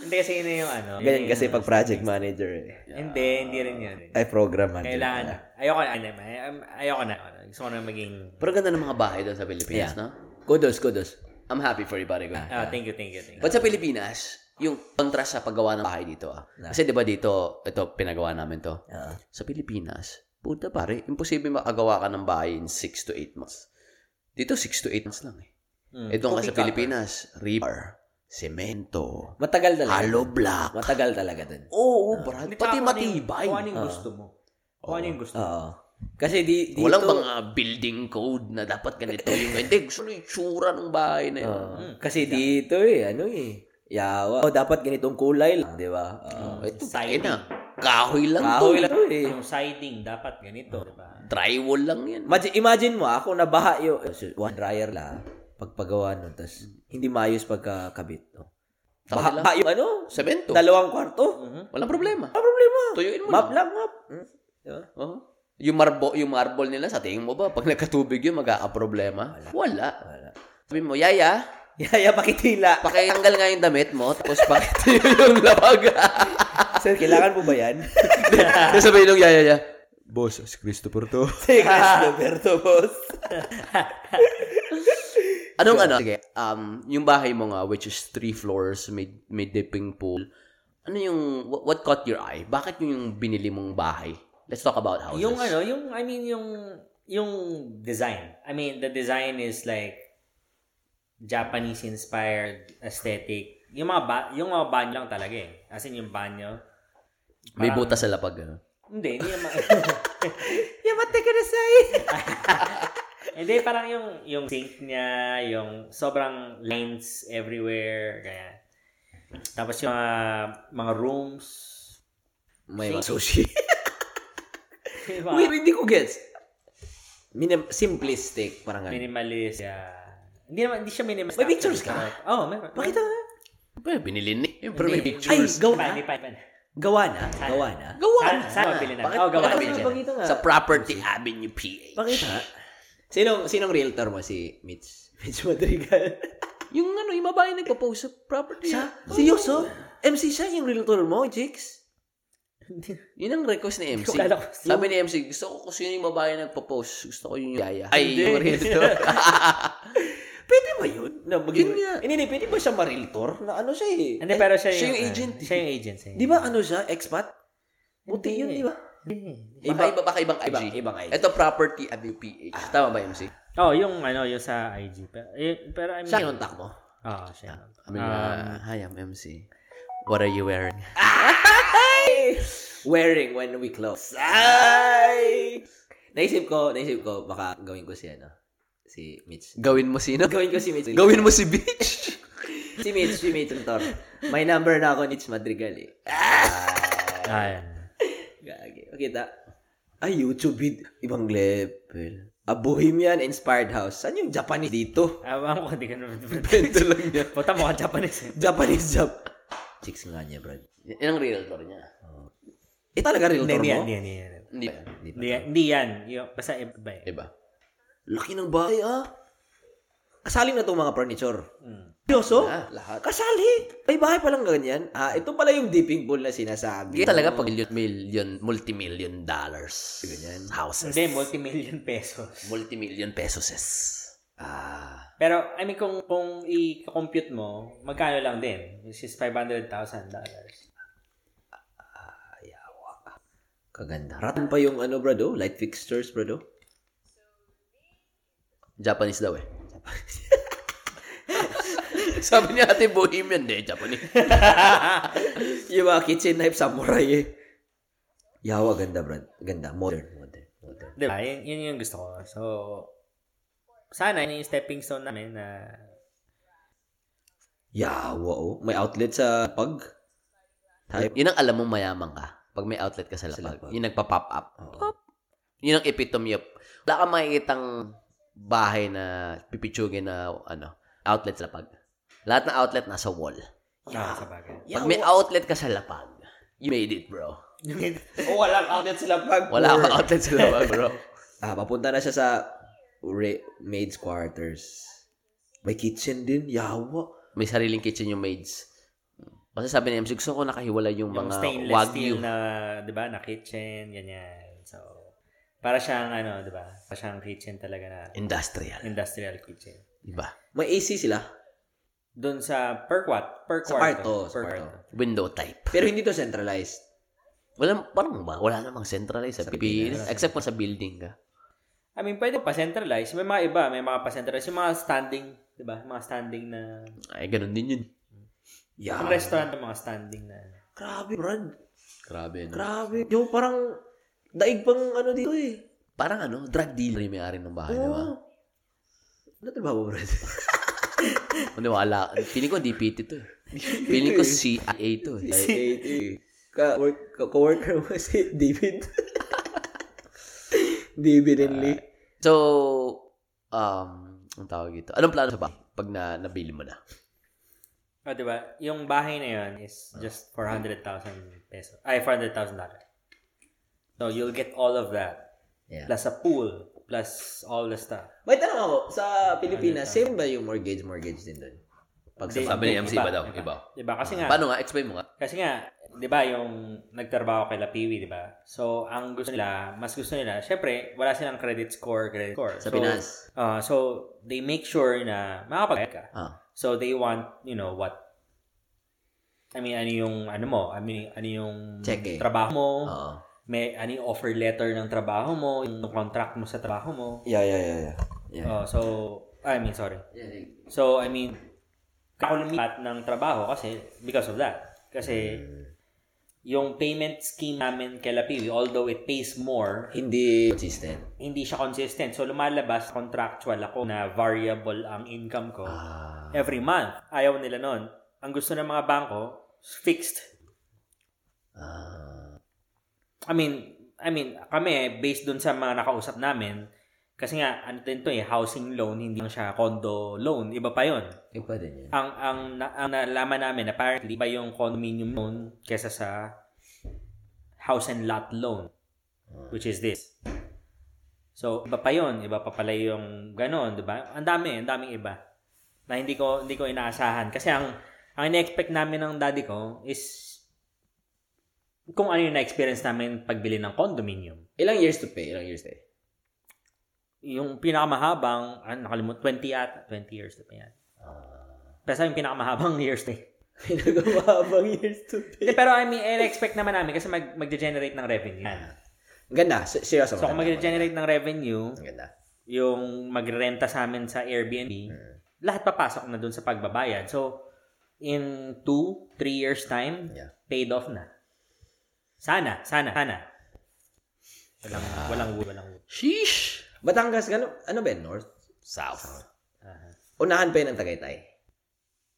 Speaker 3: hindi kasi yun na yung ano.
Speaker 1: Ganyan
Speaker 3: yun
Speaker 1: kasi
Speaker 3: yung-
Speaker 1: pag project manager eh.
Speaker 3: Hindi, hindi rin yun.
Speaker 1: Ay, program manager.
Speaker 3: Kailangan. Ayoko na. alam, ay- am- Ayoko na. ano, Gusto ko na maging...
Speaker 2: Pero ganda ng mga bahay doon sa Pilipinas, no?
Speaker 1: Kudos, kudos.
Speaker 2: I'm happy for you, pare. ko.
Speaker 3: Ah, thank you, thank you, thank you.
Speaker 2: But sa Pilipinas, yung contrast sa paggawa ng bahay dito, ah. Kasi 'di ba dito, ito pinagawa namin 'to.
Speaker 1: Ah.
Speaker 2: Sa Pilipinas, puta pare, imposible makagawa ka ng bahay in 6 to 8 months. Dito 6 to 8 months lang eh.
Speaker 3: Mm.
Speaker 2: Eh doon ka sa
Speaker 3: Cookie cutter.
Speaker 2: Pilipinas, rebar, semento,
Speaker 1: Matagal talaga.
Speaker 2: hollow block.
Speaker 1: Matagal talaga dun.
Speaker 2: Oo, brad. Pati
Speaker 3: Hindi, tsaka kung ano yung-
Speaker 2: matibay.
Speaker 3: Kung ano yung gusto mo. Kung ano yung gusto
Speaker 2: Ah.
Speaker 3: mo.
Speaker 1: Oo. Kasi di, dito...
Speaker 2: Walang mga building code na dapat ganito yung hindi. Gusto na itsura ng bahay na
Speaker 1: eh.
Speaker 2: yun.
Speaker 1: Oo. kasi dito eh, ano eh. Yawa. O, dapat ganitong kulay lang, di ba? Oo.
Speaker 2: Ito,
Speaker 3: Siding.
Speaker 2: tayo na. Kahoy lang
Speaker 1: Kahoy
Speaker 2: to.
Speaker 1: lang to eh.
Speaker 3: Yung siding, dapat ganito, di
Speaker 2: Ah.
Speaker 3: ba?
Speaker 2: Drywall lang yan.
Speaker 1: Imagine, imagine mo, ako nabaha yung one eh, dryer la pagpagawa nun, tapos hindi maayos pagkakabit. No? Baha, baha yung ano,
Speaker 2: Semento.
Speaker 1: dalawang kwarto.
Speaker 2: Walang problema.
Speaker 1: Ano problema?
Speaker 2: Tuyuin mo
Speaker 1: Map
Speaker 2: lang.
Speaker 1: lang, map. Hmm? Di ba?
Speaker 2: Oo. Yung, marbo, yung marble nila, sa tingin mo ba, pag nagkatubig yun, magkakaproblema? Wala. Wala.
Speaker 1: Wala.
Speaker 2: Sabi mo, Yaya,
Speaker 1: Yaya, pakitila.
Speaker 2: pakitanggal nga yung damit mo, tapos pakituyo yung labag.
Speaker 1: Sir, kailangan po ba yan?
Speaker 2: Tapos sabi nung Yaya, Yaya, Boss, si Christopher to.
Speaker 1: Sige, Roberto, boss.
Speaker 2: Anong ano? Sige, um, yung bahay mo nga, which is three floors, may, may dipping pool. Ano yung, what, what caught your eye? Bakit yun yung binili mong bahay? Let's talk about houses.
Speaker 3: Yung ano, yung, I mean, yung, yung design. I mean, the design is like, Japanese-inspired aesthetic. Yung mga, ba- yung mga banyo lang talaga eh. As in, yung banyo.
Speaker 2: May
Speaker 3: parang-
Speaker 2: butas sa lapag. Ano?
Speaker 3: Hindi, hindi yung mga...
Speaker 1: Yamate ka na
Speaker 3: Hindi, parang yung, yung sink niya, yung sobrang lines everywhere, kaya. Tapos yung mga, mga rooms.
Speaker 2: May
Speaker 3: Sink.
Speaker 2: mga sushi.
Speaker 3: Diba?
Speaker 1: Wait, hindi ko gets. Minim- simplistic, parang ganun.
Speaker 3: Minimalist. Yeah. Hindi naman, hindi siya minimalist.
Speaker 1: May pictures ka?
Speaker 3: Oo, oh, meron.
Speaker 1: Pakita nga.
Speaker 2: Well, eh, binili ni. Pero may
Speaker 3: Hindi.
Speaker 1: Ay,
Speaker 2: pictures.
Speaker 1: gawa
Speaker 3: Iba,
Speaker 1: na.
Speaker 3: iba, iba.
Speaker 1: Gawa na. Gawa na.
Speaker 2: Gawa
Speaker 3: Saan-
Speaker 2: na.
Speaker 3: saan mabili na?
Speaker 2: Bakit-
Speaker 3: Oh, gawa
Speaker 2: bakit
Speaker 3: na.
Speaker 2: mabili na?
Speaker 1: Pakita nga.
Speaker 2: Sa Property Avenue PH.
Speaker 1: Pakita nga. Sinong, sinong realtor mo? Si Mitch. Mitch Madrigal.
Speaker 2: Yung ano, yung babae nagpo-post sa property.
Speaker 1: siya? Seryoso? MC siya yung realtor mo, Jigs?
Speaker 2: Yun ang request ni MC.
Speaker 3: ko kala ko sino.
Speaker 2: Sabi ni MC, gusto ko kasi yun yung babae nagpo-post. Gusto ko yun yung yaya. Ay, yung realtor.
Speaker 1: Pwede ba yun? Na maging...
Speaker 2: Yun nga.
Speaker 1: Eh, Hindi, pwede ba siya ma-realtor? Na ano siya eh?
Speaker 3: Hindi, pero siya yung,
Speaker 2: siya yung agent. eh.
Speaker 3: ah, siya yung agent. Siya yung
Speaker 1: Di ba ano siya? Expat? Puti
Speaker 3: Hindi
Speaker 1: yun,
Speaker 3: eh.
Speaker 1: di ba?
Speaker 2: Iba, iba, baka ibang IG.
Speaker 1: Ibang- ibang IG.
Speaker 2: Ito, property
Speaker 3: Ah.
Speaker 2: at UPH. Tama ba, MC?
Speaker 3: Oh, yung ano, yung sa IG. Pero, eh, pero I mean,
Speaker 2: Siya yung kontak mo?
Speaker 3: Oo, siya.
Speaker 2: Kami na, um, hi, I'm MC. What are you wearing?
Speaker 1: Ay! Wearing when we close. Ay! Naisip ko, naisip ko, baka gawin ko si ano, si Mitch.
Speaker 2: Gawin mo sino?
Speaker 1: Gawin ko si Mitch.
Speaker 2: Gawin mo si bitch.
Speaker 1: si Mitch, si Mitch Tor. May number na ako ni Mitch Madrigal eh.
Speaker 3: Ayan.
Speaker 1: Gagi. Okay, ta. Ay, YouTube vid. Ibang level. A Bohemian Inspired House. Saan yung Japanese dito?
Speaker 3: Awa ko, hindi ka naman.
Speaker 2: Bento lang niya.
Speaker 3: Puta mo ka Japanese. eh.
Speaker 1: Japanese Jap. Chicks nga niya, bro.
Speaker 2: Yan ang realtor niya.
Speaker 1: Eh, talaga real
Speaker 3: Hindi,
Speaker 1: mo?
Speaker 3: hindi yan, hindi yan.
Speaker 2: Hindi.
Speaker 3: Ano? Hindi yan, hindi yan. Yung- Basta iba eh.
Speaker 2: Iba.
Speaker 1: Laki ng bahay, ah. Kasali na itong mga furniture.
Speaker 3: Hmm.
Speaker 1: Seryoso?
Speaker 2: Ah, lahat.
Speaker 1: Kasali? May bahay palang ganyan? Ah, ito pala yung dipping pool na sinasabi.
Speaker 2: Ganyan talaga pag million, million multi-million dollars. Ganyan. Houses.
Speaker 3: Hindi, multi-million pesos.
Speaker 2: Multi-million pesos.
Speaker 1: Ah.
Speaker 3: Pero, I mean, kung, kung i-compute mo, magkano lang din? Which is $500,000.
Speaker 1: Kaganda. Ratan pa yung ano, brado? Light fixtures, brado?
Speaker 2: Japanese daw eh. Sabi niya ate Bohemian, de, Japanese.
Speaker 1: yung mga kitchen knife samurai eh. Yawa, ganda, brad. Ganda. Modern, modern, modern.
Speaker 3: Di ba? Yun, yun yung gusto ko. So, sana yun yung stepping stone namin na
Speaker 1: Yawa, oh. May outlet sa pag. Tayo.
Speaker 2: Yun ang alam mo mayaman ka. Pag may outlet ka sa lapag.
Speaker 1: lapag.
Speaker 2: Yun nagpa-pop up.
Speaker 1: Oo.
Speaker 2: Yun ang epitome of. Wala kang makikitang bahay na pipitsugin na ano, outlet sa lapag. Lahat ng outlet nasa wall.
Speaker 3: yeah. sa bagay.
Speaker 2: Pag may outlet ka sa lapag, you made it, bro.
Speaker 1: oh, walang outlet sila pag.
Speaker 2: Wala kang outlet sa lapag, bro.
Speaker 1: Ah, papunta na siya sa re- maid's quarters. May kitchen din. Yawa.
Speaker 2: May sariling kitchen yung maids. Basta sabi ni MC, gusto ko nakahiwalay yung,
Speaker 3: yung
Speaker 2: mga
Speaker 3: stainless
Speaker 2: wagyu.
Speaker 3: steel na, di ba, na kitchen, ganyan. So, para siyang, ano, di ba, para siyang kitchen talaga na
Speaker 2: Industrial.
Speaker 3: industrial kitchen.
Speaker 2: Diba?
Speaker 1: May AC sila.
Speaker 3: Doon sa per quart, per
Speaker 1: Sa kwarto.
Speaker 3: kwarto.
Speaker 1: Sa
Speaker 3: per
Speaker 1: kwarto.
Speaker 2: Window type.
Speaker 1: Pero hindi to centralized.
Speaker 2: Wala, parang ba? Wala namang centralized sa Pilipinas. Except kung sa building ka.
Speaker 3: I mean, pwede pa-centralize. May mga iba, may mga pa-centralize. Yung mga standing, di ba? Mga standing na...
Speaker 2: Ay, ganun din yun.
Speaker 3: Yung
Speaker 1: Yawa.
Speaker 3: restaurant, yung mga standing na...
Speaker 1: Grabe, brad.
Speaker 2: Grabe, no?
Speaker 1: Grabe. Yung parang daig pang ano dito eh.
Speaker 2: Parang ano, drug dealer yung may-ari ng bahay, di ba?
Speaker 1: Ano trabaho, brad?
Speaker 2: Hindi mo ala. Feeling ko DPT to eh. Feeling ko CIA to eh.
Speaker 1: Ka work ka coworker mo si David. David
Speaker 2: Ah,
Speaker 1: and Lee.
Speaker 2: So, um, ang tawag ito. Anong plano sa bahay? Pag na, nabili mo na.
Speaker 3: O, oh, di ba? Yung bahay na yun is just 400,000 peso. Ay, 400,000 dollars. So, you'll get all of that.
Speaker 1: Yeah.
Speaker 3: Plus a pool. Plus all the stuff.
Speaker 1: May tanong ako, sa Pilipinas, same ba yung mortgage mortgage din doon? Pag sa
Speaker 3: Hindi,
Speaker 2: Ano sabi ni MC, iba daw, iba.
Speaker 3: Iba. Kasi
Speaker 1: Ah,
Speaker 3: nga,
Speaker 2: Paano nga? Explain mo nga.
Speaker 3: Kasi nga, 'di ba, yung nagtrabaho kay Lapiwi, 'di ba? So, ang gusto nila, mas gusto nila, syempre, wala silang credit score, credit score.
Speaker 1: Sa
Speaker 3: so,
Speaker 1: Pinas.
Speaker 3: ah, so, they make sure na makapag ka.
Speaker 2: Ah.
Speaker 3: So, they want, you know, what I mean, ano yung ano mo? I mean, ano yung
Speaker 1: Check eh.
Speaker 3: trabaho mo?
Speaker 2: Oo.
Speaker 3: May ano yung offer letter ng trabaho mo, yung contract mo sa trabaho mo.
Speaker 1: Yeah, yeah, yeah, yeah. Yeah.
Speaker 3: Oh, so, I mean, sorry. So, I mean, ako lumipat ng trabaho kasi because of that. Kasi, yung payment scheme namin kay Lapiwi, although it pays more,
Speaker 1: Hindi consistent.
Speaker 3: hindi siya consistent. So, lumalabas contractual ako na variable ang income ko
Speaker 1: Ah.
Speaker 3: every month. Ayaw nila nun. Ang gusto ng mga bangko, fixed.
Speaker 1: Ah.
Speaker 3: I mean, I mean, kami, based dun sa mga nakausap namin, kasi nga, ano din to eh, housing loan, hindi lang siya condo loan. Iba pa yon
Speaker 1: Iba din yun.
Speaker 3: ang ang na, ang nalaman namin apparently ba yung condominium loan kesa sa house and lot loan which is this so iba pa yon iba pa pala yung ganon di ba ang dami ang daming iba na hindi ko hindi ko inaasahan kasi ang ang ina-expect namin ng daddy ko is kung ano yung na-experience namin pagbili ng condominium
Speaker 1: Ilang years to pay? Ilang years to pay?
Speaker 3: yung pinakamahabang ano nakalimut 20 at 20 years na pa yan pero sa yung pinakamahabang years eh. na yun.
Speaker 1: Pinagamahabang years to pay.
Speaker 3: Hindi, pero I mean, in-expect naman namin kasi mag, mag-generate ng revenue.
Speaker 1: Ang Ganda. Se- Seryoso.
Speaker 3: So, kung
Speaker 1: Ah, maganda.
Speaker 3: mag-generate ng revenue,
Speaker 1: Ang ganda. Hmm.
Speaker 3: yung magrenta sa amin sa Airbnb, lahat papasok na dun sa pagbabayad. So, in two, three years time,
Speaker 1: Yeah.
Speaker 3: paid off na. Sana, sana, sana. Walang,
Speaker 1: Ah.
Speaker 3: walang wood, walang wood.
Speaker 2: Sheesh!
Speaker 1: Batangas, ano, ano ba yun? North?
Speaker 2: South.
Speaker 3: Aha.
Speaker 1: Unahan pa yun ng Tagaytay.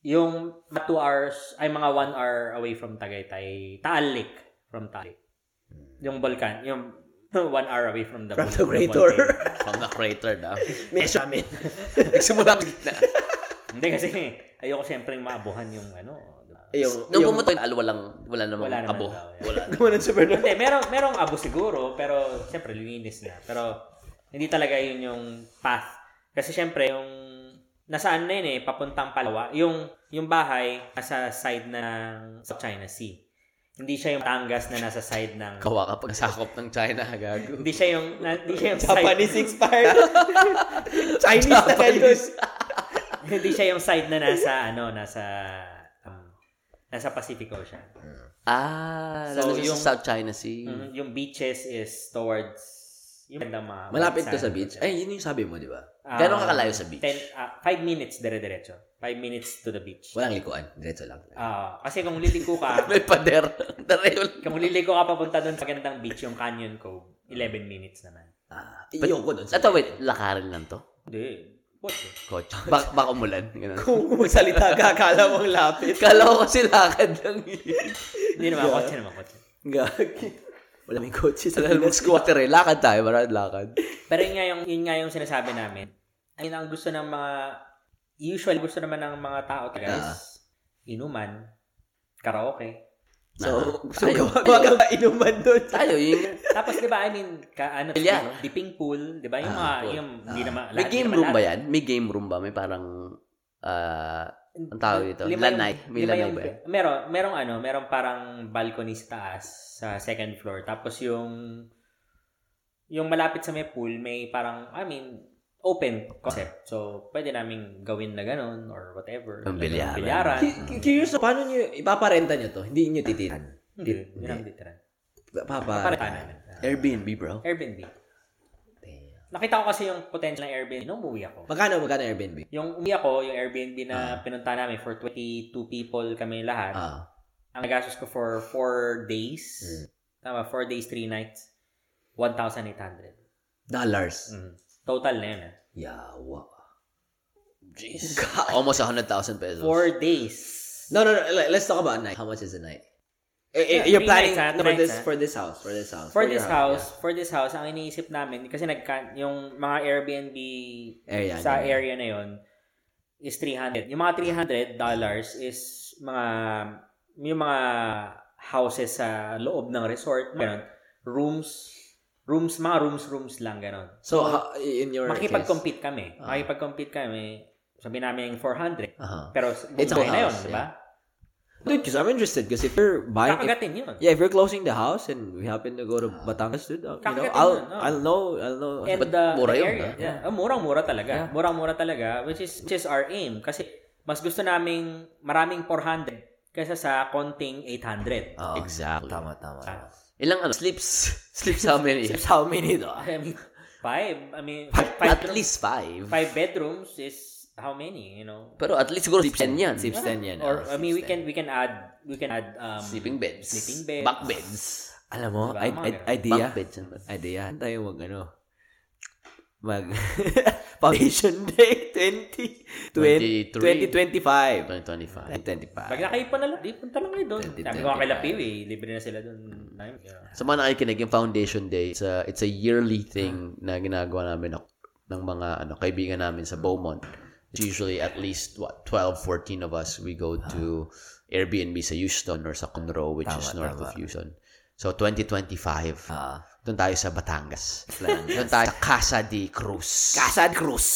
Speaker 3: Yung mga two hours, ay mga one hour away from Tagaytay, Taal Lake from Taal Lake. Yung Balkan, yung one hour away from the,
Speaker 1: Hmm. From
Speaker 3: bul-
Speaker 1: the Greater.
Speaker 3: volcano.
Speaker 2: From the crater na.
Speaker 1: Mesyo amin.
Speaker 2: Nagsimula ang gitna.
Speaker 3: Hindi kasi ayoko siyempre maabuhan yung ano. diba?
Speaker 1: Yung,
Speaker 2: Nung
Speaker 1: yung,
Speaker 2: pumunta yung al, walang, wala ah. namang
Speaker 3: Wala naman
Speaker 2: abo.
Speaker 3: daw, yeah.
Speaker 2: Wala.
Speaker 1: gumanon sa Bernard.
Speaker 3: Hindi, merong, merong abo siguro, pero siyempre linis na. Pero hindi talaga yun yung path. Kasi siyempre yung nasaan na yun eh, papuntang Palawa. Yung, yung bahay nasa side ng South China Sea. Hindi siya yung Tangas na nasa side ng...
Speaker 2: Kawa ka pag sakop ng China, gago.
Speaker 3: Hindi siya yung... Na, hindi siya yung
Speaker 1: Japanese
Speaker 3: side,
Speaker 1: expired. Chinese na kayo.
Speaker 2: Japanese.
Speaker 3: hindi siya yung side na nasa ano, nasa... um, nasa Pacific Ocean.
Speaker 2: Ah, so,
Speaker 3: So,
Speaker 2: lalo yung,
Speaker 3: yung-
Speaker 2: sa South China Sea.
Speaker 1: Mm-hmm.
Speaker 3: Mhm, Yung beaches is towards... Yung bandang mga...
Speaker 1: Malapit ka
Speaker 3: sand.
Speaker 1: sa beach. Ay, yun yung sabi mo, di ba?
Speaker 3: Ah,
Speaker 2: Gano'ng kakalayo sa beach?
Speaker 3: 10, ah, 5 minutes dire-diretso. 5 minutes to the beach.
Speaker 1: Walang likuan. Diretso lang.
Speaker 3: Ah, kasi kung liliko ka,
Speaker 2: May pader. Darayol.
Speaker 3: kung liliko ka papunta doon sa gandang beach, yung Canyon Cove, 11 minutes naman.
Speaker 1: Ah, iyo ko dun.
Speaker 2: Ito, wait. Lakarin lang to.
Speaker 3: Hindi. What? the-
Speaker 2: Coach. Bak baka umulan. Ganun.
Speaker 1: Kung magsalita ka, akala mo ang lapit.
Speaker 2: Kala ko kasi lakad lang yun.
Speaker 3: Hindi naman, kotse naman, kotse.
Speaker 1: Gagi. Wala may kotse sa
Speaker 2: Dahil mag-squatter eh. Lakad tayo. Maraming lakad.
Speaker 3: Pero yun nga yung, yun nga yung sinasabi namin. Ayun ang gusto ng mga, usually gusto naman ng mga tao talaga is inuman, karaoke.
Speaker 1: So, gusto
Speaker 2: Tayo.
Speaker 1: ko gawa ka ba inuman dun?
Speaker 2: Tayo, yun.
Speaker 3: Tapos, di ba, I mean, ka, ano,
Speaker 2: Yeah.
Speaker 3: dipping pool, di ba? Yung
Speaker 2: Ah,
Speaker 3: mga,
Speaker 2: pool.
Speaker 3: yung, hindi naman,
Speaker 2: May
Speaker 3: lahat-
Speaker 2: game
Speaker 3: hindi naman
Speaker 2: room
Speaker 3: lahat
Speaker 2: ba yan? May game room ba? May parang, ah, ang tawag dito?
Speaker 3: Lima yung-
Speaker 2: Lanay. May
Speaker 3: lima
Speaker 2: lanay
Speaker 3: yung-
Speaker 2: ba yan?
Speaker 3: Meron, merong ano, merong parang balcony sa taas sa second floor. Tapos yung yung malapit sa may pool, may parang, I mean, open concept. So, pwede naming gawin na ganun or whatever.
Speaker 2: Ang
Speaker 3: Lagyan ng
Speaker 2: bilyaran.
Speaker 3: bilyaran. Mm.
Speaker 1: Cu- cu- Curious na, paano nyo, ipaparenta nyo to? Hindi nyo titiran.
Speaker 3: Hindi, hindi namin titirahan. Paretahan
Speaker 1: Paparenta.
Speaker 3: namin. Ah,
Speaker 2: Airbnb, bro.
Speaker 3: Airbnb. Nakita ko kasi yung potential ng Airbnb nung umuwi ako.
Speaker 1: Magkano, magkano Airbnb?
Speaker 3: Yung umuwi ako, yung Airbnb na pinunta namin for 22 people kami lahat.
Speaker 1: Ah,
Speaker 3: ang nagastos ko for 4 days.
Speaker 1: Mm.
Speaker 3: Tama, 4 days, 3 nights. 1,800.
Speaker 1: dollars.
Speaker 3: Mm. Total na yun.
Speaker 1: Yawa.
Speaker 2: Jeez. Almost 100,000 pesos.
Speaker 3: 4 days.
Speaker 1: No, no, no. le- Let's talk about a night. How much is a night? Eh, eh,
Speaker 3: Yeah,
Speaker 1: you're
Speaker 3: three
Speaker 1: planning no,
Speaker 3: nights, ah,
Speaker 1: for
Speaker 3: three
Speaker 1: this
Speaker 3: nights, ah.
Speaker 1: for this house, for this house,
Speaker 3: For
Speaker 1: your
Speaker 3: this house, for this house, ang iniisip namin, kasi nagka, yung mga Airbnb
Speaker 1: area.
Speaker 3: sa
Speaker 1: ganyan.
Speaker 3: area na yun, is 300. Yung mga 300 dollars is mga, yung mga houses sa loob ng resort, ganun. Rooms, rooms, mga rooms, rooms lang, ganun.
Speaker 1: So ha- in your case,
Speaker 3: Makipag-compete kami.
Speaker 1: Ah.
Speaker 3: Makipag-compete kami. Sabi namin yung 400.
Speaker 1: uh-huh.
Speaker 3: Pero
Speaker 1: It's
Speaker 3: it's
Speaker 1: our
Speaker 3: na yun,
Speaker 1: house,
Speaker 3: di ba?
Speaker 1: dude, because I'm interested. Because if you're buying, if,
Speaker 3: Kakagatin yun.
Speaker 1: yeah, if you're closing the house and we happen to go to Batangas, dude, uh, you know,
Speaker 3: Kakagatin
Speaker 1: I'll
Speaker 3: yun, no?
Speaker 1: I'll know, I'll know.
Speaker 3: And
Speaker 2: But
Speaker 3: the,
Speaker 2: mura
Speaker 3: the
Speaker 2: yun,
Speaker 3: area.
Speaker 2: ah.
Speaker 3: yeah. Ah, Murang-mura talaga. Murang-mura talaga. Which is, which is our aim. Kasi mas gusto naming maraming 400 kaysa sa konting 800.
Speaker 1: Oh,
Speaker 2: Exactly.
Speaker 1: Tama, tama.
Speaker 3: Ah.
Speaker 2: Ilang ano? Slips. Slips how many?
Speaker 1: Tips how many though?
Speaker 3: I mean, five. I mean,
Speaker 2: At
Speaker 3: bedrooms-
Speaker 2: least five.
Speaker 3: Five bedrooms is how many, you know?
Speaker 2: Pero at least siguro slips yan yan. Ah,
Speaker 1: Tips ten yan.
Speaker 3: Or,
Speaker 1: oh,
Speaker 3: I mean, we
Speaker 1: tips
Speaker 3: can, we can add, we can add, um,
Speaker 2: Sleeping beds.
Speaker 3: Sleeping beds.
Speaker 2: Back beds.
Speaker 1: 10. Alam mo,
Speaker 3: Diba?
Speaker 1: I,
Speaker 3: Mga
Speaker 1: I,
Speaker 3: ganun.
Speaker 1: idea,
Speaker 2: Back beds. yan ba?
Speaker 1: idea. Saan Tayo mag ano, mag Foundation Day 20, 20
Speaker 2: 23.
Speaker 1: 2025.
Speaker 2: 2025.
Speaker 1: 2025.
Speaker 3: Pag nakaipon na lang, di punta lang kayo doon. Sabi ko nga kay Lapiw eh, libre na sila doon. Ayun, yeah.
Speaker 2: Sa mga nakikinig, yung Foundation Day, it's a, it's a yearly thing na ginagawa namin ng, ng mga ano, kaibigan namin sa Beaumont. It's usually at least what 12, 14 of us, we go to Airbnb sa Houston or sa Conroe, which is north of Houston. So, 2025,
Speaker 1: Ah.
Speaker 2: doon tayo sa Batangas.
Speaker 1: Batangas.
Speaker 2: doon tayo sa Casa de Cruz.
Speaker 1: Kasad Cruz.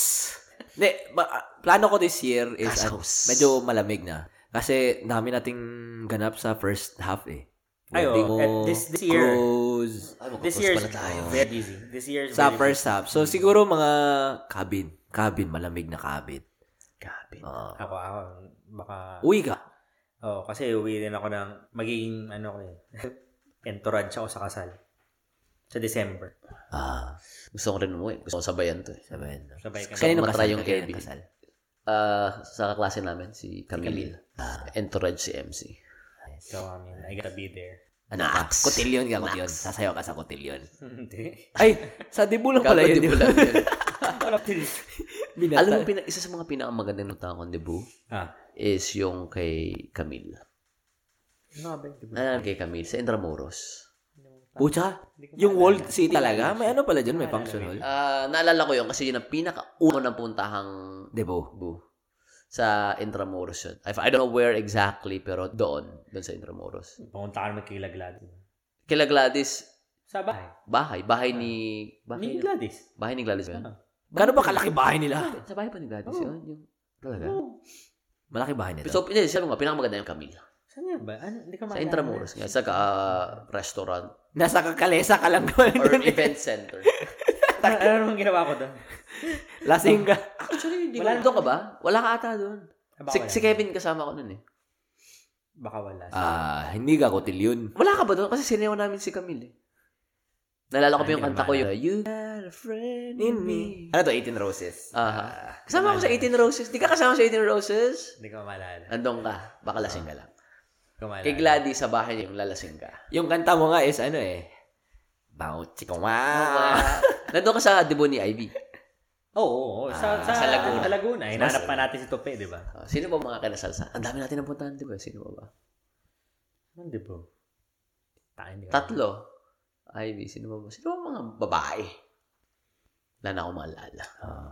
Speaker 1: Ne, ba, ah, plano ko this year is ah,
Speaker 2: Casa Cruz.
Speaker 1: medyo malamig na. Kasi dami nating ganap sa first half eh.
Speaker 3: Ay,
Speaker 1: Wedding
Speaker 3: oh,
Speaker 1: mo,
Speaker 3: at this- this year.
Speaker 1: cruise,
Speaker 3: This year is very busy. This year is
Speaker 1: sa
Speaker 3: very
Speaker 1: first half. So, siguro mga cabin. Cabin, malamig na cabin.
Speaker 2: Grabe.
Speaker 1: Ah.
Speaker 3: busy. Ako, ako, baka,
Speaker 1: uwi ka.
Speaker 3: oh, kasi uwi din ako ng, magiging, ano ko eh, entourage ako sa kasal. Sa December.
Speaker 1: Ah,
Speaker 2: Gusto ko rin umuwi. Gusto ko sabayan to. eh.
Speaker 1: sabihin.
Speaker 3: Sabay kami.
Speaker 1: Kanino
Speaker 2: matry
Speaker 1: kasal?
Speaker 2: yung
Speaker 1: Kanino
Speaker 2: Airbnb.
Speaker 1: kasal?
Speaker 2: Ah, ah, sa klase namin, si Camille. Ah.
Speaker 1: Camille.
Speaker 2: Entourage si MC.
Speaker 3: So, I mean, I gotta be there.
Speaker 1: Ano ka? Kotilyon ka, kotilyon. Sasayaw ka sa kotilyon.
Speaker 3: Hindi.
Speaker 1: Ay, sa dibulang pala yun.
Speaker 2: Kakadibo lang yun.
Speaker 1: Binata.
Speaker 2: Alam mo, pina- isa sa mga pinakamagandang nota ko, Debu,
Speaker 3: Ah.
Speaker 2: is yung kay Camille.
Speaker 3: Ano ba yung
Speaker 2: Alam kay Camille, sa Intramuros.
Speaker 1: Pucha, yung World City talaga. May ano pala dyan, may function hall.
Speaker 2: Ah, naalala ko yun kasi yun ang pinakauna ng puntahang
Speaker 1: Debo.
Speaker 2: Bu sa Intramuros yun. I, I don't know where exactly, pero doon, doon sa Intramuros.
Speaker 3: Pumunta ka naman kay La Gladys.
Speaker 2: Kila Gladys,
Speaker 3: Sa bahay.
Speaker 2: bahay. Bahay ni... Bahay
Speaker 3: Ah. Ni
Speaker 2: ni,
Speaker 3: Gladys.
Speaker 2: bahay ni Gladys ba yun? Ah,
Speaker 3: Ah.
Speaker 1: Gano'n ba kalaki bahay nila?
Speaker 2: Sa bahay pa ni Gladys
Speaker 3: Oo.
Speaker 2: yun? Yung, talaga?
Speaker 3: Oh.
Speaker 1: Malaki bahay nila.
Speaker 2: So, hindi, sabi ko nga, pinakamaganda yung Camille.
Speaker 3: Saan nga ba? Ano, hindi ka
Speaker 2: Sa
Speaker 3: maalala.
Speaker 2: Intramuros nga, sa ah, restaurant
Speaker 1: Nasa kakalesa ka lang eh. naman.
Speaker 2: or event center.
Speaker 3: Ano, ano naman ginawa ko doon?
Speaker 1: Lasing ka.
Speaker 2: Actually, hindi
Speaker 3: Wala
Speaker 2: ko. Doon ka ba? Wala ka ata doon.
Speaker 3: Ah, baka
Speaker 2: Si,
Speaker 3: wala.
Speaker 2: si Kevin kasama ko nun eh.
Speaker 3: Baka wala.
Speaker 1: Ah, hindi ka kotilyon.
Speaker 2: Wala ka ba doon? Kasi sinayaw namin si Camille eh. Naalala ko pa
Speaker 3: Ay,
Speaker 2: yung
Speaker 3: hindi
Speaker 2: kanta
Speaker 3: naman
Speaker 2: ko yung You got a friend in me.
Speaker 1: Ano to, 18 Roses?
Speaker 3: Ah,
Speaker 2: Aha. Kasama ko sa 18 Roses. Di ka kasama sa 18 Roses?
Speaker 3: Hindi ko maalala.
Speaker 2: Andong ka. Baka lasing ka lang.
Speaker 3: Hindi ko maalala.
Speaker 2: Kay Gladys sa bahay niya yung lalasing ka.
Speaker 1: Yung kanta mo nga is ano eh. Bouncy ko ma.
Speaker 2: Ah. Nandun ka sa debo ni Ivy.
Speaker 3: Oo, oo, oo. Sa,
Speaker 1: Ah,
Speaker 3: sa,
Speaker 2: sa Laguna.
Speaker 3: Sa Laguna. Hinahanap pa natin si Tope, di ba?
Speaker 2: Oh, sino ba mga kinasal sa? Ang dami natin napuntahan, di ba? Sino ba ba?
Speaker 3: Ano, di ba? Tayo, hindi ko-
Speaker 2: Tatlo. Ivy, sino ba ba? Sino ba mga babae? Wala na akong maalala.
Speaker 3: Ah.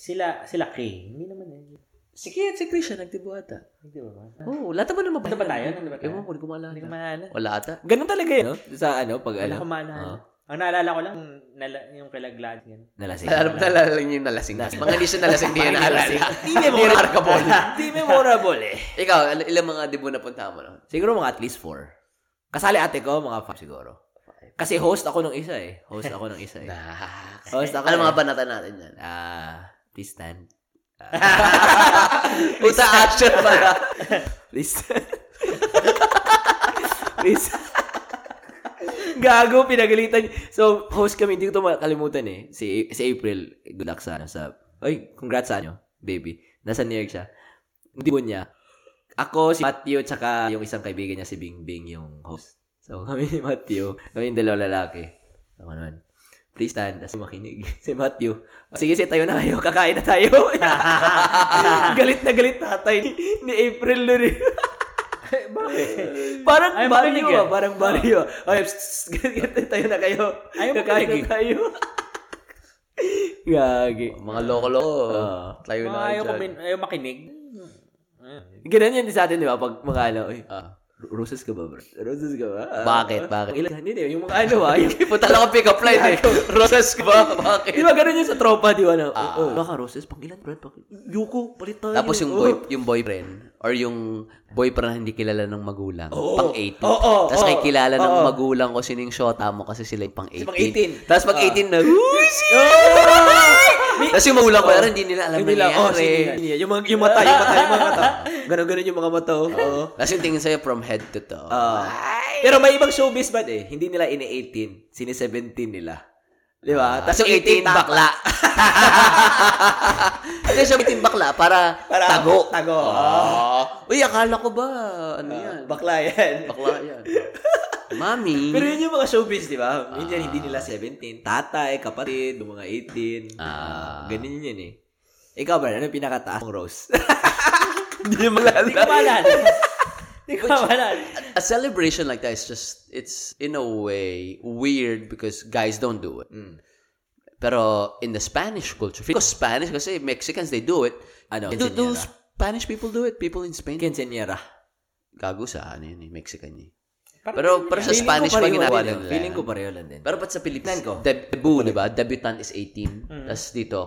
Speaker 3: Sila, sila K. Hindi naman yun.
Speaker 2: Si Kate, si Krisha, nagdibo ata.
Speaker 3: Hindi ba?
Speaker 2: Oo, oh, lahat naman naman.
Speaker 3: Ano ba tayo? Ano ba tayo?
Speaker 2: Ewan ko, hindi ko maalala.
Speaker 3: Hindi ko maalala.
Speaker 2: Wala ata.
Speaker 1: Ganun talaga yun, no? Sa ano, pag
Speaker 3: Wala
Speaker 1: ano,
Speaker 3: ko maalala.
Speaker 2: Ah.
Speaker 3: Ang naalala ko lang, yung nala- yung kay La Gladys. yun.
Speaker 1: nalasing.
Speaker 2: Alam na lang yung nalasing. Mga hindi siya nalasing, hindi niya naalala.
Speaker 1: Di memorable. Di memorable eh.
Speaker 2: Ikaw, il- ilang mga debo napuntahan mo noon?
Speaker 1: Siguro mga at least four. Kasali ate ko, mga five siguro. Kasi host ako nung isa eh. Host ako nung isa eh.
Speaker 2: Nah.
Speaker 1: Host ako.
Speaker 2: Ano
Speaker 1: eh.
Speaker 2: mga banata natin yan?
Speaker 1: Ah, please stand.
Speaker 2: Puta action pala.
Speaker 1: Please. please. Gago, pinagalitan. So, host kami, hindi ko ito makalimutan eh. Si, si April, good luck sa, ano, sa, ay, congrats sa ano, baby. Nasa New York siya. Hindi mo niya. Ako, si Matthew, tsaka yung isang kaibigan niya, si Bingbing, yung host. So, kami ni Matthew, kami yung dalawang lalaki. Ako naman. Please stand, tapos makinig. Si Matthew, sige, sige, tayo na kayo, kakain na tayo. galit na galit tatay ni, ni April nun eh.
Speaker 3: Bakit?
Speaker 1: Parang
Speaker 3: Ayaw
Speaker 1: barrio
Speaker 3: makinig eh.
Speaker 1: ah, parang barrio. Okay, psst, psst, tayo na kayo.
Speaker 3: Ayaw
Speaker 1: Kakain na
Speaker 3: makinig eh.
Speaker 1: tayo. Gagi.
Speaker 2: Mga loko-loko.
Speaker 1: Oo.
Speaker 2: Ah. Tayo
Speaker 3: Mga
Speaker 2: na kayo
Speaker 3: ayaw, ko
Speaker 2: dyan.
Speaker 3: min- ayaw makinig. Ah.
Speaker 1: Ganun yan sa atin, di ba? Pag mga ano, eh,
Speaker 2: Ah.
Speaker 1: "Ro- roses ka ba, bro? Roses ka ba? Ah,
Speaker 2: Bakit?
Speaker 1: ah,
Speaker 2: Bakit?
Speaker 1: Ilan hindi, yung mga ano ah. Yung,
Speaker 2: Puta lang ang pick-up line eh. Roses ko ba? Bakit?
Speaker 1: di ba ganun yan sa tropa, di ba? Na,
Speaker 2: Ah.
Speaker 1: oh, baka roses, pang ilan, bro? Pang, yuko, palit tayo.
Speaker 2: Tapos yung
Speaker 1: Oh.
Speaker 2: boy, yung boyfriend or yung boyfriend na hindi kilala ng magulang, pang 18.
Speaker 1: Oo,
Speaker 2: Tapos
Speaker 1: oo,
Speaker 2: kay kilala ng
Speaker 1: oo.
Speaker 2: magulang ko sino yung shota mo kasi sila yung pang 18.
Speaker 1: pang 18.
Speaker 2: Tapos pag 18 na, "Who's he?" Tapos yung magulang ko, "Aray, hindi nila alam
Speaker 1: Hindi lang, oh,
Speaker 2: nangyayari."
Speaker 1: sige. Hindi, yung, mga, yung mata, yung mata, yung mga mata. Ganun-ganun yung mga mata, oh. Oo.
Speaker 2: Tapos yung tingin sa'yo from head to toe.
Speaker 1: Ah. Pero may ibang showbiz ba eh? Hindi nila ini-18, sini-17 nila. Di ba?
Speaker 2: Tapos yung 18, bakla. Hindi siya 18 bakla para, tago.
Speaker 1: Tago.
Speaker 2: Oh. Uy, akala ko ba, ano yan?
Speaker 1: Bakla yan.
Speaker 2: Bakla yan. Mami.
Speaker 1: Pero yun yung mga showbiz, di ba? Minsan hindi nila 17. Tatay, kapatid, yung mga 18.
Speaker 2: Ah.
Speaker 1: Ganun yun eh. Ikaw, ba? Ano yung pinakataas mong rose?
Speaker 2: Hindi niya malala.
Speaker 3: Hindi ko maalala. Hindi ko maalala.
Speaker 2: A celebration like that is just, it's in a way weird because guys don't do it. Pero in the Spanish culture, because Spanish, kasi Mexicans, they do it.
Speaker 1: Ano?
Speaker 2: Do, do
Speaker 1: quinceañera.
Speaker 2: Spanish people do it? People in Spain?
Speaker 1: Quinceañera.
Speaker 2: Gago sa ano yun, eh, Mexican yun.
Speaker 3: Parang
Speaker 2: Pero, pero sa
Speaker 1: Feeling ko
Speaker 2: Spanish pa
Speaker 1: pareho
Speaker 2: ginagawa
Speaker 1: din,
Speaker 2: nila.
Speaker 1: ah. Feeling ko pareho lang din.
Speaker 2: Pero ba't sa
Speaker 1: Plan
Speaker 2: Pilipinas? Mm.
Speaker 1: ko.
Speaker 2: Deb- debut, di ba? Debutant is 18. Tapos dito,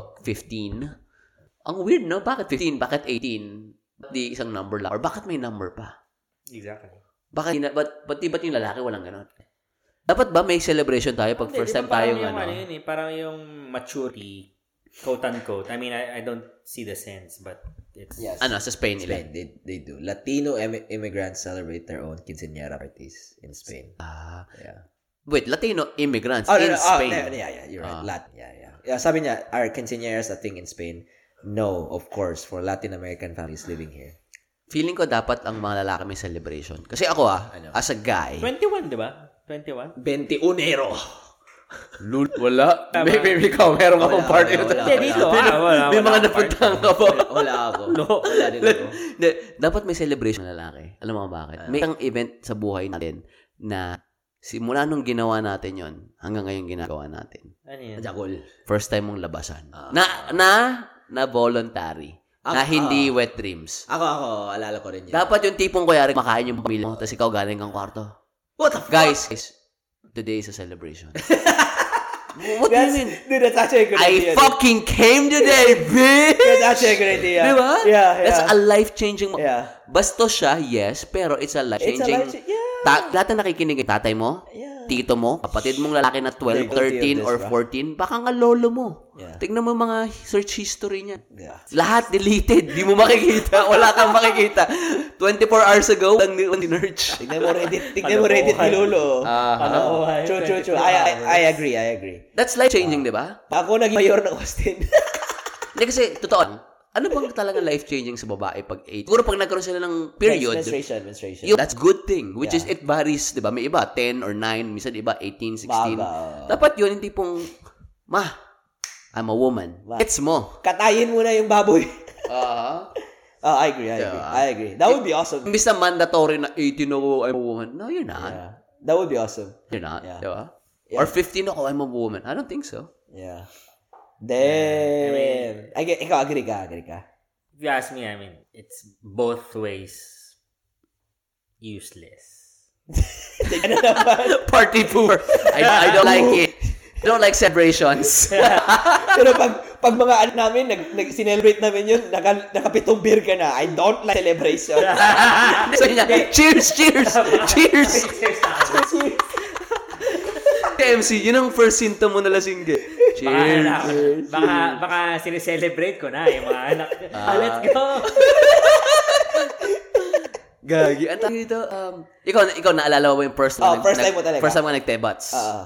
Speaker 2: 15. Ang weird, no? Bakit 15? Bakit 18? Ba't di isang number lang? Or bakit may number pa?
Speaker 3: Exactly.
Speaker 2: Bakit, ina- ba't, ba't, ba't yung lalaki walang ganon? Dapat ba may celebration tayo pag first time tayo
Speaker 3: yung, ano
Speaker 2: ano?
Speaker 3: yun eh, parang yung maturity, quote unquote. I mean, I, I don't see the sense, but it's...
Speaker 2: Ano, sa Spain nila.
Speaker 1: Spain, they, they do. Latino em- immigrants celebrate their own quinceañera parties in Spain.
Speaker 2: Ah,
Speaker 1: Yeah.
Speaker 2: wait, Latino immigrants
Speaker 1: Oh, no,
Speaker 2: in
Speaker 1: no, oh,
Speaker 2: Spain.
Speaker 1: no, yeah, yeah, you're right.
Speaker 2: Ah.
Speaker 1: Lat, yeah, yeah. yeah. Sabi niya, our quinceañera is a thing in Spain. No, of course, for Latin American families living here.
Speaker 2: Feeling ko dapat ang mga lalaki may celebration. Kasi ako ah, as a guy,
Speaker 3: 21, di ba? 21?
Speaker 2: 21ero. Lul, wala. May, may, may ka, meron ka pong party.
Speaker 1: wala,
Speaker 2: na-
Speaker 1: wala.
Speaker 3: Hindi, dito. Ah, wala,
Speaker 2: May
Speaker 3: wala.
Speaker 2: mga napuntahan ka po.
Speaker 1: Wala ako. Wala din ako.
Speaker 2: Hindi, dapat may celebration ng lalaki. Alam mo kung bakit? May isang event sa buhay natin na simula nung ginawa natin yon hanggang ngayon ginagawa natin.
Speaker 3: Ano yan?
Speaker 1: Jagol.
Speaker 2: First time mong labasan. na, na, na voluntary. na
Speaker 1: Ah,
Speaker 2: hindi wet dreams.
Speaker 1: Ako, ako, alala ko rin yan.
Speaker 2: Dapat yung tipong kuyari makain yung pamilya mo tapos ikaw galing kang kwarto.
Speaker 1: What the
Speaker 2: Guys, guys, today is a celebration. What do you
Speaker 1: That's,
Speaker 2: mean?
Speaker 1: dude, that's actually a good
Speaker 2: I
Speaker 1: idea.
Speaker 2: fucking came today, bitch!
Speaker 1: That's actually a good idea.
Speaker 2: Di ba?
Speaker 1: Yeah, yeah.
Speaker 2: That's a life-changing... mo-
Speaker 1: Yeah.
Speaker 2: Basto siya, yes, pero it's
Speaker 1: It's
Speaker 2: a
Speaker 1: a
Speaker 2: life-changing...
Speaker 1: life Yeah.
Speaker 2: Ta- lahat na nakikinig, tatay mo,
Speaker 1: Yeah.
Speaker 2: tito mo, kapatid mong lalaki na 12,
Speaker 1: Guilty
Speaker 2: 13,
Speaker 1: of this,
Speaker 2: or
Speaker 1: bro.
Speaker 2: 14, baka nga lolo mo.
Speaker 1: Yeah.
Speaker 2: Tignan mo yung mga search history niya.
Speaker 1: Yeah.
Speaker 2: Lahat deleted. Di mo makikita. Wala kang makikita. 24 hours ago, lang ni Nerch.
Speaker 1: Tignan mo Reddit, tignan mo Reddit ni Lolo.
Speaker 3: Palawan,
Speaker 1: Chu, chu, chu. I,
Speaker 3: 24
Speaker 1: I,
Speaker 3: hours.
Speaker 1: I agree, I agree.
Speaker 2: That's life-changing, di ba?
Speaker 1: Ako naging mayor ng Austin.
Speaker 2: Hindi kasi, totoo, ano bang talaga life-changing sa babae pag 8? Siguro pag nagkaroon sila ng period,
Speaker 1: Menstruation, menstruation.
Speaker 2: yun, that's good thing. Which is, it varies, di ba? May iba, 10 or 9, minsan iba, 18, 16.
Speaker 1: Baba, oo.
Speaker 2: Dapat yun, hindi pong, ma, I'm a woman.
Speaker 1: Ma.
Speaker 2: It's mo.
Speaker 1: Katayin mo na yung baboy.
Speaker 2: Ah.
Speaker 1: oh, I agree, I agree. I agree. That would be awesome.
Speaker 2: Imbis na mandatory na 18 ako, I'm a woman. No, you're not.
Speaker 1: Yeah. That would be awesome.
Speaker 2: You're not,
Speaker 1: Yeah.
Speaker 2: di ba? Or 15 ako, I'm a woman. I don't think so.
Speaker 1: Yeah. Damn. I get, ikaw, agree ka, agree ka.
Speaker 3: If you ask me, I mean, it's both ways useless.
Speaker 1: Ano naman?
Speaker 2: Party pooper. I, I don't like it. I don't like celebrations.
Speaker 1: Pero pag, pag mga anak namin, nag, nag, celebrate namin yun, naka, nakapitong beer ka na. I don't like celebration.
Speaker 2: so, yun na. Cheers! Cheers! cheers! MC, yun ang first symptom mo na lasing eh.
Speaker 3: Baka,
Speaker 2: Cheers!
Speaker 3: anak- baka, baka sineselebrate ko na yung mga anak. Ah, let's go!
Speaker 2: Gagi. Ang tawag dito, um, ikaw, ikaw naalala mo ba yung first
Speaker 1: Oh,
Speaker 2: nag-
Speaker 1: first time
Speaker 2: nag-
Speaker 1: mo talaga.
Speaker 2: First time mo nagtebats.
Speaker 1: Ah.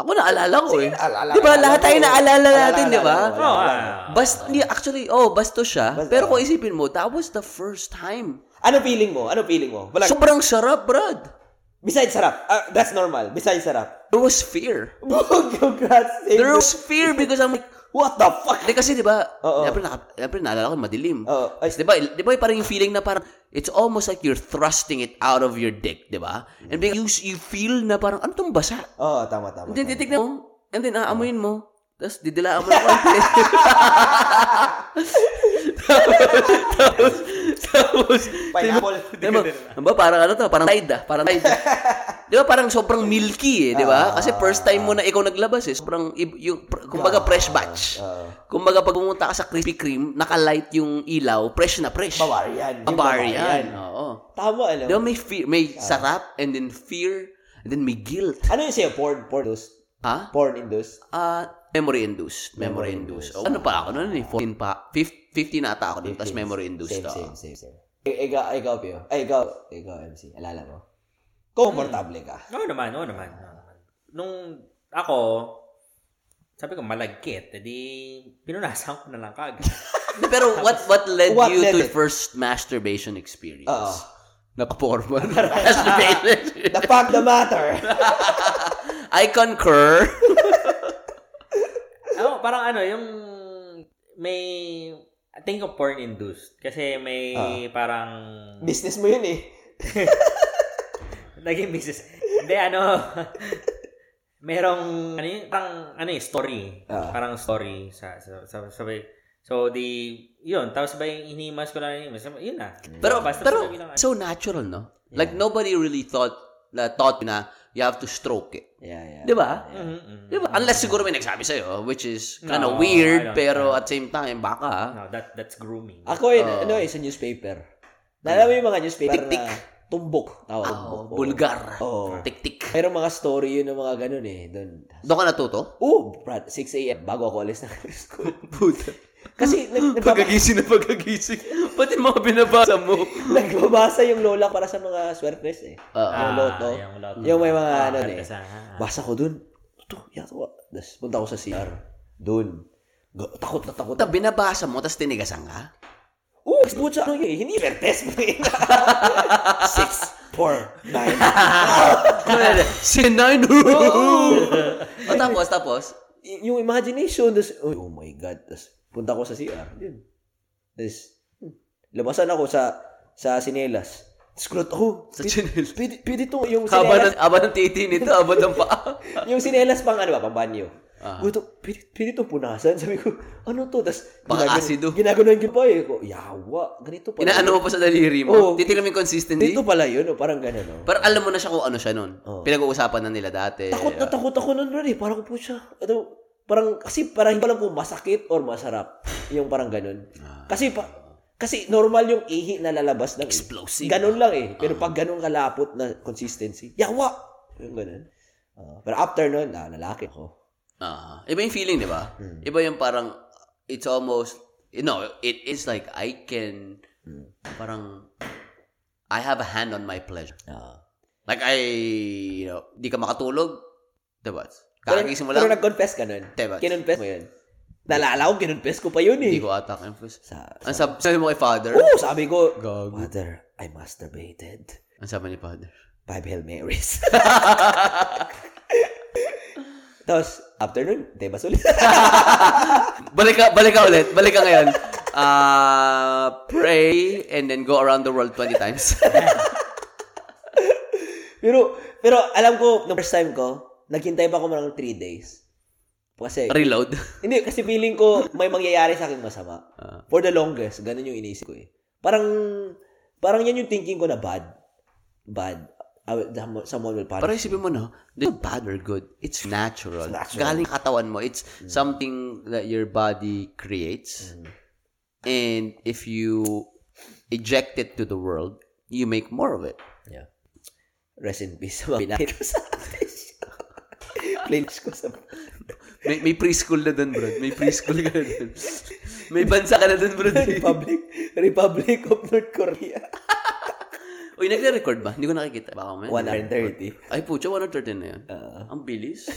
Speaker 2: Ako naalala ko eh.
Speaker 1: naalala-
Speaker 2: Di ba?
Speaker 1: naalala
Speaker 2: Lahat tayo
Speaker 1: ko.
Speaker 2: naalala
Speaker 1: Naalala-
Speaker 2: natin, di ba?
Speaker 1: naalala ko.
Speaker 3: Oh,
Speaker 2: Bast, hindi, actually, oh, basto siya.
Speaker 1: Basta.
Speaker 2: Pero kung isipin mo, that was the first time.
Speaker 1: ano feeling mo? Ano feeling mo? Wala.
Speaker 2: Sobrang sarap, brad.
Speaker 1: besides sarap. Ah, that's normal. Besides sarap.
Speaker 2: There was fear.
Speaker 1: Congrats. Same
Speaker 2: There
Speaker 1: to-
Speaker 2: was fear because I'm like,
Speaker 1: What the fuck?
Speaker 2: Hindi kasi 'di ba?
Speaker 1: Oo.
Speaker 2: Siyempre naka, siyempre naalala ko madilim.
Speaker 1: Oo. Oh, Ay.
Speaker 2: Tapos, 'Di ba? 'Di ba parang yung feeling na parang it's almost like you're thrusting it out of your dick, 'di ba? And then you you feel na parang ano tong basa?
Speaker 1: Oo, oh, tama, tama.
Speaker 2: And then titignan mo, and then aamuin mo. Tapos didilaan mo ng konti. tapos,
Speaker 1: Pineapple.
Speaker 2: tapos, tapos, ba, parang ano to, parang tide ah, parang tide ah. Di ba parang sobrang milky eh, di ba?
Speaker 1: Ah.
Speaker 2: Kasi first time mo na ikaw naglabas eh, sobrang, ib- yung, pr-
Speaker 1: Ah.
Speaker 2: kumbaga fresh batch. Kumbaga pag pumunta ka sa Krispy Kreme, nakalight yung ilaw, fresh na fresh.
Speaker 1: Bavarian. Yung
Speaker 2: Bavarian. Oo.
Speaker 1: Tama, ano?
Speaker 2: Di ba may fear, may sarap, and then fear, and then may guilt.
Speaker 1: Ano yung sa'yo? Porn, porn induced.
Speaker 2: Ha?
Speaker 1: Porn induced.
Speaker 2: Ah, memory induced. Memory, induced. Oh, ano pa ako noon eh? 14 pa. 15, 15 na ata ako doon, tapos memory induced
Speaker 1: Same,
Speaker 2: ako.
Speaker 1: same, same, same. I- ikaw, ikaw, Pio. Ay, ikaw, ikaw, MC. Alala mo. Komportable ka.
Speaker 3: Oo naman, oo naman. oo naman. Nung ako, sabi ko malagkit, edi pinunasan ko na lang kagad.
Speaker 2: Pero what what led
Speaker 1: What
Speaker 2: you
Speaker 1: led
Speaker 2: to
Speaker 1: it?
Speaker 2: first masturbation experience?
Speaker 1: Oo.
Speaker 2: Napaporma. masturbation.
Speaker 1: The fact the matter.
Speaker 2: I concur.
Speaker 3: Oo, parang ano, yung may, I think of porn induced. Kasi may
Speaker 2: Ah.
Speaker 3: parang,
Speaker 1: Business mo yun eh.
Speaker 3: naging business. Hindi, ano, merong, ano yun, parang, ano yun, story.
Speaker 1: Ah.
Speaker 3: Parang story sa, sa, sa, sabi, so di, yun, tapos ba yung inimas ko lang, inimas, yun na.
Speaker 2: Pero
Speaker 3: Basta
Speaker 2: pero
Speaker 3: sabi lang, ano,
Speaker 2: so natural, no? Like nobody really thought na thought na you have to stroke it.
Speaker 1: Yeah, yeah.
Speaker 2: 'Di ba?
Speaker 3: Mm-mm.
Speaker 2: 'Di ba? Unless siguro may nagsabi sa which is kind of
Speaker 3: No, I
Speaker 2: weird
Speaker 3: don't-
Speaker 2: pero at same time baka
Speaker 3: No, that, that's grooming.
Speaker 1: Ako yun, ano eh, sa newspaper. Naalala mo yung mga newspaper
Speaker 2: Tik-tik.
Speaker 1: na tumbok. Tawag,
Speaker 2: oh,
Speaker 1: tumbok. Ah, Oo.
Speaker 2: bulgar.
Speaker 1: Oo.
Speaker 2: Tik-tik.
Speaker 1: Mayroong mga story yun ng mga ganun eh. Doon.
Speaker 2: Doon ka natuto?
Speaker 1: Oh, Brad, 6 a.m. bago ako alis ng school. Kasi nag, nagbaba-
Speaker 2: Pagkagising na pagkagising. Pati mga binabasa mo.
Speaker 1: nagbabasa yung lola para sa mga swertes eh.
Speaker 2: Oo.
Speaker 1: yung loto.
Speaker 3: Ah, yung loto.
Speaker 1: Yung may mga
Speaker 3: Ah,
Speaker 1: ano
Speaker 3: ano
Speaker 1: eh.
Speaker 3: sa- ah, ah.
Speaker 1: Basa ko dun. Ito, yato. Tapos punta ko sa CR. Dun. Go- takot na takot.
Speaker 2: Puta, binabasa mo, tapos tinigasan ka?
Speaker 1: Oo, mas buhat siya. Ano yun? eh, Hinivertes mo yun. Six, four, nine.
Speaker 2: Sinay, no! o tapos, tapos,
Speaker 1: Y- yung imagination, tas, oh, oh my God. Tapos, punta ko sa CR. Yun. Tapos, hmm, labasan ako sa sa sinelas. Tapos, kulot ako.
Speaker 2: Sa
Speaker 1: Pwede-
Speaker 2: chinelas.
Speaker 1: Pwede, pwede to, yung
Speaker 2: haba
Speaker 1: sinelas.
Speaker 2: ng, haba ng titi nito, haba ng paa.
Speaker 1: yung sinelas pang ano ba, pang banyo.
Speaker 2: Ah.
Speaker 1: Gusto, pwede, pwede itong punasan. Sabi ko, ano to? Tapos,
Speaker 2: Baka asido.
Speaker 1: ginaganon ko pa eh. Ko, yawa, ganito pala.
Speaker 2: Inaano mo pa sa daliri
Speaker 1: Oo.
Speaker 2: mo? Titingnan mo yung consistency?
Speaker 1: Ganito pala yun, oh, parang ganun. Oh.
Speaker 2: Parang eh, alam mo na siya kung ano siya nun.
Speaker 1: Oo.
Speaker 2: Pinag-uusapan na nila dati.
Speaker 1: Takot na takot ako nun rin eh. Parang po siya. Ano, parang, kasi parang hindi ko alam kung masakit or masarap. Yung parang ganun.
Speaker 2: Ah.
Speaker 1: Kasi, pa, kasi normal yung ihi na lalabas ng
Speaker 2: Explosive. Ah.
Speaker 1: Ganun lang eh. Pero pag ganun kalapot na consistency, yawa! Yung ganun. Ah, pero after nun, ah, lalaki ako.
Speaker 2: Ah, iba yung feeling, di ba? Iba yung parang, it's almost, you know, it is like, I can,
Speaker 1: Hmm.
Speaker 2: parang, I have a hand on my pleasure.
Speaker 1: Ah.
Speaker 2: Like, I, you know, di ka makatulog, diba?
Speaker 1: pero,
Speaker 2: Kakagising mo
Speaker 1: pero
Speaker 2: lang,
Speaker 1: nag-confess ka nun.
Speaker 2: Diba?
Speaker 1: Kinonfess mo yun. Nalala ko, kinonfess ko pa yun eh.
Speaker 2: hindi ko atak. Ang first-
Speaker 1: Sa,
Speaker 2: Ang sab- sabi mo kay father?
Speaker 1: Oo, sabi ko,
Speaker 2: Gago.
Speaker 1: Mother, I masturbated.
Speaker 2: Ang sabi ni father?
Speaker 1: Five Hail Marys. Tapos, afternoon, tebas ulit.
Speaker 2: Balik ka, balik ka ulit. Balik ka ngayon. Ah, pray and then go around the world 20 times.
Speaker 1: pero, pero alam ko, nung first time ko, naghintay pa ako ng three days. Kasi,
Speaker 2: Reload.
Speaker 1: hindi, kasi feeling ko may mangyayari sa akin masama.
Speaker 2: Ah.
Speaker 1: For the longest, ganun yung iniisip ko eh. Parang, parang yan yung thinking ko na bad. Bad. Ah, I will- Someone will punish
Speaker 2: Pero isipin mo, no? Di ba bad or good? It's natural.
Speaker 1: It's natural.
Speaker 2: Galing katawan mo. It's something that your body creates. And if you eject it to the world, you make more of it.
Speaker 1: Yeah. Rest in peace sa mga pinakit ko sa Playlist ko sa...
Speaker 2: May, may preschool na dun, bro. May preschool ka na dun. May bansa ka na dun, bro.
Speaker 1: Republic, Republic of North Korea.
Speaker 2: Uy, nagre-record ba? Hindi ko nakikita. Baka may.
Speaker 1: 130.
Speaker 2: Ay, pucha, 130 na yun. Ang bilis.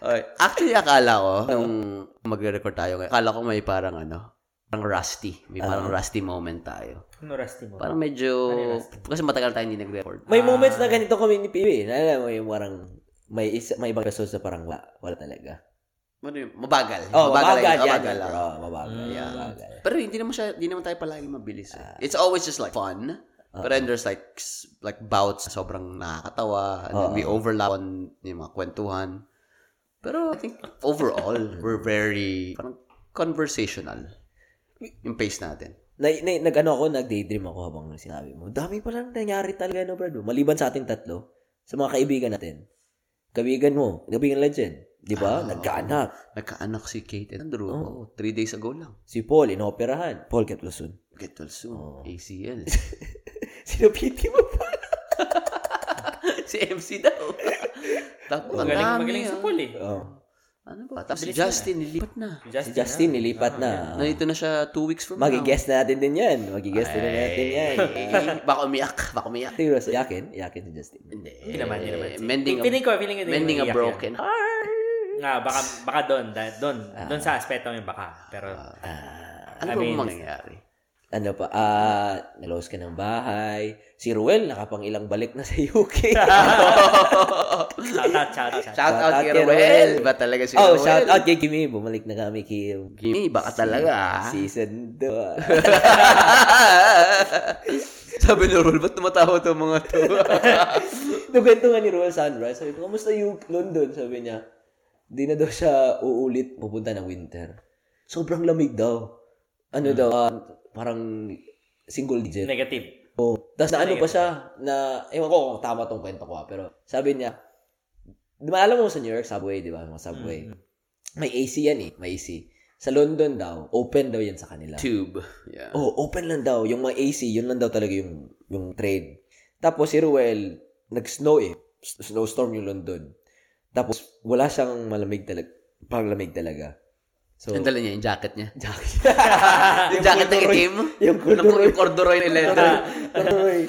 Speaker 2: Ay, actually, akala ko, nung magre-record tayo, akala ko may parang ano, parang rusty. May
Speaker 1: Ah.
Speaker 2: parang rusty moment tayo.
Speaker 3: Ano rusty mo?
Speaker 2: Parang medyo, kasi matagal tayo hindi nag-record.
Speaker 1: May moments na ganito kami ni Piwi. Naalala mo yung parang may isa, may ibang episode na parang wala, wala talaga.
Speaker 2: Ano yun? Mabagal.
Speaker 1: Oh, mabagal,
Speaker 2: lang yun,
Speaker 1: yan.
Speaker 2: mabagal
Speaker 1: yan,
Speaker 2: lang.
Speaker 1: Oh, mabagal. Yeah. mabagal.
Speaker 2: Pero hindi naman siya, hindi naman tayo palagi mabilis. Eh. It's always just like fun. But then there's like s- like bouts na sobrang nakakatawa and then we overlap on yung mga kwentuhan. Pero I think overall, we're very parang conversational yung pace natin.
Speaker 1: Na, na, nag ano ako, nag-daydream ako habang sinabi mo. Dami pa lang nangyari talaga no, Brad. Maliban sa ating tatlo, sa mga kaibigan natin. Kaibigan mo, kaibigan legend. Di ba? Nagkaanak.
Speaker 2: Nagkaanak si Kate and Andrew. Oh, three days ago lang.
Speaker 1: Si Paul, inoperahan. Paul get well soon.
Speaker 2: Get well soon. ACL.
Speaker 1: Sinapiti mo pa.
Speaker 2: si MC daw. Tapos,
Speaker 3: Magaling
Speaker 2: dami,
Speaker 3: Oh, magaling sa
Speaker 2: ah.
Speaker 3: pool eh.
Speaker 1: Oh.
Speaker 2: Ano ba? Tapos si Justin, nilipat na.
Speaker 1: Si
Speaker 3: ah.
Speaker 1: Justin, nilipat na. Ah,
Speaker 2: Nandito na siya two weeks from
Speaker 1: Magigest na natin din yan. Magigest na natin yan.
Speaker 2: now. Eh, baka umiyak. Baka umiyak.
Speaker 1: Siguro, si Yakin. Yakin si Justin.
Speaker 2: Hindi.
Speaker 3: Hindi naman, hindi naman.
Speaker 2: Mending a,
Speaker 3: Feeling ko, feeling ko. hindi
Speaker 2: mending a
Speaker 3: naiiyak
Speaker 2: broken
Speaker 3: yun.
Speaker 2: heart.
Speaker 3: Nga, baka, baka doon. da- Doon.
Speaker 2: Ah.
Speaker 3: Doon sa aspeto may baka. Pero,
Speaker 2: Ano
Speaker 3: Ah, I
Speaker 2: ba
Speaker 3: mean,
Speaker 2: mangyayari?
Speaker 1: ano pa, ah, nalos ka ng bahay. Si Ruel, nakapang ilang balik na sa UK.
Speaker 3: shout out, shout out, shout out.
Speaker 2: Shout out
Speaker 1: out
Speaker 2: kay
Speaker 1: kay
Speaker 2: Ruel. Ba talaga si
Speaker 1: oh,
Speaker 2: Ruel?
Speaker 1: shout out kay Kimi. Bumalik na kami kay
Speaker 2: Kimi, baka talaga. ah.
Speaker 1: season 2.
Speaker 2: Sabi ni Ruel, ba't tumatawa itong mga to?
Speaker 1: Nung kwento nga ni Ruel Sunrise, sabi ko, kamusta yung London? Sabi niya, di na daw siya uulit pupunta ng winter. Sobrang lamig daw. Ano
Speaker 2: Hmm.
Speaker 1: daw, ah, parang single digit.
Speaker 3: Negative.
Speaker 1: Oh. Tapos na ano pa siya, na, ewan ko kung tama tong kwento ko, ah, pero sabi niya, di ba alam mo sa New York subway, di ba? Mga subway. May AC yan eh, may AC. Sa London daw, open daw yan sa kanila.
Speaker 2: Tube. Yeah.
Speaker 1: Oh, open lang daw. Yung mga AC, yun lang daw talaga yung, yung trade. Tapos si Ruel, nag-snow eh. S- Snowstorm yung London. Tapos wala siyang malamig talaga. Parang lamig talaga. So,
Speaker 2: Ang dala niya, yung jacket niya.
Speaker 1: Ah, Yung
Speaker 2: Yung jacket na
Speaker 1: corduroy.
Speaker 2: itim.
Speaker 1: Yung corduroy.
Speaker 2: Yung corduroy na leather.
Speaker 1: Tuloy.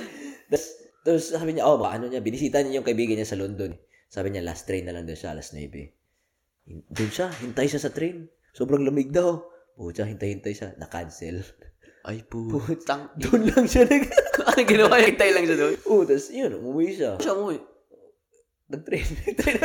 Speaker 1: Tapos, tapos sabi niya, oh, ba, ano niya, binisita niya yung kaibigan niya sa eh. London. Sabi niya, last train na lang daw siya, alas 9. Hin- Doon siya, hintay siya sa train. sobrang lamig daw. Pucha, hintay-hintay siya. Na-cancel.
Speaker 2: Ay, putang.
Speaker 1: Doon Ah. lang siya nag...
Speaker 2: Ano ginawa? Hintay lang siya doon.
Speaker 1: Oo, tapos Oh, yun, umuwi siya.
Speaker 2: Siya mo eh.
Speaker 1: Nag-train. Train.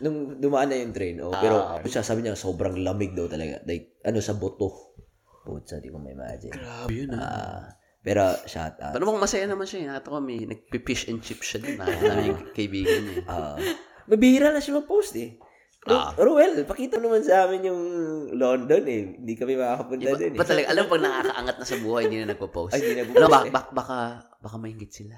Speaker 1: Nung dumaan na yung train, oh, pero
Speaker 2: Ah.
Speaker 1: siya sabi niya, sobrang lamig daw talaga. Like, ano, sa buto. Pucha, di ko ma-imagine.
Speaker 2: Grabe yun ah.
Speaker 1: Ah, pero, shout out.
Speaker 2: Pero mukhang masaya naman siya. eh. Nakita ko may nagpipish and chip siya din. Nakita namin yung kaibigan niya.
Speaker 1: Ah. mabihira na siya mag-post eh.
Speaker 2: Ah.
Speaker 1: Pero well, pakita mo naman sa amin yung London eh. Hindi kami makakapunta
Speaker 2: Ba,
Speaker 1: dun
Speaker 2: ba
Speaker 1: eh.
Speaker 2: talaga, alam pag nakakaangat na sa buhay, hindi na nagpo-post.
Speaker 1: Ay, hindi na
Speaker 2: Ano,
Speaker 1: bukas
Speaker 2: bak,
Speaker 1: eh.
Speaker 2: bak, baka, baka mahingit sila.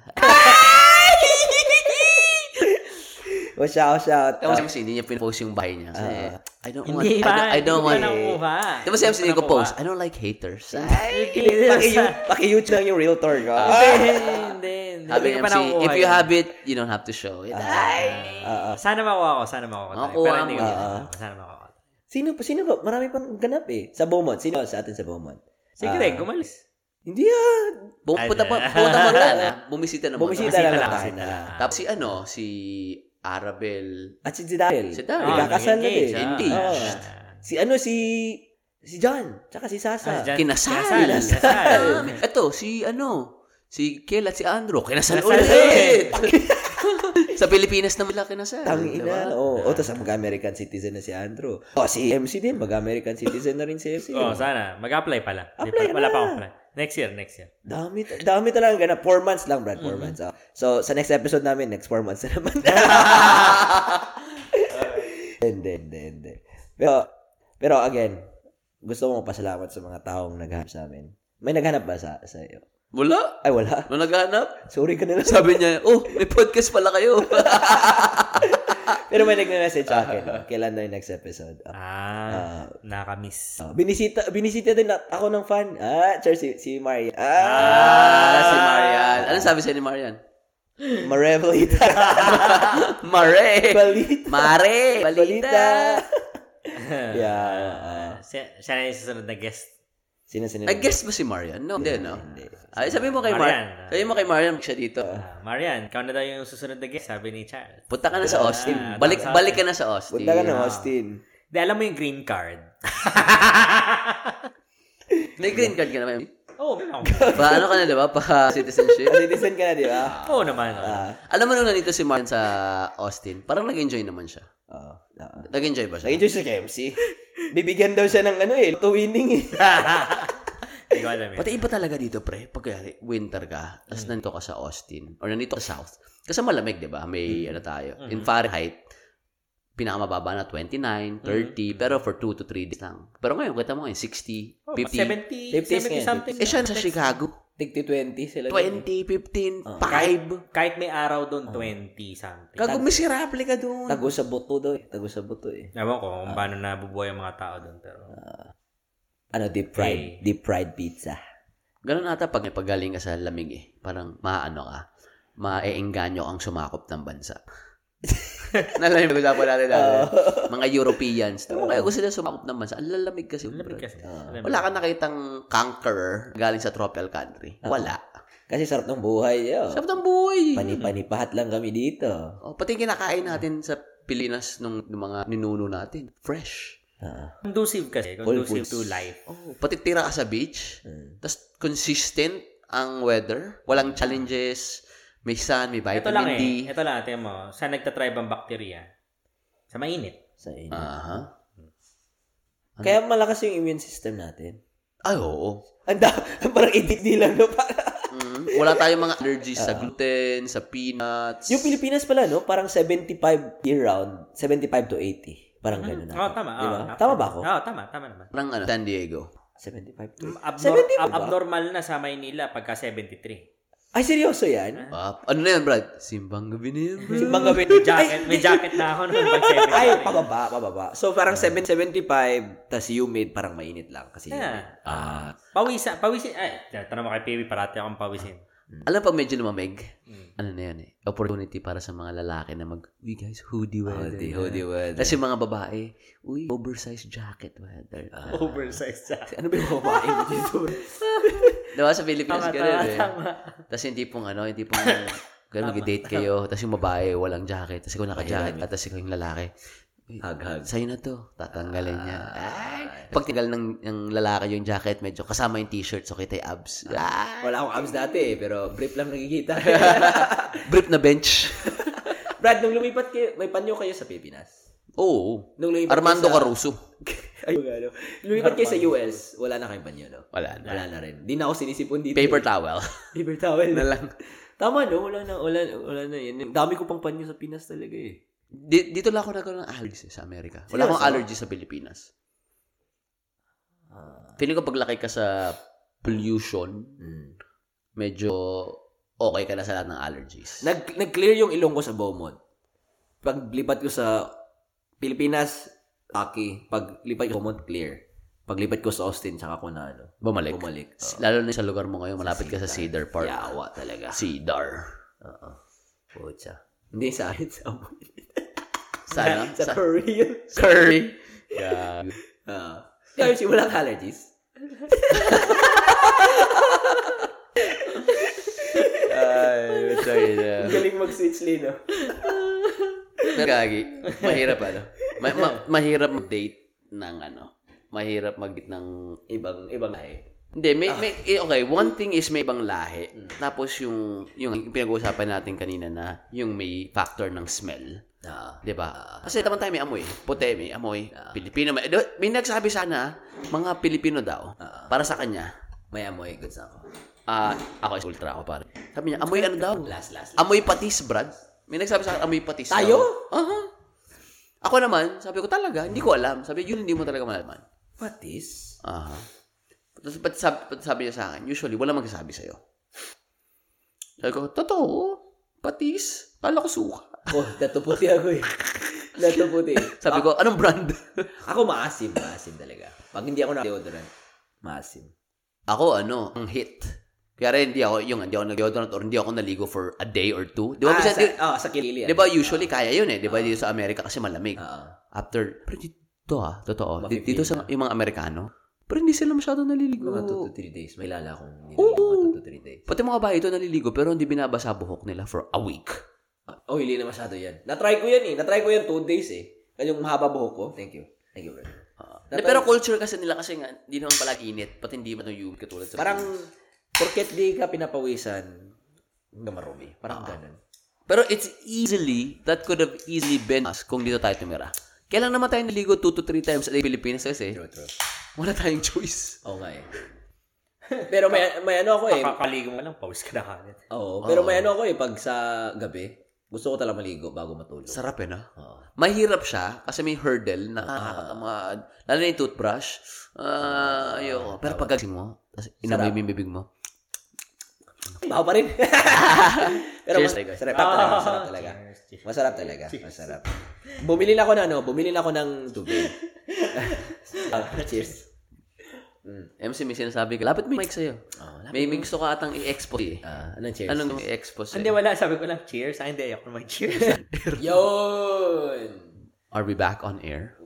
Speaker 1: O shout shout.
Speaker 2: Ewan si MC, hindi niya pinapost yung bahay niya. Kasi,
Speaker 1: Ah,
Speaker 2: I don't want, I
Speaker 3: Hindi
Speaker 2: don't,
Speaker 3: pa.
Speaker 2: I don't want,
Speaker 3: Hindi pa nakuha.
Speaker 2: Diba si MC
Speaker 3: Hindi
Speaker 2: hindi
Speaker 3: pa
Speaker 2: ko post,
Speaker 3: nakuha.
Speaker 2: I don't like haters.
Speaker 1: Paki-you- Paki-huge lang yung realtor Ah. ko.
Speaker 2: Ah.
Speaker 3: Hindi, hindi, hindi.
Speaker 2: Sabi
Speaker 3: Hindi
Speaker 2: ni
Speaker 3: ko pa
Speaker 2: MC,
Speaker 3: nakukuha
Speaker 2: if you
Speaker 3: yun.
Speaker 2: have it, you don't have to show it. Ay!
Speaker 1: Ah, ah.
Speaker 3: Sana makuha ko, sana makuha ko. talaga.
Speaker 2: Makukuha
Speaker 3: Pero hindi ko
Speaker 2: mo. Ah.
Speaker 3: siya. Sana makuha ko.
Speaker 1: Sino pa? Sino ba? Marami pang ganap eh. Sa Beaumont. Sino sa atin sa Beaumont?
Speaker 3: Si
Speaker 2: Ah.
Speaker 3: Greg, gumalis.
Speaker 1: Hindi ah.
Speaker 2: Pumunta pa, pumunta pa ka na. Bumisita na muna.
Speaker 1: Bumisita
Speaker 3: Bumisita
Speaker 1: lang
Speaker 3: lang,
Speaker 1: tayo
Speaker 3: bumisita
Speaker 1: na.
Speaker 3: lang.
Speaker 2: Tapos si ano, si Arabel.
Speaker 1: At si Daryl.
Speaker 2: Si Daryl.
Speaker 1: Ah, Nagkakasal na
Speaker 3: nag-engage,
Speaker 1: eh.
Speaker 3: ah.
Speaker 2: Engaged.
Speaker 1: Si ano si... Si John. Tsaka si
Speaker 3: Ah,
Speaker 1: Sasa.
Speaker 3: si John-
Speaker 2: Kinasal.
Speaker 3: Kinasal.
Speaker 2: Ah, Ito, si ano, si Kel at si Andrew, kinasal
Speaker 3: Kinasal
Speaker 2: ulit. Sa Pilipinas naman sila kinasal.
Speaker 1: Tangina.
Speaker 2: diba?
Speaker 1: Oo. Oh, o, tapos mag-American citizen na si Andrew. O, si MC din. Mag-American citizen na rin si MC.
Speaker 3: Oo, Oh, sana. Mag-apply pala. Di
Speaker 1: Apply na.
Speaker 3: pa- Wala pa akong apply. Next year, next year.
Speaker 1: Dami, dami talaga ganap. Four months lang, Brad. Four months. ah. So, sa next episode namin, next four months na naman. Hindi, hindi, hindi. Pero, pero again, gusto ko magpasalamat sa mga taong naghanap sa amin. May naghanap ba sa, sa iyo?
Speaker 2: Wala.
Speaker 1: Ay, wala.
Speaker 2: Nung naghanap,
Speaker 1: Sorry ka na lang.
Speaker 2: sabi niya, oh, may podcast pala kayo.
Speaker 1: Pero may nagme-message sa akin. oh, Kailan na yung next episode? Ah,
Speaker 3: Ah, nakamiss.
Speaker 1: ah, binisita, binisita din na- ako ng fan. Ah, sure, si, si Marian.
Speaker 2: ah,
Speaker 1: Ah,
Speaker 2: si Marian. Anong sabi sa'yo ni Marian?
Speaker 1: Marevelita.
Speaker 2: Mare!
Speaker 1: Balita.
Speaker 2: Mare!
Speaker 1: Balita.
Speaker 2: Balita!
Speaker 1: yeah. ah.
Speaker 3: Ah, siya, siya na yung susunod na guest.
Speaker 1: Sino sino?
Speaker 2: Nag-guest ba si Marian? No, hindi, no?
Speaker 1: Hindi.
Speaker 2: Ay, sabi mo kay
Speaker 3: Marian.
Speaker 2: Marian. Sabi mo kay Marian, siya dito.
Speaker 3: Ah, Marian, ikaw na daw yung susunod na guest, sabi ni Charles.
Speaker 2: Punta ka na sa Austin.
Speaker 3: Ah,
Speaker 2: Balik
Speaker 3: tama sa
Speaker 2: balik ka na sa Austin.
Speaker 1: Punta ka na, Austin.
Speaker 3: Di, alam mo yung green card.
Speaker 2: May green card ka naman.
Speaker 3: Oo, oh, meron ako.
Speaker 2: Pa, ano ka na, di ba? Pa citizenship.
Speaker 1: Citizen ka na, di ba? Ah.
Speaker 3: Oo naman. oh. oo.
Speaker 2: Alam mo nung nandito si Martin sa Austin, parang nag-enjoy naman siya.
Speaker 1: Oo. oo.
Speaker 2: Nag-enjoy ba siya?
Speaker 1: Nag-enjoy siya kay MC. Bibigyan daw siya ng ano eh, to winning eh.
Speaker 3: Hindi ko alam yun.
Speaker 2: Pati iba talaga dito, pre. Pag kaya, winter ka, tapos nandito ka sa Austin, or nandito ka sa South. Kasi malamig, di ba? May ano tayo. In Fahrenheit, pinakamababa na 29, 30, pero for 2 to 3 days lang. Pero ngayon, kita mo ngayon, 60,
Speaker 3: Oh,
Speaker 2: 50.
Speaker 3: 70,
Speaker 1: 50s
Speaker 3: 70
Speaker 1: ngayon.
Speaker 3: something.
Speaker 2: Eh, siya sa Chicago.
Speaker 1: Tig 20 sila. eh.
Speaker 2: 20, 15, 5.
Speaker 3: Kahit may araw doon, 20 something.
Speaker 2: Ah. Gago, miserable ka doon.
Speaker 1: Tago sa buto daw eh. Tago sa buto eh.
Speaker 3: Ewan ko
Speaker 2: Ah.
Speaker 3: kung paano nabubuhay ang mga tao doon. Pero,
Speaker 1: Ano, deep fried. Deep fried pizza.
Speaker 2: Ganun ata pag pagaling ka sa lamig eh. Parang maano ka. Maeengganyo ang sumakop ng bansa. Nalalim ko usapan natin dati. mga Europeans. Tama kaya gusto nila sumakop ng bansa. Ang lalamig kasi.
Speaker 3: lamig
Speaker 2: bro.
Speaker 3: kasi. Alam mo.
Speaker 2: Ah. Wala ka nakitang conqueror galing sa tropical country. Wala.
Speaker 1: Kasi sarap ng buhay eh, yun.
Speaker 2: Sarap ng buhay.
Speaker 1: Pani-panipahat lang kami dito.
Speaker 2: Oh, pati yung kinakain natin sa Pilinas nung, nung mga ninuno natin. Fresh.
Speaker 1: Ah.
Speaker 3: Conducive kasi. Conducive to life.
Speaker 2: Oh, pati tira ka sa beach.
Speaker 3: Hmm.
Speaker 2: Tapos consistent ang weather. Walang challenges. May sun, may
Speaker 3: Ito
Speaker 2: vitamin
Speaker 3: lang
Speaker 2: D.
Speaker 3: eh. Ito lang, tingnan mo. Saan nagtatribe ang bakterya? Sa mainit.
Speaker 1: sa inyo.
Speaker 3: Ah.
Speaker 1: Ano?
Speaker 2: Aha.
Speaker 1: Kaya malakas yung immune system natin.
Speaker 2: Ay, oo.
Speaker 1: Ang da- parang idik lang no? Parang-
Speaker 2: Mm, wala tayong mga allergies sa gluten, sa peanuts.
Speaker 1: Yung Pilipinas pala, no? Parang 75 year round, 75 to 80. Parang gano'n
Speaker 3: Oo, Hmm. Mm-hmm. Oh, tama.
Speaker 1: Di
Speaker 3: oo,
Speaker 1: ba?
Speaker 3: tama. Ah.
Speaker 1: Tama ba ako?
Speaker 3: Oo, tama. Tama naman.
Speaker 2: Parang ano, San Diego.
Speaker 1: 75 to 70
Speaker 3: Abnor-
Speaker 1: ba?
Speaker 3: ab- abnormal na sa Maynila pagka 73.
Speaker 1: 80. Ay, seryoso yan?
Speaker 2: Ah, ano na yan, Brad? Simbang gabi na yan, Brad.
Speaker 1: Si Mang Gawin.
Speaker 3: May jacket, may jacket na ako noon pag 73.
Speaker 1: Hmm. Ay, pababa, pababa. So, parang
Speaker 3: Ah.
Speaker 1: 775, tas humid, parang mainit lang. Kasi
Speaker 3: Yeah.
Speaker 2: Ah.
Speaker 3: Pawisa, pawisin. Ay, tanong mo kay Pibi, parati akong pawisin.
Speaker 2: Mm. Alam mo, pag medyo lumamig, ano na yan eh, opportunity para sa mga lalaki na mag, uy guys, hoodie weather.
Speaker 1: Hoodie, hoodie weather.
Speaker 2: Tapos yung mga babae, uy, oversized jacket weather. Ah.
Speaker 3: Oversized jacket.
Speaker 1: ano ba yung babae mo dito?
Speaker 2: Diba sa Pilipinas,
Speaker 3: Tama,
Speaker 2: ganun
Speaker 3: tama,
Speaker 2: eh.
Speaker 3: tama.
Speaker 2: Tapos yung tipong ano, yung tipong ganun, nag-date kayo, tapos yung babae, walang jacket, tapos ikaw naka-jacket, tapos ikaw yung lalaki. Hag-hag. Sa'yo na to. Tatanggalin niya. Ay! Pag tingal ng, ng lalaki yung jacket, medyo kasama yung t-shirt, so kita yung abs. Ah!
Speaker 1: Wala akong abs dati eh, pero brief lang nakikita.
Speaker 2: Brief na bench.
Speaker 1: Brad, nung lumipat kayo, may panyo kayo sa Pilipinas.
Speaker 2: Oo.
Speaker 1: Nung lumipat
Speaker 2: Armando
Speaker 1: kayo sa...
Speaker 2: Caruso.
Speaker 1: Ay, ano. Nung lumipat kayo sa US, wala na kayong panyo, no?
Speaker 2: Wala na.
Speaker 1: Wala na rin. Di na ako sinisipon dito.
Speaker 2: Paper towel.
Speaker 1: Paper towel.
Speaker 2: na lang.
Speaker 1: Tama, no? Wala na, wala, wala na yan. Ang Dami ko pang panyo sa Pinas talaga eh.
Speaker 2: Di- dito lang ako nagkaroon ng allergies eh, sa Amerika. Wala akong
Speaker 1: Seryoso?
Speaker 2: allergy sa Pilipinas. Feeling ko paglaki ka sa pollution,
Speaker 1: Mm.
Speaker 2: medyo okay ka na sa lahat ng allergies.
Speaker 1: Nag, nag-clear yung ilong ko sa Beaumont. Paglipat ko sa Pilipinas, Aki. Paglipat ko sa Beaumont, clear. Paglipat ko sa Austin, tsaka ko na ano.
Speaker 2: Bumalik.
Speaker 1: Bumalik.
Speaker 2: S-
Speaker 1: Oo.
Speaker 2: Lalo na sa lugar mo ngayon, malapit ka sa Cedar Park.
Speaker 1: Yawa talaga.
Speaker 2: Cedar.
Speaker 1: Oo. Pucha. Hindi sa akin sa amoy.
Speaker 2: Sana?
Speaker 1: sa Korean.
Speaker 2: Curry. Yeah.
Speaker 1: Oo. Kaya si walang allergies.
Speaker 2: Ay, sorry na.
Speaker 1: Galing mag-switch lino.
Speaker 2: Nagagi. Mahirap ano. Ma- ma- mahirap mag-date ng ano. Mahirap mag-date ng
Speaker 1: Ibang, ibang ay.
Speaker 2: Hindi, may,
Speaker 1: Ah.
Speaker 2: may, eh, okay, one thing is may ibang lahi. Tapos yung, yung pinag-uusapan natin kanina na, yung may factor ng smell.
Speaker 1: Ah.
Speaker 2: Di ba? Kasi tamang tayo may amoy. Puti may amoy. Pilipino may. do- May nagsabi sana, mga Pilipino daw.
Speaker 1: Ah.
Speaker 2: Para sa kanya,
Speaker 1: May amoy. Goods ako.
Speaker 2: ah, ako is ultra ako pare. Sabi niya, amoy ano daw?
Speaker 1: Last, last.
Speaker 2: Amoy patis, Brad. May nagsabi sa akin, amoy patis.
Speaker 1: Tayo?
Speaker 2: daw. Aha. Ako naman, sabi ko talaga, hindi ko alam. Sabi, yun hindi mo talaga malaman.
Speaker 1: Patis?
Speaker 2: Aha. Tapos ba't sabi, ba't sabi niya sa akin, usually, wala magsasabi sa'yo. Sabi ko, totoo, patis, kala ko suka.
Speaker 1: Oh, natuputi ako eh. Natuputi.
Speaker 2: Sabi ko, anong brand?
Speaker 1: Ako maasim. Maasim talaga. Pag hindi ako na-deodorant, maasim.
Speaker 2: ako, ano, ang hit. Kaya rin, hindi ako, yung, hindi ako nag-deodorant or hindi ako naligo for a day or two. Di ba, minsan, di,
Speaker 1: sa, oh, sa kilili.
Speaker 2: di ba usually, kaya yun eh. Di ba, dito sa Amerika kasi malamig.
Speaker 1: Oo.
Speaker 2: After, pero dito ah, totoo. Di-
Speaker 1: Mapipil
Speaker 2: Dito sa yung mga Amerikano, pero hindi sila masyado naliligo.
Speaker 1: Mga 2 to 3 days. May lala akong hindi mga 2
Speaker 2: Oo.
Speaker 1: to 3 days.
Speaker 2: Pati mga bahay ito naliligo, pero hindi binabasa buhok nila for a week.
Speaker 1: Oh, hindi na masyado yan. Natry ko yan eh. Natry ko yan 2 days eh. Yung mahaba buhok ko. Thank you. Thank you, bro.
Speaker 2: Ah.
Speaker 1: Natry-
Speaker 2: pero culture kasi nila kasi nga, hindi naman pala init, pati hindi man yung katulad sa
Speaker 1: Parang, porket di ka pinapawisan, hindi ka marumi. Parang ganun.
Speaker 2: Pero it's easily, that could have easily been us kung dito tayo tumira. Kailan naman tayo naligo 2 to 3 times a day Pilipinas kasi
Speaker 1: True, true.
Speaker 2: wala tayong choice.
Speaker 1: Oo nga eh. Pero may, may ano ako eh.
Speaker 3: Kakaligo mo lang, pawis ka na kanin.
Speaker 1: Oo. Pero may ano ako eh. Pag sa gabi, gusto ko talaga maligo bago matulog.
Speaker 2: Sarap eh, no?
Speaker 1: Oo.
Speaker 2: Mahirap siya kasi may hurdle na nakakata mga, lalo na yung toothbrush. Ah, ayoko. Pero pag gising mo, tapos inamoy mo yung bibig mo.
Speaker 1: Baho pa rin. Pero mas,
Speaker 2: Cheers.
Speaker 1: sarap talaga. Masarap talaga. Masarap talaga. Masarap. Bumili na ako ng ano, bumili na ako ng tubig. Ah, cheers.
Speaker 2: MC, may sinasabi ka. Lapit mo yung mic sa'yo.
Speaker 1: Oh,
Speaker 2: May, may gusto ka atang i-expose eh.
Speaker 1: Ah, anong cheers?
Speaker 2: Anong i-expose
Speaker 3: Hindi,
Speaker 2: sa'yo?
Speaker 3: wala. Sabi ko lang, cheers. Ay, hindi. Ayoko naman cheers.
Speaker 1: Yun!
Speaker 2: Are we back on air?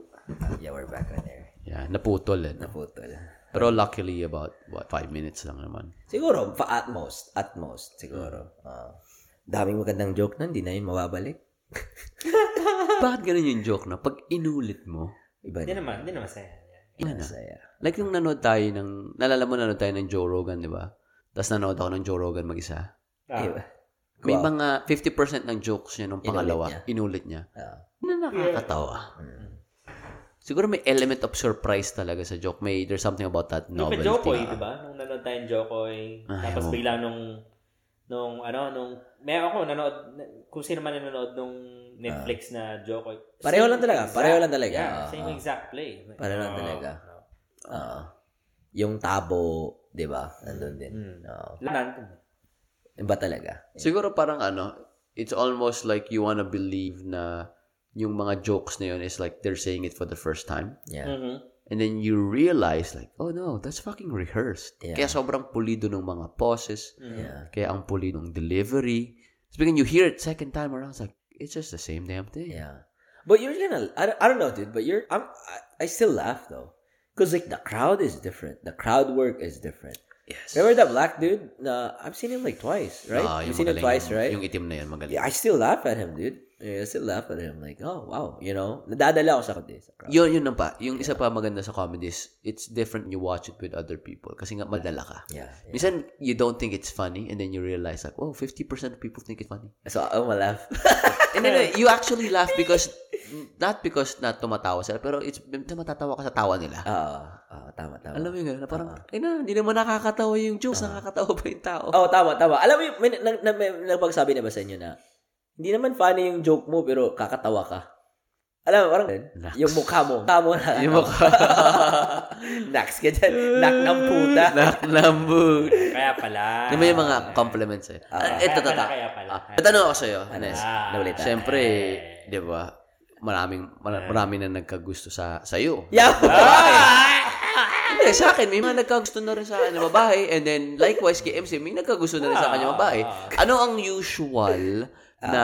Speaker 1: Yeah, we're back on air.
Speaker 2: Yeah, naputol eh. No?
Speaker 1: Naputol.
Speaker 2: Pero luckily about, what, five minutes lang naman.
Speaker 1: Siguro, pa at most. At most, siguro. Ah. daming magandang joke na, hindi na yun mababalik.
Speaker 2: Bakit ganun yung joke na pag inulit mo,
Speaker 1: Iba
Speaker 3: Hindi
Speaker 1: na.
Speaker 3: naman. Hindi naman saya.
Speaker 2: iba na.
Speaker 1: Masaya.
Speaker 2: Like nung nanood tayo ng, nalala mo nanood tayo ng Joe Rogan, di ba? Tapos nanood ako ng Joe Rogan mag-isa.
Speaker 3: Ah.
Speaker 1: Iba.
Speaker 2: May mga 50% ng jokes niya nung pangalawa, inulit niya.
Speaker 1: Ah.
Speaker 2: Na nakakatawa.
Speaker 1: Hmm.
Speaker 2: Siguro may element of surprise talaga sa joke. May, there's something about that
Speaker 3: Yung
Speaker 2: novelty.
Speaker 3: kay Jokoy, di ba? Nung nanood tayong Jokoy.
Speaker 2: Ay,
Speaker 3: tapos
Speaker 2: oo.
Speaker 3: bigla nung, nung, ano, nung, may ako nanood, kung sino man nanood nung Netflix na Jokoy.
Speaker 1: Ah. Pareho
Speaker 3: Same
Speaker 1: lang talaga,
Speaker 3: exact-
Speaker 1: pareho lang talaga.
Speaker 3: Yeah,
Speaker 1: Oo,
Speaker 3: same
Speaker 1: oo.
Speaker 3: exact play.
Speaker 1: Pareho lang
Speaker 3: Oo,
Speaker 1: talaga.
Speaker 3: oo.
Speaker 1: Ah. yung tabo, di ba? Nandun din. Ah.
Speaker 3: Mm.
Speaker 1: Oo.
Speaker 3: Lahat.
Speaker 1: Iba talaga.
Speaker 2: Siguro parang ano, it's almost like you wanna believe na yung mga jokes na yun is like they're saying it for the first time.
Speaker 1: Yeah.
Speaker 3: Mhm.
Speaker 2: And then you realize like, oh no, that's fucking rehearsed.
Speaker 1: Yeah. Mm.
Speaker 2: Kaya sobrang pulido ng mga poses.
Speaker 3: Mhm.
Speaker 1: Yeah.
Speaker 2: Kaya ang pulido ng delivery. So when you hear it second time around, it's like, it's just the same damn thing.
Speaker 1: Yeah. But you're gonna, I don't, I don't know, dude, but you're, I'm, I, I still laugh though. Cause like the crowd is different. The crowd work is different.
Speaker 2: Yes.
Speaker 1: Remember that black dude? Uh, I've seen him like twice, right?
Speaker 2: Ah,
Speaker 1: You've
Speaker 2: yung
Speaker 1: seen him
Speaker 2: magaling
Speaker 1: twice,
Speaker 2: yung-
Speaker 1: right?
Speaker 2: Yung itim na yun, magaling.
Speaker 1: Yeah, I still laugh at him, dude. Yeah, I still laugh at it. I'm like, oh, wow. You know? Nadadala ako sa kundi. Sa crowd.
Speaker 2: Yun, yun lang pa. Yung isa pa maganda sa comedies, it's different you watch it with other people kasi nga madala ka.
Speaker 1: Yeah. yeah.
Speaker 2: Minsan, you don't think it's funny and then you realize like, oh, 50% of people think it's funny.
Speaker 1: So, ako malaugh.
Speaker 2: And then, uh, you actually laugh because, not because na tumatawa sila, pero it's, tumatatawa ka sa tawa nila.
Speaker 1: Oo. oo, Ah, tama, tama.
Speaker 2: Alam mo yun, ganun, na parang, ay na, hindi naman nakakatawa yung jokes, nakakatawa pa yung tao.
Speaker 1: Oo, Oh, tama, tama. Alam mo, yung- may, na, na, may, napagsabi na ba sa inyo na, hindi naman funny yung joke mo, pero kakatawa ka. Alam mo, parang,
Speaker 2: Nax.
Speaker 1: yung mukha mo. Mukha mo na.
Speaker 2: Yung mukha.
Speaker 1: Nax ka dyan. Nax ng puta.
Speaker 2: Naknambut.
Speaker 3: Kaya pala.
Speaker 2: Yung may mga compliments eh.
Speaker 1: Ah.
Speaker 2: ito, ito,
Speaker 3: Kaya pala,
Speaker 2: ito.
Speaker 3: Ah. kaya pala.
Speaker 2: Ah, Tatanong ako sa'yo, Ines.
Speaker 3: Ah,
Speaker 1: Naulit.
Speaker 2: Siyempre, di ba, maraming, mara- marami na nagkagusto sa sa'yo.
Speaker 1: Yeah.
Speaker 2: Hindi, sa akin, may mga nagkagusto na rin sa akin na babae. And then, likewise, kay MC, may nagkagusto na rin sa kanya babae.
Speaker 1: Ah.
Speaker 2: Ano ang usual na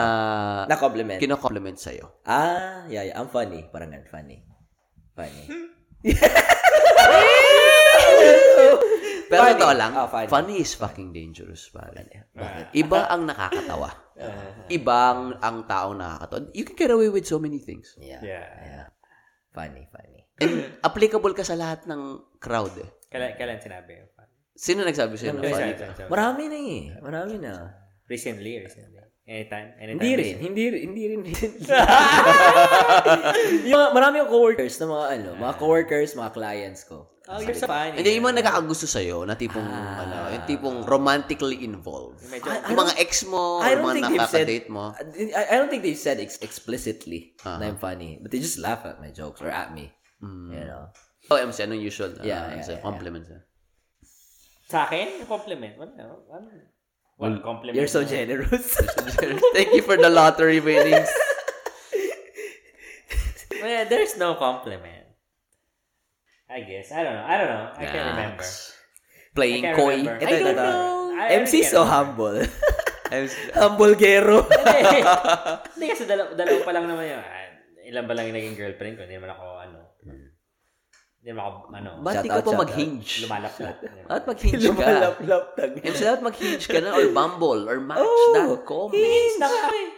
Speaker 1: na compliment.
Speaker 2: kinakompliment sa'yo?
Speaker 1: ah, yeah, yeah. I'm funny. Parang ganun, funny. Funny.
Speaker 2: Pero
Speaker 1: Funny.
Speaker 2: totoo lang,
Speaker 1: Ah, funny. Ah.
Speaker 2: funny. is fucking dangerous, pare. Iba ang nakakatawa.
Speaker 3: Uh,
Speaker 2: Ibang ang taong nakakatawa. You can get away with so many things.
Speaker 1: Yeah.
Speaker 3: Yeah.
Speaker 1: yeah. Funny, funny.
Speaker 2: And applicable ka sa lahat ng crowd eh.
Speaker 3: Kailan, kailan sinabi?
Speaker 2: Sino nagsabi sa'yo na funny ka?
Speaker 1: Marami na eh. Marami na.
Speaker 3: Recently, recently. Anytime, anytime.
Speaker 1: Hindi rin. Hindi rin. Hindi rin. yung mga, marami yung coworkers na mga ano, mga coworkers, mga clients ko.
Speaker 3: Oh, you're so funny.
Speaker 2: Hindi, yung mga nakakagusto sa'yo na tipong, ano, yung tipong romantically involved.
Speaker 3: Medyo-
Speaker 2: yung mga ex mo,
Speaker 1: I don't
Speaker 2: yung mga
Speaker 1: think they've said,
Speaker 2: nakaka-date mo.
Speaker 1: I, I don't think they've said ex- explicitly na
Speaker 2: Uh-huh.
Speaker 1: I'm funny. But they just laugh at my jokes or at me. You know?
Speaker 2: Oh, MC, anong usual? na
Speaker 1: Yeah, yeah,
Speaker 2: ano, sa'yo?
Speaker 1: yeah,
Speaker 2: Compliments. ah.
Speaker 3: Sa akin, yung compliment. Wala. Wala. Well, compliment.
Speaker 1: You're so generous.
Speaker 2: Thank you for the lottery winnings.
Speaker 3: Well, there's no compliment. I guess. I don't know. I don't know. I can't remember. I
Speaker 2: Playing
Speaker 3: can't
Speaker 2: coy.
Speaker 1: Ito,
Speaker 3: remember.
Speaker 1: ito,
Speaker 3: I don't
Speaker 1: ito.
Speaker 3: know. I
Speaker 1: MC
Speaker 3: really
Speaker 1: so
Speaker 3: can't
Speaker 1: humble. humble gero.
Speaker 3: Hindi. Hindi kasi dalaw, dalawa pa lang naman yun. Ah, Ilan ba lang yung naging girlfriend ko? Hindi naman ako, ano, hindi naman ako, ano,
Speaker 2: Ba't
Speaker 1: Shout
Speaker 2: di ka
Speaker 1: out,
Speaker 2: pa
Speaker 1: shout
Speaker 2: mag-hinge?
Speaker 3: lumalaplat.
Speaker 2: Ba't mag-hinge ka?
Speaker 1: Lumalap-lap tag.
Speaker 2: MC, dapat mag-hinge ka na or Bumble or Match.com.
Speaker 1: Hinge.
Speaker 3: Naka-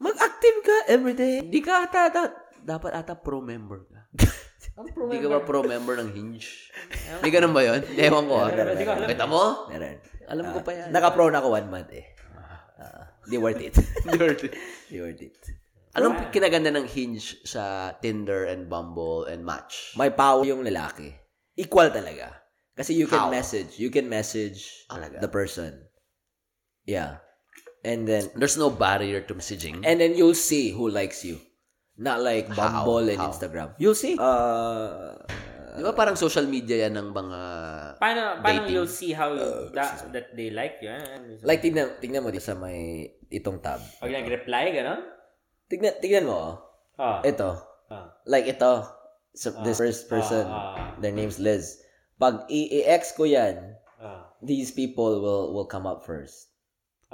Speaker 1: Mag-active ka everyday.
Speaker 2: Hindi ka ata, da- dapat ata pro-member ka.
Speaker 3: Ang
Speaker 2: Hindi
Speaker 3: problema.
Speaker 2: ka ba pro-member ng Hinge? Hindi ganun ba yun? Ewan ko. ah.
Speaker 3: Hindi ko alam.
Speaker 2: Kita mo?
Speaker 1: Meron.
Speaker 2: Alam ko pa yan.
Speaker 1: Naka-pro na ako one month eh. Ah, di worth it. di worth it.
Speaker 2: Anong kinaganda ng Hinge sa Tinder and Bumble and Match?
Speaker 1: May power yung lalaki. Equal talaga. Kasi you can
Speaker 2: How?
Speaker 1: message. You can message
Speaker 2: Talaga?
Speaker 1: the person. Yeah. And then,
Speaker 2: There's no barrier to messaging.
Speaker 1: and then you'll see who likes you. Not like Bumble and
Speaker 2: How?
Speaker 1: Instagram. You'll see. Uh,
Speaker 2: Di ba parang social media yan ng mga...
Speaker 3: Paano, paano
Speaker 2: Dating.
Speaker 3: you'll see how you, that, that they like you? ah?
Speaker 1: Oh, like, tignan, tignan mo dito sa may itong tab.
Speaker 3: Pag nag-reply, gano'n?
Speaker 1: Tignan, tignan mo. oh.
Speaker 3: Oh.
Speaker 1: Ito.
Speaker 3: oh.
Speaker 1: Like ito. So, this first person.
Speaker 3: ah,
Speaker 1: Their name's Liz. Pag i-ex ko yan,
Speaker 3: oh.
Speaker 1: these people will will come up first.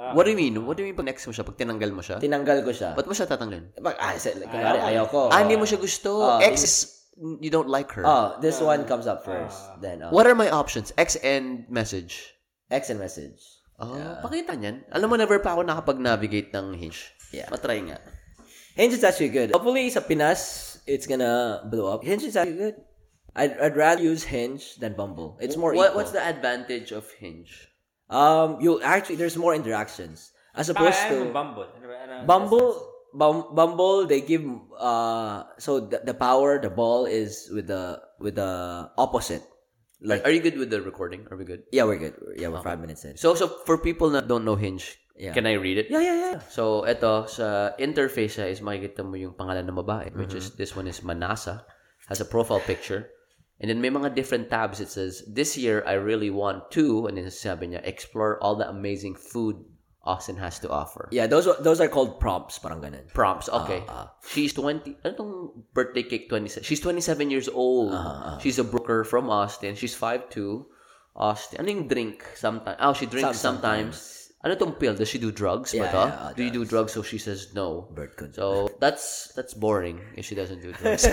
Speaker 3: Ah.
Speaker 2: What do you mean? What do you mean pag next mo siya? Pag tinanggal mo siya?
Speaker 1: Tinanggal ko siya.
Speaker 2: Ba't mo siya tatanggalin?
Speaker 1: Pag, ah, sa, kunwari, ayaw
Speaker 3: Ayaw
Speaker 1: ko.
Speaker 2: Ah, hindi mo siya gusto.
Speaker 1: Ah,
Speaker 2: Ex is... You don't like her.
Speaker 1: Oh, this one comes up first. Then, oh,
Speaker 2: Ah, What are my options? X and message.
Speaker 1: ex and message.
Speaker 2: Oh, pakita niyan. Alam mo, never pa ako nakapag-navigate ng Hinge.
Speaker 1: Yeah.
Speaker 2: Matry nga.
Speaker 1: Hinge is actually good. Hopefully, sa Pinas, it's gonna blow up. Hinge is actually good. I'd, I'd rather use Hinge than Bumble. It's more equal.
Speaker 2: What, what's the advantage of Hinge?
Speaker 1: Um, you'll actually, there's more interactions. As opposed to...
Speaker 3: Baka, ano, Bumble. Ano, ba- ano,
Speaker 1: Bumble, Bum, Bumble, they give uh so the, the power, the ball is with the with the opposite. Like
Speaker 2: Are you good with the recording? Are we good?
Speaker 1: yeah, we're good. Yeah, we're five minutes in.
Speaker 2: So, so for people na don't know Hinge,
Speaker 1: Yeah.
Speaker 2: can I read it?
Speaker 1: Yeah, yeah, yeah.
Speaker 2: So, eto, sa interface niya is makikita mo yung pangalan ng babae, which is, this one is Manasa, has a profile picture. And then may mga different tabs. It says, this year, I really want to, and then sabi niya, explore all the amazing food Austin has to offer.
Speaker 1: Yeah, those are- those are called prompts, parang ganun.
Speaker 2: Prompts, okay.
Speaker 1: ah.
Speaker 2: she's 20, ano tong birthday cake 27? She's 27 years old.
Speaker 1: Ah,
Speaker 2: She's a broker from Austin. She's 5'2". Austin. Ano yung drink? Sometimes. Oh, she drinks
Speaker 1: Some-
Speaker 2: sometimes. Ano tong pill? Does she do drugs? ba
Speaker 1: Yeah,
Speaker 2: to?
Speaker 1: yeah, oh,
Speaker 2: do you do drugs? So she says no.
Speaker 1: Bird control.
Speaker 2: So that's that's boring if she doesn't do drugs.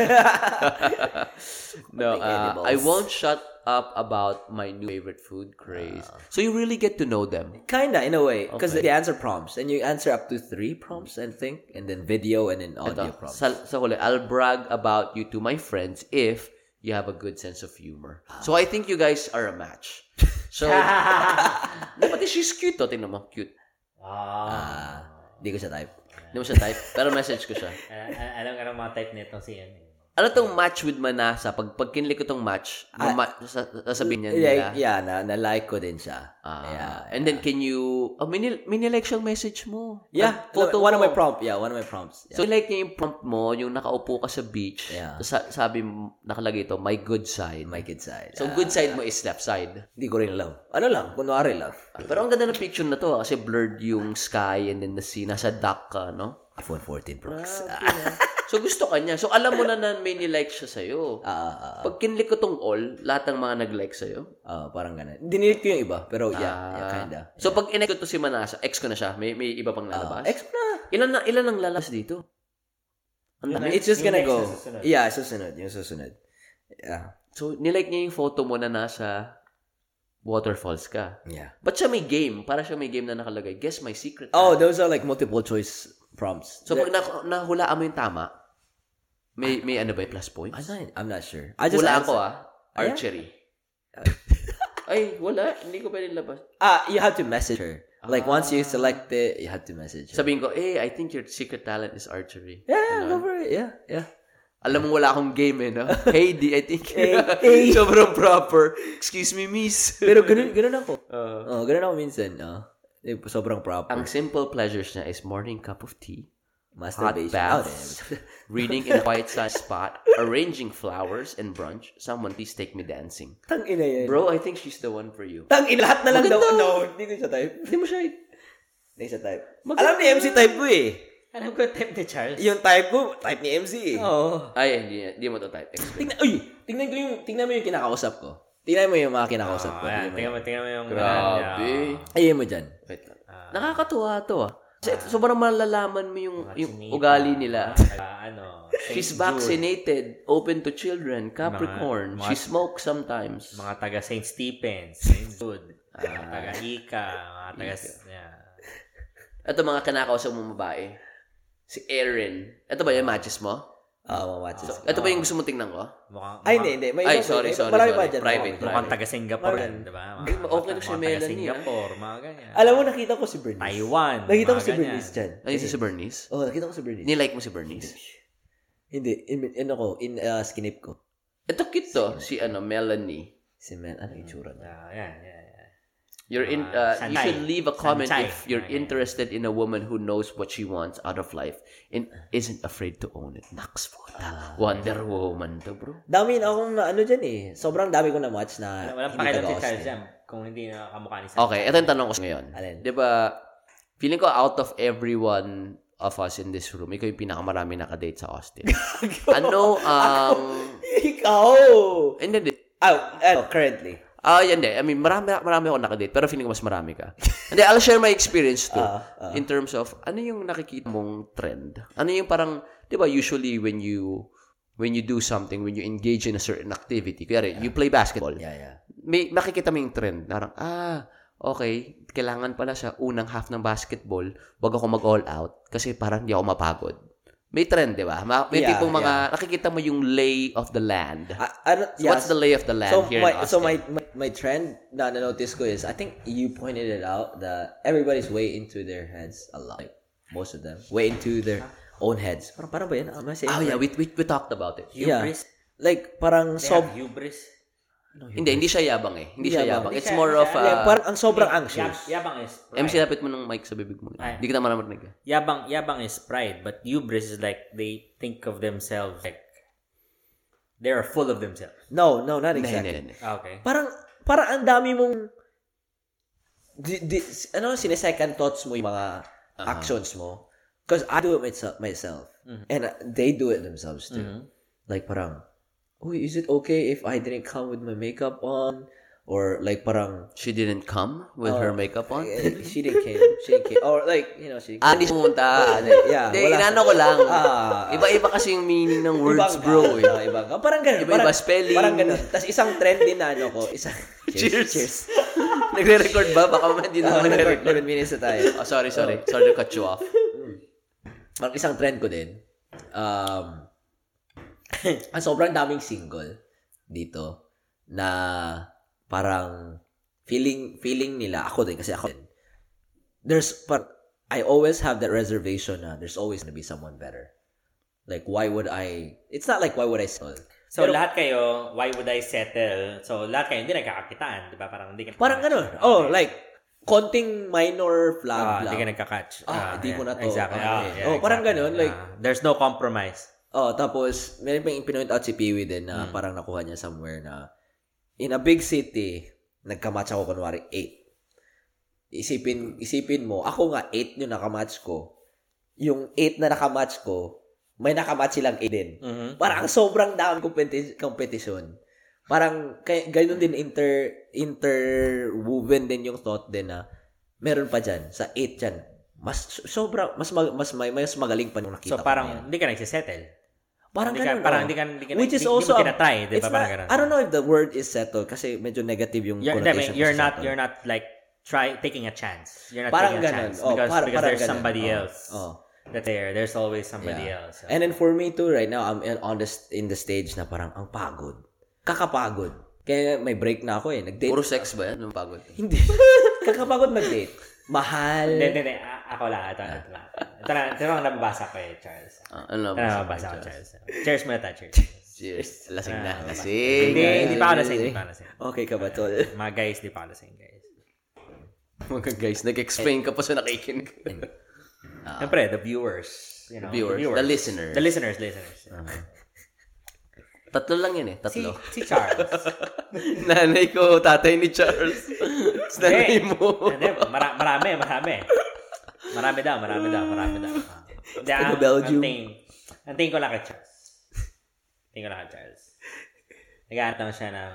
Speaker 2: no, uh, I
Speaker 1: animals.
Speaker 2: won't shut up about my new favorite food craze.
Speaker 1: Ah.
Speaker 2: so you really get to know them.
Speaker 1: Kinda, in a way. Because
Speaker 2: Okay.
Speaker 1: they answer prompts. And you answer up to three prompts, I think. And then video and then audio
Speaker 2: Ito,
Speaker 1: prompts.
Speaker 2: sa, sa huli, I'll brag about you to my friends if you have a good sense of humor. So I think you guys are a match. So, Di, pati she's cute to. Tingnan mo, cute.
Speaker 1: Ah,
Speaker 3: Ah.
Speaker 1: Hindi ko siya type.
Speaker 2: Hindi mo siya type, pero message ko siya.
Speaker 3: Al- al- Ah, alam ka ng mga type nito si ano. eh.
Speaker 2: Ano tong match with Manasa? Pag, pag kinlik ko tong match,
Speaker 1: Ah.
Speaker 2: mama, sa, sasabihin niya nila.
Speaker 1: Yeah, yeah na, na-like ko din siya.
Speaker 2: Ah,
Speaker 1: yeah.
Speaker 2: And then can you, oh, mini, mini-like siyang message mo.
Speaker 1: Yeah,
Speaker 2: At
Speaker 1: one one of my
Speaker 2: mo.
Speaker 1: prompt. Yeah, one of my prompts. Yeah.
Speaker 2: So, like niya yung prompt mo, yung nakaupo ka sa beach,
Speaker 1: Yeah.
Speaker 2: sa, sabi mo, nakalagay ito, my good side.
Speaker 1: my good side.
Speaker 2: So, good side mo is left side.
Speaker 1: Hindi ko rin alam. Ano lang, kunwari lang.
Speaker 2: Ah, Pero ang ganda ng picture na to ah, kasi blurred yung sky and then the sea. Nasa dock ka, no?
Speaker 1: iPhone 14 Pro Max.
Speaker 3: Ah,
Speaker 2: So, gusto ka niya. So, alam mo na na may nilike siya sa'yo.
Speaker 1: Ah, ah, ah,
Speaker 2: Pag kinlik ko tong all, lahat ng mga nag-like sa'yo.
Speaker 1: ah, parang ganun. Dinilit ko yung iba, pero yeah, yeah kinda.
Speaker 2: Ah, So, pag in ko to si Manasa, ex ko na siya. May, may iba pang
Speaker 1: Ah,
Speaker 2: lalabas.
Speaker 1: ex mo na.
Speaker 2: ilan, na, ilan ang lalabas dito? Ang dami.
Speaker 1: It's just
Speaker 3: Yung
Speaker 1: gonna
Speaker 3: next
Speaker 1: go.
Speaker 3: na susunod.
Speaker 1: Yeah, susunod. Yung susunod. Yeah.
Speaker 2: So, nilike niya yung photo mo na nasa waterfalls ka.
Speaker 1: Yeah.
Speaker 2: But siya may game. Para siya may game na nakalagay. Guess my secret.
Speaker 1: Oh, those are like multiple choice prompts.
Speaker 2: so, pag na, nahulaan mo yung tama, may, may ano ba yung plus points?
Speaker 1: I'm not, I'm not sure. I just
Speaker 2: wala
Speaker 1: answer-
Speaker 2: ako ah. Archery. Ay, wala. Hindi ko pwede labas.
Speaker 1: Ah, you have to message her.
Speaker 2: Ah.
Speaker 1: Like once you select it, you have to message her.
Speaker 2: Sabihin ko, eh, I think your secret talent is archery.
Speaker 1: yeah, yeah, go for it. Yeah, yeah.
Speaker 2: Alam mo, wala akong game eh, no? hey, di, I think.
Speaker 1: hey.
Speaker 2: Sobrang proper. Excuse me, miss.
Speaker 1: Pero ganun, ganun ako. oh,
Speaker 3: Uh.
Speaker 1: ganun ako minsan. Oh. Eh, Sobrang proper.
Speaker 2: Ang simple pleasures niya is morning cup of tea, hot
Speaker 1: Masturbation. Oh,
Speaker 2: baths, reading in a quiet size spot, arranging flowers and brunch, someone please take me dancing.
Speaker 1: Tang ina yan.
Speaker 2: Bro, I think she's the one for you.
Speaker 1: Tang ina, lahat na lang daw. No, hindi ko siya type.
Speaker 2: Hindi mo siya,
Speaker 1: Hindi siya type. Alam ni MC type ko eh.
Speaker 3: Alam ko yung type ni Charles.
Speaker 1: Yung type ko, type ni MC eh.
Speaker 3: Oo.
Speaker 2: ay, hindi, hindi mo to type. Explain.
Speaker 1: Tingnan, uy, tingnan ko yung, tingnan mo yung kinakausap ko. Tingnan mo yung mga kinakausap ko.
Speaker 2: Ah,
Speaker 3: Oh, ayan,
Speaker 1: Tingnan mo.
Speaker 3: tingnan mo, tingnan mo yung...
Speaker 2: Grabe.
Speaker 1: Ayun mo dyan.
Speaker 2: Wait lang. Nakakatuwa to ah. Kasi sobrang malalaman mo yung, yung ugali nila.
Speaker 3: Ah, ano.
Speaker 2: She's vaccinated, open to children, Capricorn.
Speaker 3: mga-
Speaker 2: She smokes sometimes.
Speaker 3: Mga taga St. Stephen's, St. Jude, mga taga Ika, mga taga... Yeah.
Speaker 2: Ito mga kinakausap mong babae. Si Erin. Ito ba yung matches mo?
Speaker 1: Oo, oh, mawatch.
Speaker 2: So, ito ba
Speaker 3: Ah.
Speaker 2: yung gusto mong tingnan ko?
Speaker 3: Mukhang,
Speaker 1: Ay, hindi, hindi. May
Speaker 2: Ay,
Speaker 1: iba-
Speaker 2: sorry,
Speaker 1: may-
Speaker 2: sorry,
Speaker 1: marami
Speaker 2: sorry.
Speaker 1: pa dyan.
Speaker 2: Private,
Speaker 1: Marami.
Speaker 3: Mukhang taga Singapore yan, di ba? Mga,
Speaker 2: Eh, okay na siya,
Speaker 3: mga taga
Speaker 2: Melanie, ah.
Speaker 3: Singapore, mga ganyan.
Speaker 1: Alam mo, nakita ko si Bernice.
Speaker 3: Taiwan,
Speaker 1: Nakita ko
Speaker 3: mga
Speaker 1: si
Speaker 3: ganyan.
Speaker 1: Bernice dyan.
Speaker 2: Ay, si Bernice.
Speaker 1: Oo, nakita ko si Bernice.
Speaker 2: Nilike mo si Bernice.
Speaker 1: Hindi, in, in ako, in uh, skinip ko.
Speaker 2: Ito cute to. Si ano, Melanie.
Speaker 1: Si Mel, ano yung tsura niya?
Speaker 3: Ah, yan, yan, yan.
Speaker 2: You're in,
Speaker 3: Ah,
Speaker 2: uh, you
Speaker 3: Santay.
Speaker 2: should leave a comment
Speaker 3: Santay.
Speaker 2: if you're interested in a woman who knows what she wants out of life and isn't afraid to own it. Naks po.
Speaker 3: Ah.
Speaker 2: Wonder Woman to, bro.
Speaker 1: Dami na akong, ano dyan eh. Sobrang dami ko na-watch na hindi
Speaker 3: Walang pakialam si
Speaker 1: taga-Austin.
Speaker 3: Charles yan kung hindi na kamukha ni Sam.
Speaker 2: Okay, ito yung tanong ko sa ngayon.
Speaker 1: Alin?
Speaker 2: Di ba, feeling ko out of everyone of us in this room, ikaw yung pinakamarami nakadate sa Austin. ano ang...
Speaker 1: Ikaw!
Speaker 2: Hindi, hindi.
Speaker 1: Oh, ano, currently.
Speaker 2: Ah, yan hindi. I mean, marami, marami ako nakadate, pero feeling ko mas marami ka. Hindi, I'll share my experience too.
Speaker 1: Ah, ah.
Speaker 2: In terms of, ano yung nakikita mong trend? Ano yung parang, di ba, usually when you when you do something, when you engage in a certain activity, kaya you play basketball,
Speaker 1: Yeah, yeah.
Speaker 2: may makikita mo yung trend. Parang, ah, okay, kailangan pala sa unang half ng basketball, wag ako mag-all out kasi parang hindi ako mapagod. May trend, di ba? Ma- May
Speaker 1: Yeah,
Speaker 2: tipong mga, nakikita mo yung lay of the land.
Speaker 1: I, I don't, Ah, ano,
Speaker 2: So,
Speaker 1: yeah,
Speaker 2: what's the lay of the land
Speaker 1: so
Speaker 2: here
Speaker 1: my,
Speaker 2: in Austin?
Speaker 1: so my, my, my trend na na-notice ko is, I think you pointed it out that everybody's way into their heads a lot. Like, most of them. Way into their own heads. Parang, parang ba yun? Am I saying
Speaker 2: oh, yeah, we, we, we talked about it.
Speaker 1: Yeah.
Speaker 3: Hubris.
Speaker 1: Like, parang
Speaker 3: They
Speaker 1: sob...
Speaker 3: have hubris.
Speaker 2: Hindi, hindi siya yabang eh. Hindi siya
Speaker 1: Yabang.
Speaker 2: yabang. It's
Speaker 3: Hindi siya-
Speaker 2: more
Speaker 3: hindi
Speaker 2: of uh,
Speaker 3: siya-
Speaker 1: like,
Speaker 2: a...
Speaker 1: parang ang sobrang anxious.
Speaker 3: Yab- Yabang is pride.
Speaker 2: MC, lapit mo ng mic sa bibig mo.
Speaker 3: Ay.
Speaker 2: Hindi kita maramarinig eh.
Speaker 3: Yabang, yabang is pride, but hubris is like they think of themselves like they are full of themselves.
Speaker 1: No, no, not
Speaker 2: Hindi,
Speaker 1: exactly.
Speaker 2: hindi, hindi.
Speaker 3: Ah, Okay.
Speaker 1: Parang, parang ang dami mong, di, di, ano, sinesecond thoughts mo yung mga actions mo. Because I do it myself, myself. And uh, they do it themselves too. Like parang, oh, is it okay if I didn't come with my makeup on? or like parang
Speaker 2: She didn't come with her makeup
Speaker 1: Oh.
Speaker 2: on?
Speaker 1: eh, she didn't care. She didn't care. Or like, you know, she
Speaker 2: Ah, hindi siya pumunta. Ano,
Speaker 1: eh, Yeah,
Speaker 2: Hindi,
Speaker 1: wala.
Speaker 2: inano ko lang.
Speaker 1: Ah.
Speaker 2: Iba-iba kasi yung meaning ng words,
Speaker 1: Ibang-
Speaker 2: bro. Eh.
Speaker 1: Ah, ibang- ah, Parang ganun.
Speaker 2: Iba-iba
Speaker 1: parang-
Speaker 2: spelling.
Speaker 1: Parang ganun. Tapos isang trend din na ano ko. Isang,
Speaker 2: Cheers. Nagre-record ba? Baka man hindi na
Speaker 1: Ah,
Speaker 2: naman
Speaker 1: nag-
Speaker 2: nagre-record.
Speaker 1: 11 minutes na tayo.
Speaker 2: Oh, sorry, sorry. Sorry to cut you off.
Speaker 1: Parang isang trend ko din. Um, ang sobrang daming single dito na parang feeling feeling nila ako din kasi ako din. There's but I always have that reservation na there's always gonna be someone better. Like why would I? It's not like why would I settle.
Speaker 3: So, lahat kayo, why would I settle? So, lahat kayo, hindi nagkakakitaan. Di ba? Parang hindi ka
Speaker 1: Parang ganun. Oh, like konting minor flag
Speaker 3: Ah,
Speaker 1: lang.
Speaker 3: hindi ka nagka-catch.
Speaker 1: Ah, hindi
Speaker 3: ayan.
Speaker 1: ko na to.
Speaker 3: Exactly.
Speaker 1: Ah,
Speaker 3: Ah,
Speaker 1: yeah.
Speaker 3: yeah,
Speaker 1: Oh, parang ganun, like-
Speaker 3: Ah, there's no compromise.
Speaker 1: Oh, tapos meron pa yung pinoint out si Peewee din na
Speaker 3: Mm.
Speaker 1: parang nakuha niya somewhere na in a big city, nagkamatch ako kunwari 8. Isipin, isipin mo, ako nga 8 yung nakamatch ko. Yung 8 na nakamatch ko, may nakamatch silang 8 din.
Speaker 3: Mhm.
Speaker 1: Parang sobrang dami competi- competition. Parang kay, ganun din inter interwoven din yung thought din na meron pa diyan sa 8 diyan. Mas sobra mas mag- mas may mas magaling pa nung nakita
Speaker 3: So,
Speaker 1: ko ngayon.
Speaker 3: parang hindi ka nagsisettle.
Speaker 1: Parang
Speaker 3: Hindi ka-
Speaker 1: ganun.
Speaker 3: parang
Speaker 1: oh.
Speaker 3: hindi ka- hindi ka-
Speaker 1: Which is
Speaker 3: hindi- hindi
Speaker 1: also,
Speaker 3: mo tinatry, di ba?
Speaker 1: it's
Speaker 3: Parang
Speaker 1: not-
Speaker 3: ganun.
Speaker 1: I don't know if the word is settle kasi medyo negative yung
Speaker 3: You're,
Speaker 1: connotation.
Speaker 3: you're
Speaker 1: of
Speaker 3: not,
Speaker 1: settle.
Speaker 3: you're not like, try taking a chance. You're not
Speaker 1: Parang
Speaker 3: taking a
Speaker 1: ganun.
Speaker 3: chance.
Speaker 1: Oh,
Speaker 3: because
Speaker 1: parang-
Speaker 3: because
Speaker 1: parang
Speaker 3: there's
Speaker 1: ganun.
Speaker 3: somebody
Speaker 1: Oh,
Speaker 3: else
Speaker 1: oh.
Speaker 3: that there. There's always somebody
Speaker 1: Yeah.
Speaker 3: else.
Speaker 1: And then for me too, right now, I'm in- on this, in the stage na parang ang pagod. Kakapagod. Kaya may break na ako eh. Nag-date.
Speaker 2: Puro sex ba yan? Nung pagod.
Speaker 1: Hindi. Kakapagod mag-date.
Speaker 3: Hindi,
Speaker 1: Mahal.
Speaker 3: hindi, hindi. A- Ako lang. Ito, ito lang. Ito lang. Ito lang nababasa ko eh, Charles.
Speaker 2: Ah, ano
Speaker 3: Ito
Speaker 2: naman?
Speaker 3: lang nababasa ko, Charles. Cheers muna tayo, Cheers.
Speaker 2: Cheers. Lasing
Speaker 3: Ah,
Speaker 2: na. Lasing.
Speaker 3: Hindi, hindi pa ako lasing. Hindi pa ako lasing.
Speaker 1: Okay ka ba, tol?
Speaker 3: Mga guys, hindi pa ako lasing, guys.
Speaker 2: Mga guys, nag-explain ka pa sa nakikinig.
Speaker 1: Ah.
Speaker 3: Siyempre, the viewers. You know,
Speaker 2: Viewers, the listeners.
Speaker 3: The listeners, listeners.
Speaker 1: Ah,
Speaker 2: Tatlo lang yun eh.
Speaker 3: Si,
Speaker 2: Tatlo.
Speaker 3: si Charles.
Speaker 2: Nanay ko, tatay ni Charles. Tapos nanay
Speaker 3: Hindi.
Speaker 2: mo.
Speaker 3: Eh, Hindi, mara- marami, marami. Marami daw, marami daw, marami daw. Ah. Hindi,
Speaker 1: Taga
Speaker 2: Ano
Speaker 3: ang-
Speaker 1: Belgium.
Speaker 3: Ang tingin, ang tingin ko lang kay Charles. Tingin ko lang kay Charles. Nag-aanap lang siya ng...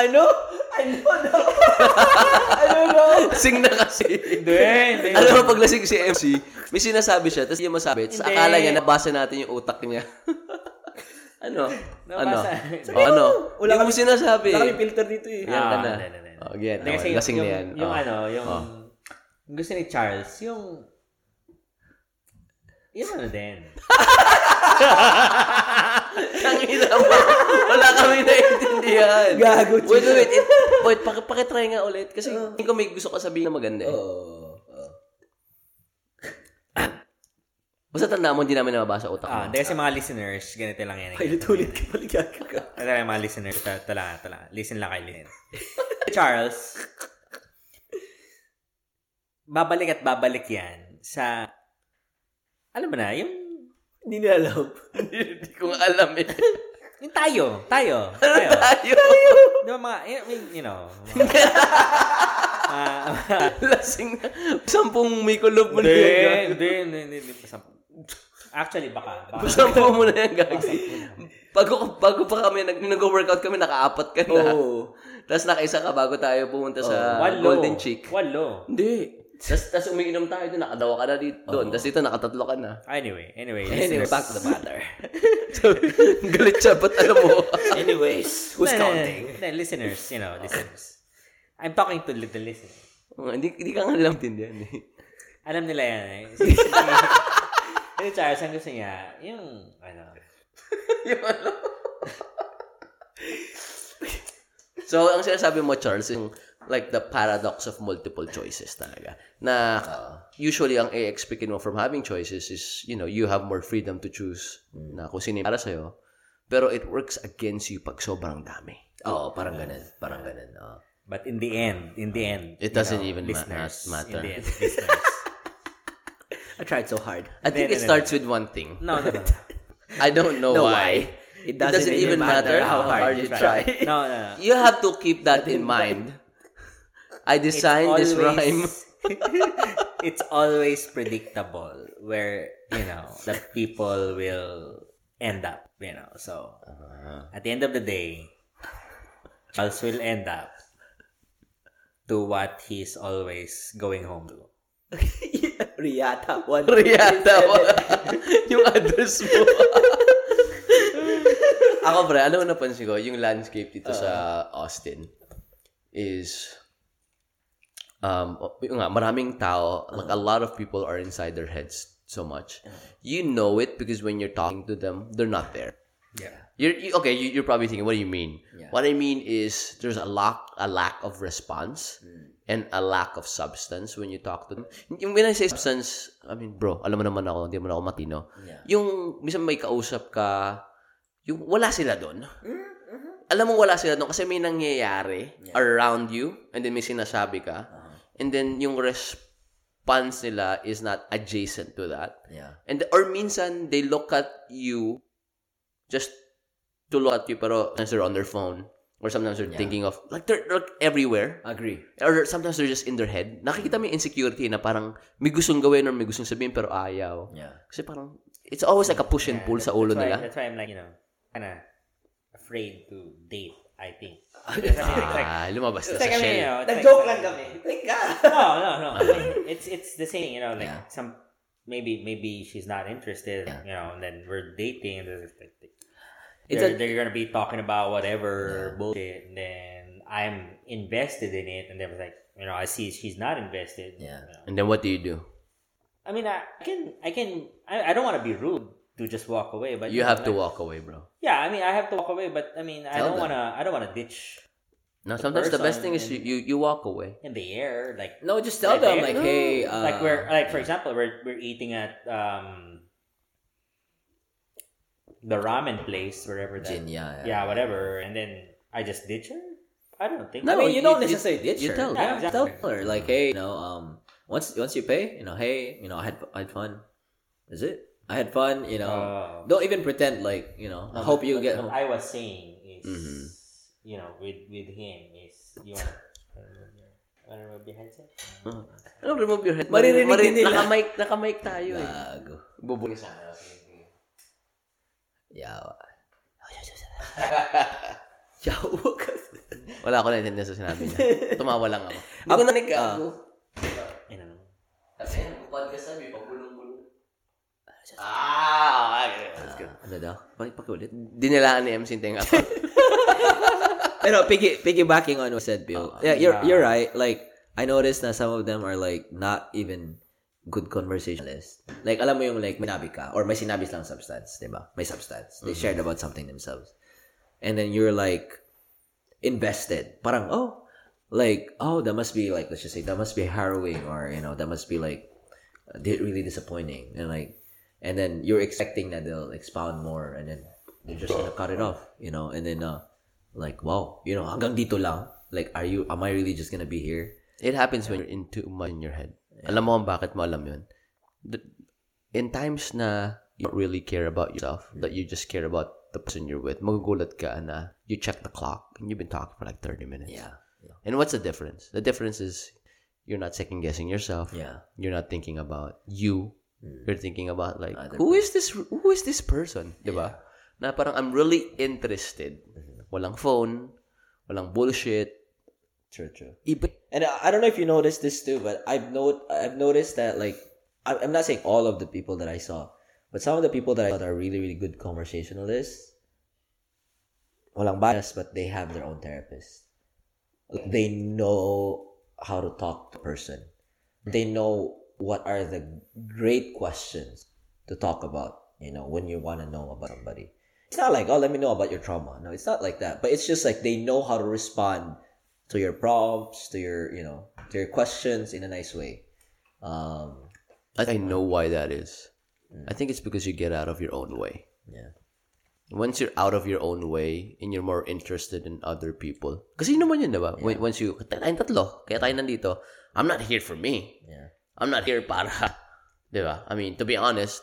Speaker 1: Ano? Ano no? ano no?
Speaker 2: Sing na kasi.
Speaker 3: Hindi, Ano? hindi.
Speaker 2: Alam mo, pag lasing si MC, may sinasabi siya, tapos hindi niya masabi. Tapos
Speaker 3: Hindi.
Speaker 2: akala niya, nabasa natin yung utak niya. ano? Ano?
Speaker 3: Nabasa.
Speaker 2: O, ano?
Speaker 1: Wala
Speaker 2: Wala
Speaker 1: kami-
Speaker 2: mo sinasabi.
Speaker 1: Wala kami filter dito eh.
Speaker 2: Yan ka na.
Speaker 3: hindi, hindi, hindi.
Speaker 2: Oh, yan.
Speaker 3: Hindi,
Speaker 2: Oh, lasing
Speaker 3: yung,
Speaker 2: na yan. Oh.
Speaker 3: Yung ano, yung... yung gusto ni Charles, yung...
Speaker 2: Ah.
Speaker 3: Yung ano din.
Speaker 2: Ang ina mo. Wala kami naiintindihan.
Speaker 1: Gago, Uh. Chicho.
Speaker 2: Wait, wait, wait. Wait, paki, pakitry nga ulit. Kasi hindi ko may gusto ka sabihin na maganda
Speaker 1: Uh.
Speaker 2: eh.
Speaker 1: Oo. Oo.
Speaker 2: Basta tanda mo, hindi namin nababasa utak
Speaker 3: Ah,
Speaker 2: mo.
Speaker 3: hindi kasi mga listeners, ganito lang yan.
Speaker 1: Ulit-ulit ka pala gago ka.
Speaker 3: Ito lang mga listeners. Ito, ito lang, ito lang. Listen lang kayo. Lin. Charles, babalik at babalik yan sa, alam mo na, yung,
Speaker 1: Hindi nila alam.
Speaker 2: Hindi ko nga alam eh. Ano
Speaker 3: yung tayo, tayo, tayo.
Speaker 2: Tayo.
Speaker 3: Di ba mga, eh, I mean, you know, mga, Ah,
Speaker 2: Lasing na. Sampung may kulob mo na
Speaker 3: hindi,
Speaker 2: yung gago.
Speaker 3: hindi, hindi, hindi, hindi, basta- Actually, baka. baka
Speaker 2: Sampung mo na yung gag. Bago, bago pa kami, nag, nag-workout kami, nakaapat ka na.
Speaker 1: Oo.
Speaker 3: Oh.
Speaker 2: Tapos nakaisa ka bago tayo pumunta sa
Speaker 3: walo.
Speaker 2: Golden Chick.
Speaker 3: Walo.
Speaker 2: Hindi. Tapos, tapos umiinom tayo doon, nakadawa ka na dito. Doon. Tapos dito, nakatatlo ka na.
Speaker 3: Anyway, anyway.
Speaker 1: Anyway,
Speaker 3: listeners.
Speaker 1: back to the matter.
Speaker 2: Galit siya, ba't alam mo?
Speaker 1: Anyways, who's
Speaker 3: No, no, no,
Speaker 1: counting?
Speaker 3: no, listeners, you know, listeners. I'm talking to the listeners.
Speaker 2: Oh, Hindi, hindi ka nga nilang tindihan eh.
Speaker 3: Alam nila yan eh. Si, si, si Charles, ang gusto niya, yung, ano,
Speaker 2: So, ang sinasabi mo, Charles, yung like the paradox of multiple choices talaga. Na usually ang i-expect mo from having choices is, you know, you have more freedom to choose na kung sino yung para sa'yo. Pero it works against you pag sobrang dami.
Speaker 1: Oo, parang ganun. Parang ganun. oo.
Speaker 3: but in the end, in the end,
Speaker 2: It
Speaker 3: you
Speaker 2: doesn't even ma-
Speaker 3: listeners,
Speaker 2: ma- matter.
Speaker 3: In the end, listeners.
Speaker 1: I tried so hard.
Speaker 2: I think it
Speaker 3: Hindi, hindi,
Speaker 2: starts with one thing.
Speaker 3: No, no, no.
Speaker 2: I don't know
Speaker 1: No,
Speaker 2: why.
Speaker 1: why?
Speaker 2: It doesn't, even matter, how hard you try.
Speaker 3: No, no, no.
Speaker 2: You have to keep that in mind. I designed this rhyme.
Speaker 3: it's always predictable where, you know, the people will end up, you know. So,
Speaker 2: Uh-huh.
Speaker 3: at the end of the day, Charles will end up to what he's always going home to.
Speaker 1: Riata. One,
Speaker 2: Riata mo. yung address mo. Ako pre, alam mo napansin ko, yung landscape dito sa Austin is um o- yun nga, maraming tao, like a lot of people are inside their heads so much. You know it because when you're talking to them, they're not there.
Speaker 3: Yeah.
Speaker 2: You're you, okay. You, you're probably thinking, what do you mean?
Speaker 1: Yeah.
Speaker 2: What I mean is there's a lack a lack of response and a lack of substance when you talk to them. Yung when I say substance, I mean, bro, alam mo naman ako, hindi mo na ako matino.
Speaker 1: Yeah.
Speaker 2: Yung minsan may kausap ka, yung wala sila doon. Alam mo wala sila doon kasi may nangyayari around you and then may sinasabi ka. And then yung response nila is not adjacent to that.
Speaker 1: Yeah.
Speaker 2: And or minsan they look at you just to look at you pero sometimes they're on their phone or sometimes they're thinking of like they're, they're everywhere
Speaker 1: Agree.
Speaker 2: or sometimes they're just in their head. Nakikita mo yung insecurity na parang may gustong gawin or may gustong sabihin pero ayaw.
Speaker 1: Yeah.
Speaker 2: Kasi parang it's always like a push and pull sa ulo
Speaker 3: that's why,
Speaker 2: nila.
Speaker 3: That's why I'm like, you know, kinda afraid to date, I think. Kasi it's like,
Speaker 2: Ah, lumabas na
Speaker 3: it's
Speaker 2: sa
Speaker 3: like, I mean, you
Speaker 2: shell.
Speaker 3: know, it's
Speaker 1: Nag-joke
Speaker 3: like-
Speaker 1: lang kami. Thank God.
Speaker 3: No, no, no. it's it's the same, you know, like
Speaker 1: Yeah.
Speaker 3: some maybe maybe she's not interested, you know, and then we're dating and then it's like
Speaker 2: It's a-
Speaker 3: they're, they're gonna be talking about whatever bullshit and then I'm invested in it and then it's like, you know, I see she's not invested.
Speaker 1: Yeah.
Speaker 3: you know.
Speaker 2: And then what do you do?
Speaker 3: I mean I I can I can I, I don't wanna be rude to just walk away, but
Speaker 2: You have to
Speaker 3: know,
Speaker 2: walk
Speaker 3: like-
Speaker 2: away, bro.
Speaker 3: Yeah, I mean I have to walk away, but I mean I
Speaker 2: Tell
Speaker 3: don't
Speaker 2: them.
Speaker 3: wanna I don't wanna ditch
Speaker 2: No, sometimes the best thing is you,
Speaker 3: person
Speaker 2: you, you walk away.
Speaker 3: in the air, like
Speaker 1: No, just tell
Speaker 3: Like,
Speaker 1: them
Speaker 3: eh,
Speaker 1: like,
Speaker 3: no.
Speaker 1: hey, uh,
Speaker 3: like we're like for example we're we're eating at um the ramen place wherever that
Speaker 1: Jin, yeah.
Speaker 3: yeah whatever and then I just ditch her I don't think
Speaker 1: No, I mean, you,
Speaker 2: you-
Speaker 1: don't
Speaker 2: you-
Speaker 1: necessarily ditch her.
Speaker 2: you tell,
Speaker 3: yeah,
Speaker 1: Just tell
Speaker 3: exactly.
Speaker 1: her like, hey, you know, um, once once you pay, you know, hey, you know, I had I had fun. Is it? I had fun. You know,
Speaker 3: uh,
Speaker 1: don't even pretend like you know. I
Speaker 3: no,
Speaker 1: hope
Speaker 3: but-
Speaker 1: you
Speaker 3: but
Speaker 1: get Mm-hmm.
Speaker 3: what
Speaker 1: home.
Speaker 3: I was saying is
Speaker 2: Mhm.
Speaker 3: you know with with him is you know I don't know behind that
Speaker 2: Ano, remove your head.
Speaker 1: Maririnig
Speaker 2: Marin-
Speaker 1: din nila.
Speaker 2: Nakamike, nakamike tayo eh.
Speaker 1: Gago.
Speaker 2: Bubungis.
Speaker 1: Yawa. Yawa kasi.
Speaker 2: Wala ako naintindihan sa sinabi niya. Tumawa lang ako.
Speaker 1: Ako na nag-gago.
Speaker 3: I don't know
Speaker 2: Kasi podcast na may pagulong-gulong. Ah, okay. Let's go.
Speaker 1: ano daw? Paki- Pakiulit.
Speaker 2: Dinilaan ni MC Teng ako.
Speaker 1: Pero piggy, piggybacking on what said Bill. yeah, you're
Speaker 3: yeah.
Speaker 1: you're right. Like I noticed na some of them are like not even good conversationalists. Like alam mo yung like may sinabi ka or may sinabi silang substance, 'di ba? May substance. They shared about something themselves. And then you're like invested. Parang oh, like oh, that must be like let's just say that must be harrowing or you know, that must be like di- really disappointing and like and then you're expecting that they'll expound more and then they're just gonna cut it off you know and then uh like wow you know hanggang dito lang like are you am I really just gonna be here
Speaker 2: It happens when you're in too much in your head. Alam mo kung bakit mo alam yun. The- in times na you don't really care about yourself, that you just care about the person you're with, magugulat ka na you check the clock and you've been talking for like 30 minutes.
Speaker 1: yeah yeah
Speaker 2: And what's the difference? The difference is you're not second guessing yourself.
Speaker 1: yeah
Speaker 2: You're not thinking about you. You're thinking about like
Speaker 1: Other
Speaker 2: who is this who is this person, 'di ba? Na parang I'm really interested. Walang phone, walang bullshit.
Speaker 1: true true
Speaker 2: Iba-
Speaker 1: and I I don't know if you noticed this too but I've not I've noticed that like I- I'm not saying all of the people that I saw but some of the people that I thought are really really good conversationalists walang bias but they have their own therapist like, they know how to talk to a person they know what are the great questions to talk about you know when you want to know about somebody it's not like oh let me know about your trauma no it's not like that but it's just like they know how to respond to your prompts to your you know to your questions in a nice way um
Speaker 2: I think I know why that is. I think it's because you get out of your own way.
Speaker 1: yeah
Speaker 2: Once you're out of your own way and you're more interested in other people. Kasi yun naman yun, diba? When- Once you, kaya tayong tatlo, kaya tayo nandito, I'm not here for me.
Speaker 1: yeah
Speaker 2: I'm not here para, diba? I mean, to be honest,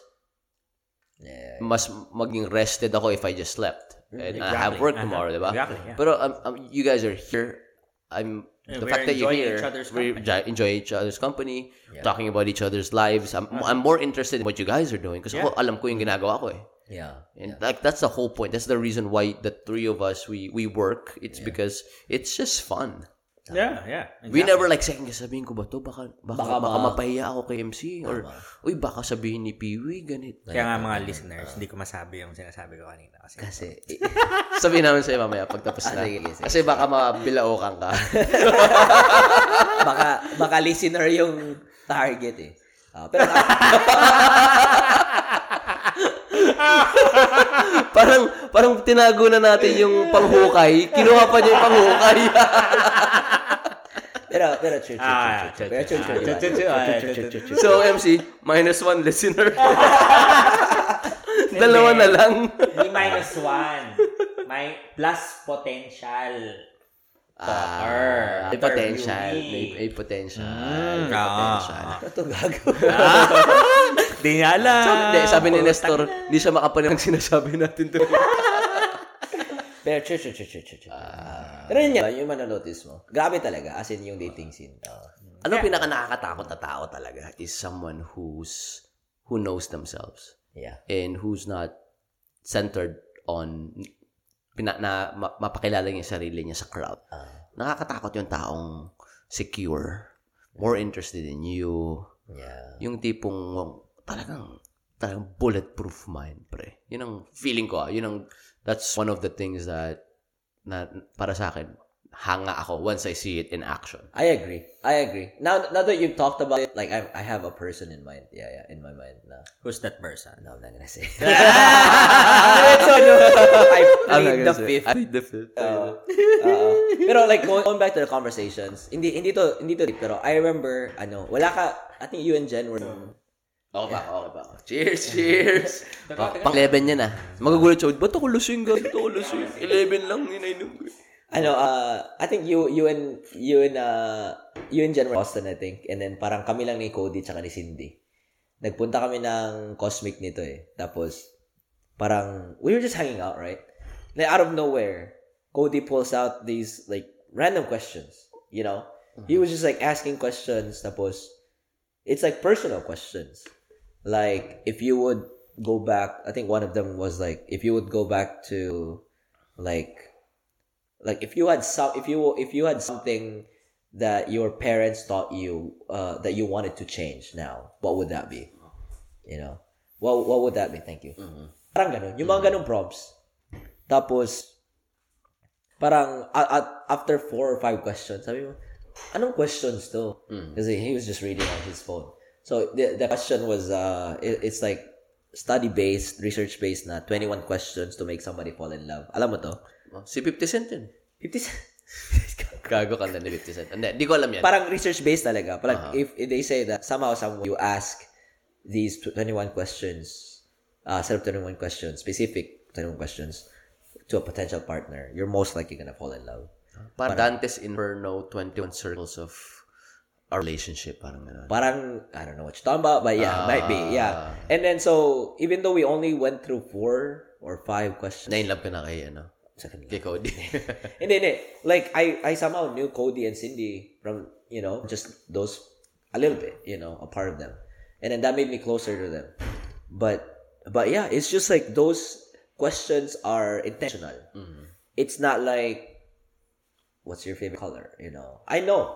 Speaker 1: yeah
Speaker 2: mas maging rested ako if I just slept. And I have
Speaker 3: Exactly.
Speaker 2: work tomorrow,
Speaker 3: Uh-huh.
Speaker 2: diba?
Speaker 3: Exactly, yeah.
Speaker 2: Pero um, um, you guys are here. I'm,
Speaker 3: And
Speaker 2: the
Speaker 3: we're
Speaker 2: fact that you're
Speaker 3: enjoying
Speaker 2: here,
Speaker 3: each other's
Speaker 2: we enjoy, enjoy each other's company,
Speaker 1: Yeah.
Speaker 2: talking about each other's lives. I'm, I'm more interested in what you guys are doing kasi
Speaker 3: Uh-huh. Yeah.
Speaker 2: ako, alam ko yung ginagawa ko eh.
Speaker 1: Yeah.
Speaker 2: And like that's the whole point. That's the reason why the three of us we we work. It's because it's just fun.
Speaker 3: Yeah, yeah.
Speaker 2: We never like second guess sabihin ko ba to baka baka, baka,
Speaker 1: Baka ma-
Speaker 2: mapahiya ako kay MC or uy baka sabihin ni Piwi ganit.
Speaker 3: Kaya nga mga listeners, hindi ko masabi yung sinasabi ko kanina. Kasi,
Speaker 1: Mm-hmm. Kasi,
Speaker 2: Sabihin namin sa'yo mamaya pagtapos na.
Speaker 1: Ah, sige, sige.
Speaker 2: Kasi baka mabilaukan ka.
Speaker 1: baka, baka listener yung target eh. Ah, pero
Speaker 2: parang parang tinago na natin yung panghukay. Kinuha pa niya yung panghukay.
Speaker 1: pero pero true, true,
Speaker 3: Ah,
Speaker 1: true, true,
Speaker 3: true,
Speaker 1: Pero true,
Speaker 3: true.
Speaker 1: true,
Speaker 3: Ah, true,
Speaker 1: diba?
Speaker 3: true, ah,
Speaker 1: True, true,
Speaker 3: true,
Speaker 1: true, true.
Speaker 2: so MC, minus one listener. Dalawa na lang.
Speaker 3: hindi minus one. May plus potential.
Speaker 2: Ah, may
Speaker 3: Interviewee.
Speaker 2: potential. May, may potential. may
Speaker 3: ah.
Speaker 2: potential.
Speaker 1: Ano to gago?
Speaker 3: Hindi niya alam.
Speaker 2: Sabi, hindi, sabi
Speaker 1: Ah.
Speaker 2: ni Nestor, hindi siya makapanin ang sinasabi natin to.
Speaker 1: Pero true, true, true, true, true, true. pero yun yan, yung mananotice mo. Grabe talaga, as in yung dating scene. Ah.
Speaker 2: ano pinaka nakakatakot na tao talaga is someone who's who knows themselves
Speaker 1: yeah.
Speaker 2: and who's not centered on pina, na ma, mapakilala niya yung sarili niya sa crowd.
Speaker 1: Ah.
Speaker 2: Nakakatakot yung taong secure, more interested in you,
Speaker 1: Yeah.
Speaker 2: yung tipong talagang talagang bulletproof mind, pre. Yun ang feeling ko. ah. Yun ang, that's one of the things that, na, para sa akin, hanga ako once I see it in action.
Speaker 1: I agree. I agree. Now, now that you've talked about it, like I, I have a person in mind. Yeah, yeah, in my mind na.
Speaker 3: Who's that person?
Speaker 1: No, I'm not gonna say. Diretso, no. I plead the fifth.
Speaker 2: I plead the fifth.
Speaker 1: Uh, uh, pero like going, going back to the conversations, hindi hindi to hindi to deep, pero I remember ano, wala ka I think you and Jen were
Speaker 2: Okay ba? Okay ba? oh, Cheers! Cheers! Pa- pang 11 yan ah. Magugulat siya. Ba't ako lusing ka? Ba't ako lusing? 11 lang inainom ko.
Speaker 1: ano uh, I think you you and you and uh, you and Jen were in Austin I think and then parang kami lang ni Cody tsaka ni Cindy. Nagpunta kami ng Cosmic nito eh. Tapos parang we were just hanging out, right? Then out of nowhere, Cody pulls out these like random questions, you know? He was just like asking questions tapos it's like personal questions. Like if you would go back, I think one of them was like if you would go back to like like if you had some if you if you had something that your parents taught you uh, that you wanted to change now, what would that be? You know, what what would that be? Thank you. Parang ganun. Yung mga ganun prompts. Tapos, parang a- a- after four or five questions, sabi mo, anong questions to? Kasi he was just reading on his phone. So, the, the question was, uh, it- it's like, study-based, research-based na 21 questions to make somebody fall in love. Alam mo to?
Speaker 2: Oh, Si 50 Cent yun.
Speaker 1: 50 cent.
Speaker 2: Gago ka na ni 50 Cent. Hindi, di ko alam yan.
Speaker 1: parang research-based talaga. Parang if, if they say that somehow, someone, you ask these 21 questions, uh, set of 21 questions, specific 21 questions to a potential partner, you're most likely gonna fall in love.
Speaker 2: Parang Dante's Inferno, 21 Circles of Our Relationship. Parang gano'n.
Speaker 1: Parang, I don't know what you're talking about, but yeah, might be, yeah. And then, so, even though we only went through four or five questions,
Speaker 2: Na-inlove ka na kay, ano?
Speaker 1: Second
Speaker 2: Kay Cody.
Speaker 1: Hindi, hindi. Like, I, I somehow knew Cody and Cindy from, you know, just those, a little bit, you know, a part of them. And then that made me closer to them. But, but yeah, it's just like those questions are intentional. It's not like, what's your favorite color, you know? I know.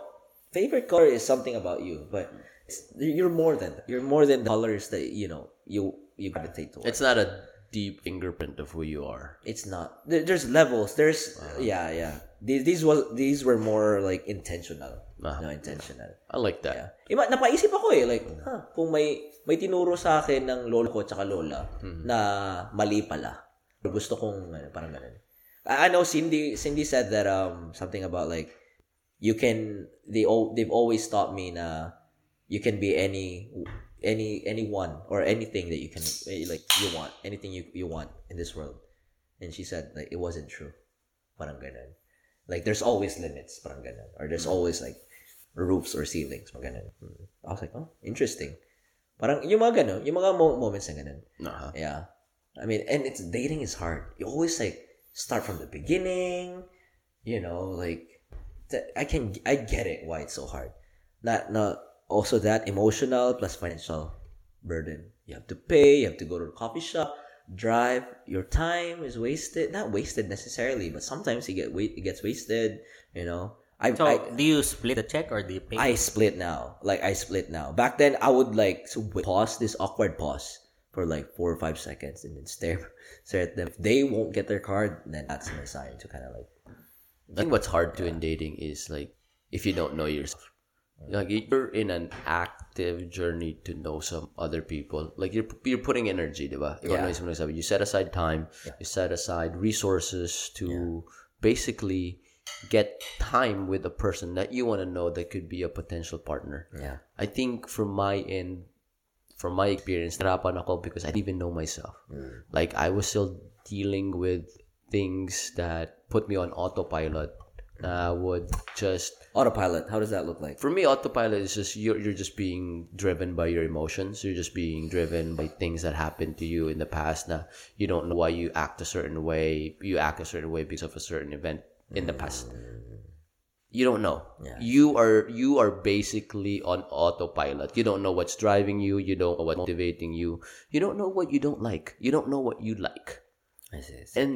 Speaker 1: Favorite color is something about you, but it's, you're more than that. You're more than the colors that, you know, you, you gravitate towards.
Speaker 2: It's not a deep fingerprint of who you are.
Speaker 1: It's not. There, there's levels. There's yeah, yeah. These these was these were more like intentional.
Speaker 2: Ah.
Speaker 1: No, intentional.
Speaker 2: I like that.
Speaker 1: Yeah. Ima, napaisip ako eh like, huh, kung may may tinuro sa akin ng lolo ko tsaka lola na mali pala. Gusto kong ano, parang ganun. I, I know Cindy Cindy said that um something about like you can they all they've always taught me na you can be any any anyone or anything that you can eh, like you want anything you you want in this world and she said like it wasn't true parang ganun like there's always limits parang ganun or there's always like roofs or ceilings parang ganun Mm. I was like oh interesting parang yung mga ganun yung mga mo- moments na ganun
Speaker 2: Aha.
Speaker 1: yeah. I mean, and it's dating is hard. You always like start from the beginning, you know, like th- I can I get it why it's so hard. Not not also that emotional plus financial burden. You have to pay, you have to go to the coffee shop, drive, your time is wasted. Not wasted necessarily, but sometimes you get wait, it gets wasted. You know, I,
Speaker 3: So,
Speaker 1: I
Speaker 3: do you split the check or do you pay?
Speaker 1: I split now. Like I split now. Back then, I would like so wait, pause this awkward pause for like four or five seconds and then stare stare at them. If they won't get their card, then that's my sign to kind of like
Speaker 2: I think what's hard to in dating is like if you don't know yourself. Like you're in an active journey to know some other people. Like you're you're putting energy, diba?
Speaker 1: Yeah.
Speaker 2: Yeah. You set aside time, you set aside resources to basically get time with a person that you want to know that could be a potential partner.
Speaker 1: yeah.
Speaker 2: I think from my end, from my experience, narapan ako because I didn't even know myself. Like, I was still dealing with things that put me on autopilot na would just...
Speaker 1: Autopilot. How does that look like?
Speaker 2: For me, autopilot is just, you're, you're just being driven by your emotions. You're just being driven by things that happened to you in the past na you don't know why you act a certain way. You act a certain way because of a certain event in the past you don't know.
Speaker 1: Yeah.
Speaker 2: You are you are basically on autopilot. You don't know what's driving you. You don't know what's motivating you. You don't know what you don't like. You don't know what you like.
Speaker 1: I see. I see.
Speaker 2: And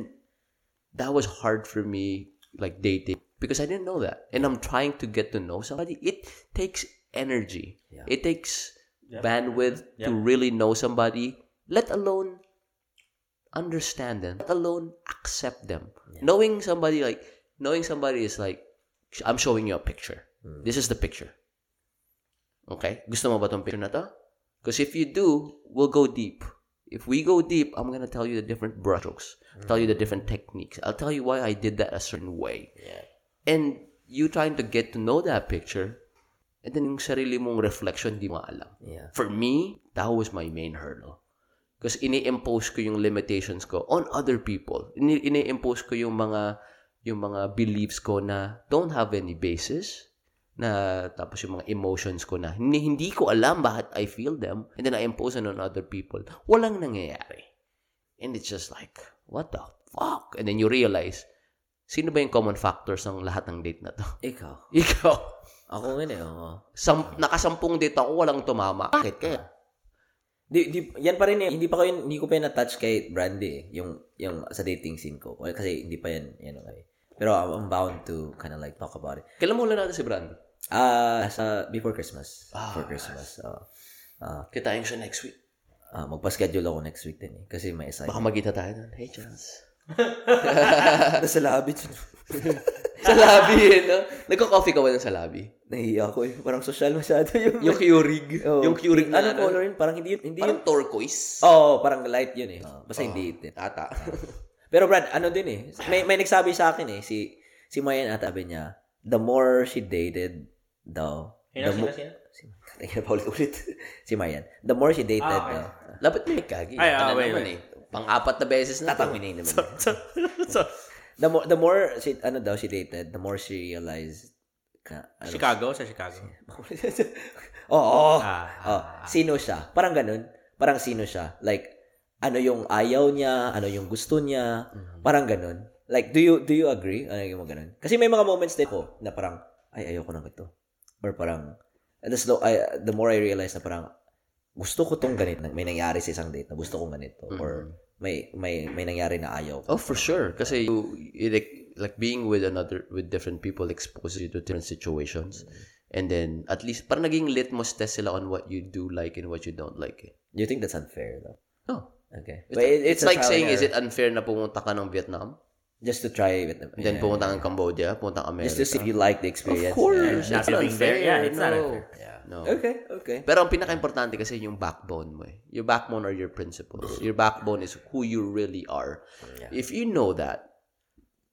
Speaker 2: that was hard for me, like dating, because I didn't know that. And I'm trying to get to know somebody. It takes energy.
Speaker 1: Yeah.
Speaker 2: It takes
Speaker 3: Yep.
Speaker 2: bandwidth to
Speaker 3: Yep.
Speaker 2: really know somebody, let alone understand them, let alone accept them. Knowing somebody like knowing somebody is like sh- I'm showing you a picture. This is the picture. Okay? Gusto mo ba tong picture na to? Because if you do, we'll go deep. If we go deep, I'm gonna tell you the different brushstrokes. Tell you the different techniques. I'll tell you why I did that a certain way.
Speaker 1: Yeah.
Speaker 2: And you trying to get to know that picture, and then yung sarili mong reflection, di mo alam.
Speaker 1: Yeah.
Speaker 2: For me, that was my main hurdle. Because ini-impose ko yung limitations ko on other people. Ini- Ini-impose ko yung mga yung mga beliefs ko na don't have any basis na tapos yung mga emotions ko na hindi, hindi ko alam bakit I feel them and then I impose it on other people. Walang nangyayari. And it's just like, what the fuck? And then you realize, sino ba yung common factors ng lahat ng date na to?
Speaker 1: Ikaw.
Speaker 2: Ikaw.
Speaker 1: Ako ngayon eh. oo.
Speaker 2: Sam- nakasampung date ako, walang tumama. Bakit kaya?
Speaker 1: Di, di, yan pa rin eh. Hindi pa ko yun, hindi ko pa yun na-touch kay Brandy eh. Yung, yung sa dating scene ko. Well, kasi hindi pa yan, yan okay. Pero I'm, I'm bound to kind of like talk about it.
Speaker 2: Kailan mo huli natin si Brandy?
Speaker 1: Ah, sa, before Christmas. Before Christmas. oo.
Speaker 2: Kitain siya next week.
Speaker 1: Ah, magpa-schedule ako next week din eh. Kasi may isa.
Speaker 2: Baka magkita tayo nun. Hey, Charles.
Speaker 1: Nasa labi.
Speaker 2: sa labi, eh, no? Nagko-coffee ka ba nun sa labi?
Speaker 1: Nahiya ako eh. Parang social masyado yung...
Speaker 2: Yung Keurig.
Speaker 1: Oo.
Speaker 2: Yung Keurig na,
Speaker 1: Ano
Speaker 2: ano?
Speaker 1: color yun? Parang hindi yun. Hindi yun.
Speaker 2: Parang turquoise.
Speaker 1: Oo, oh, parang light yun eh. Basta hindi itin.
Speaker 2: Ata.
Speaker 1: Pero Brad, ano din eh. May, may nagsabi sa akin eh. Si, si Mayan ata, sabi niya, the more she dated daw,
Speaker 3: Sino,
Speaker 1: the
Speaker 3: sino,
Speaker 1: mo-
Speaker 3: sino?
Speaker 1: Si, tingnan pa ulit-ulit. si Mayan. The more she dated
Speaker 3: Ah, okay.
Speaker 1: daw.
Speaker 2: Lapit mo yung kagi.
Speaker 3: Ay, ah,
Speaker 2: ano
Speaker 3: wait,
Speaker 2: naman
Speaker 3: wait.
Speaker 2: eh. Pang-apat na beses na. to.
Speaker 1: Tatangin na naman. The more, the more she, ano daw, she dated, the more she realized, ka, ano,
Speaker 3: Chicago? Sa Chicago?
Speaker 1: Oo. Oh,
Speaker 3: Ah,
Speaker 1: Oh, sino siya? Parang ganun. Parang sino siya? Like ano yung ayaw niya, ano yung gusto niya,
Speaker 2: Mm-hmm.
Speaker 1: parang ganun. Like do you do you agree? Ano yung mga ganun? Kasi may mga moments din ko na parang ay ayoko ng ito. Or parang the slow I, the more I realize na parang gusto ko tong ganito. May nangyari sa isang date na gusto kong ganito
Speaker 2: Mm-hmm.
Speaker 1: or may may may nangyari na ayaw ko.
Speaker 2: Oh, for sure. Kasi you, it, like being with another, with different people exposes you to different situations. And then, at least, parang naging litmus test sila on what you do like and what you don't like. eh.
Speaker 1: Do you think that's unfair though?
Speaker 2: No.
Speaker 1: Okay.
Speaker 2: It's,
Speaker 1: But it-
Speaker 2: it's,
Speaker 1: a
Speaker 2: like
Speaker 1: trial
Speaker 2: saying,
Speaker 1: and
Speaker 2: is
Speaker 1: error.
Speaker 2: it unfair na pumunta ka ng Vietnam?
Speaker 1: just to try with them?
Speaker 2: And then pumunta kang Cambodia, pumunta kang America.
Speaker 1: just to see if you like the experience.
Speaker 2: Of course.
Speaker 3: Yeah,
Speaker 2: it's
Speaker 3: not
Speaker 2: not
Speaker 3: living there.
Speaker 2: fair,
Speaker 3: Yeah, it's not
Speaker 2: no.
Speaker 3: unfair.
Speaker 1: Yeah.
Speaker 2: No.
Speaker 1: Okay, okay.
Speaker 2: Pero ang pinaka-importante kasi yung backbone mo eh. Your backbone are your principles. Your backbone is who you really are.
Speaker 1: Yeah.
Speaker 2: If you know that,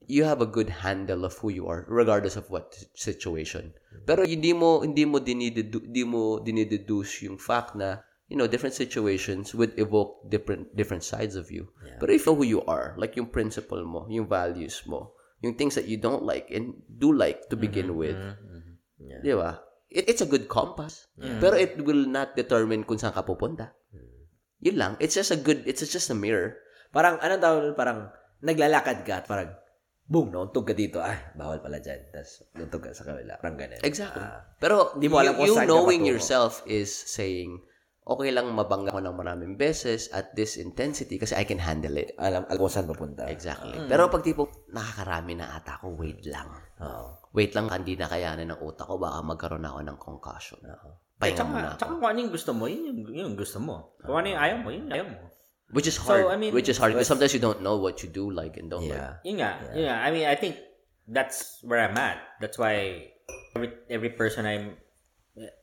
Speaker 2: you have a good handle of who you are regardless of what situation. Pero hindi mo hindi mo dinidedu- hindi mo dinideduce yung fact na you know different situations would evoke different different sides of you. Pero if you know who you are, like yung principle mo, yung values mo, yung things that you don't like and do like to begin with, Di ba? It, it's a good compass. Pero it will not determine kung saan ka pupunta.
Speaker 1: Hmm.
Speaker 2: Yun lang. It's just a good, it's just a mirror.
Speaker 1: Parang, anong tawag doon? Parang, naglalakad ka at parang, boom, nauntog ka dito. Ah, bawal pala dyan. Tapos, nauntog ka sa kabila. Parang ganun.
Speaker 2: Exactly. Pero
Speaker 1: Di Ah. mo alam
Speaker 2: you,
Speaker 1: kung
Speaker 2: you
Speaker 1: saan ka
Speaker 2: knowing
Speaker 1: patungo.
Speaker 2: yourself is saying, okay lang mabangga ko ng maraming beses at this intensity kasi I can handle it.
Speaker 1: Alam, alam kung saan papunta.
Speaker 2: Exactly.
Speaker 1: Hmm.
Speaker 2: Pero pag tipo, nakakarami na ata ako, wait lang.
Speaker 1: Oo.
Speaker 2: Wait lang, hindi na kayanin ng utak ko, baka magkaroon ako ng concussion. Pahinga
Speaker 3: tsaka,
Speaker 2: muna ako.
Speaker 3: tsaka kung ano yung gusto mo, yun yung, yun yung gusto mo. Kung ano yung ayaw mo, yun yung ayaw mo.
Speaker 2: Which is hard.
Speaker 3: I mean,
Speaker 2: which is hard because sometimes you don't know what you do like and don't like.
Speaker 1: Yeah.
Speaker 3: Yun nga, yun nga. I mean, I think that's where I'm at. That's why every, every person I'm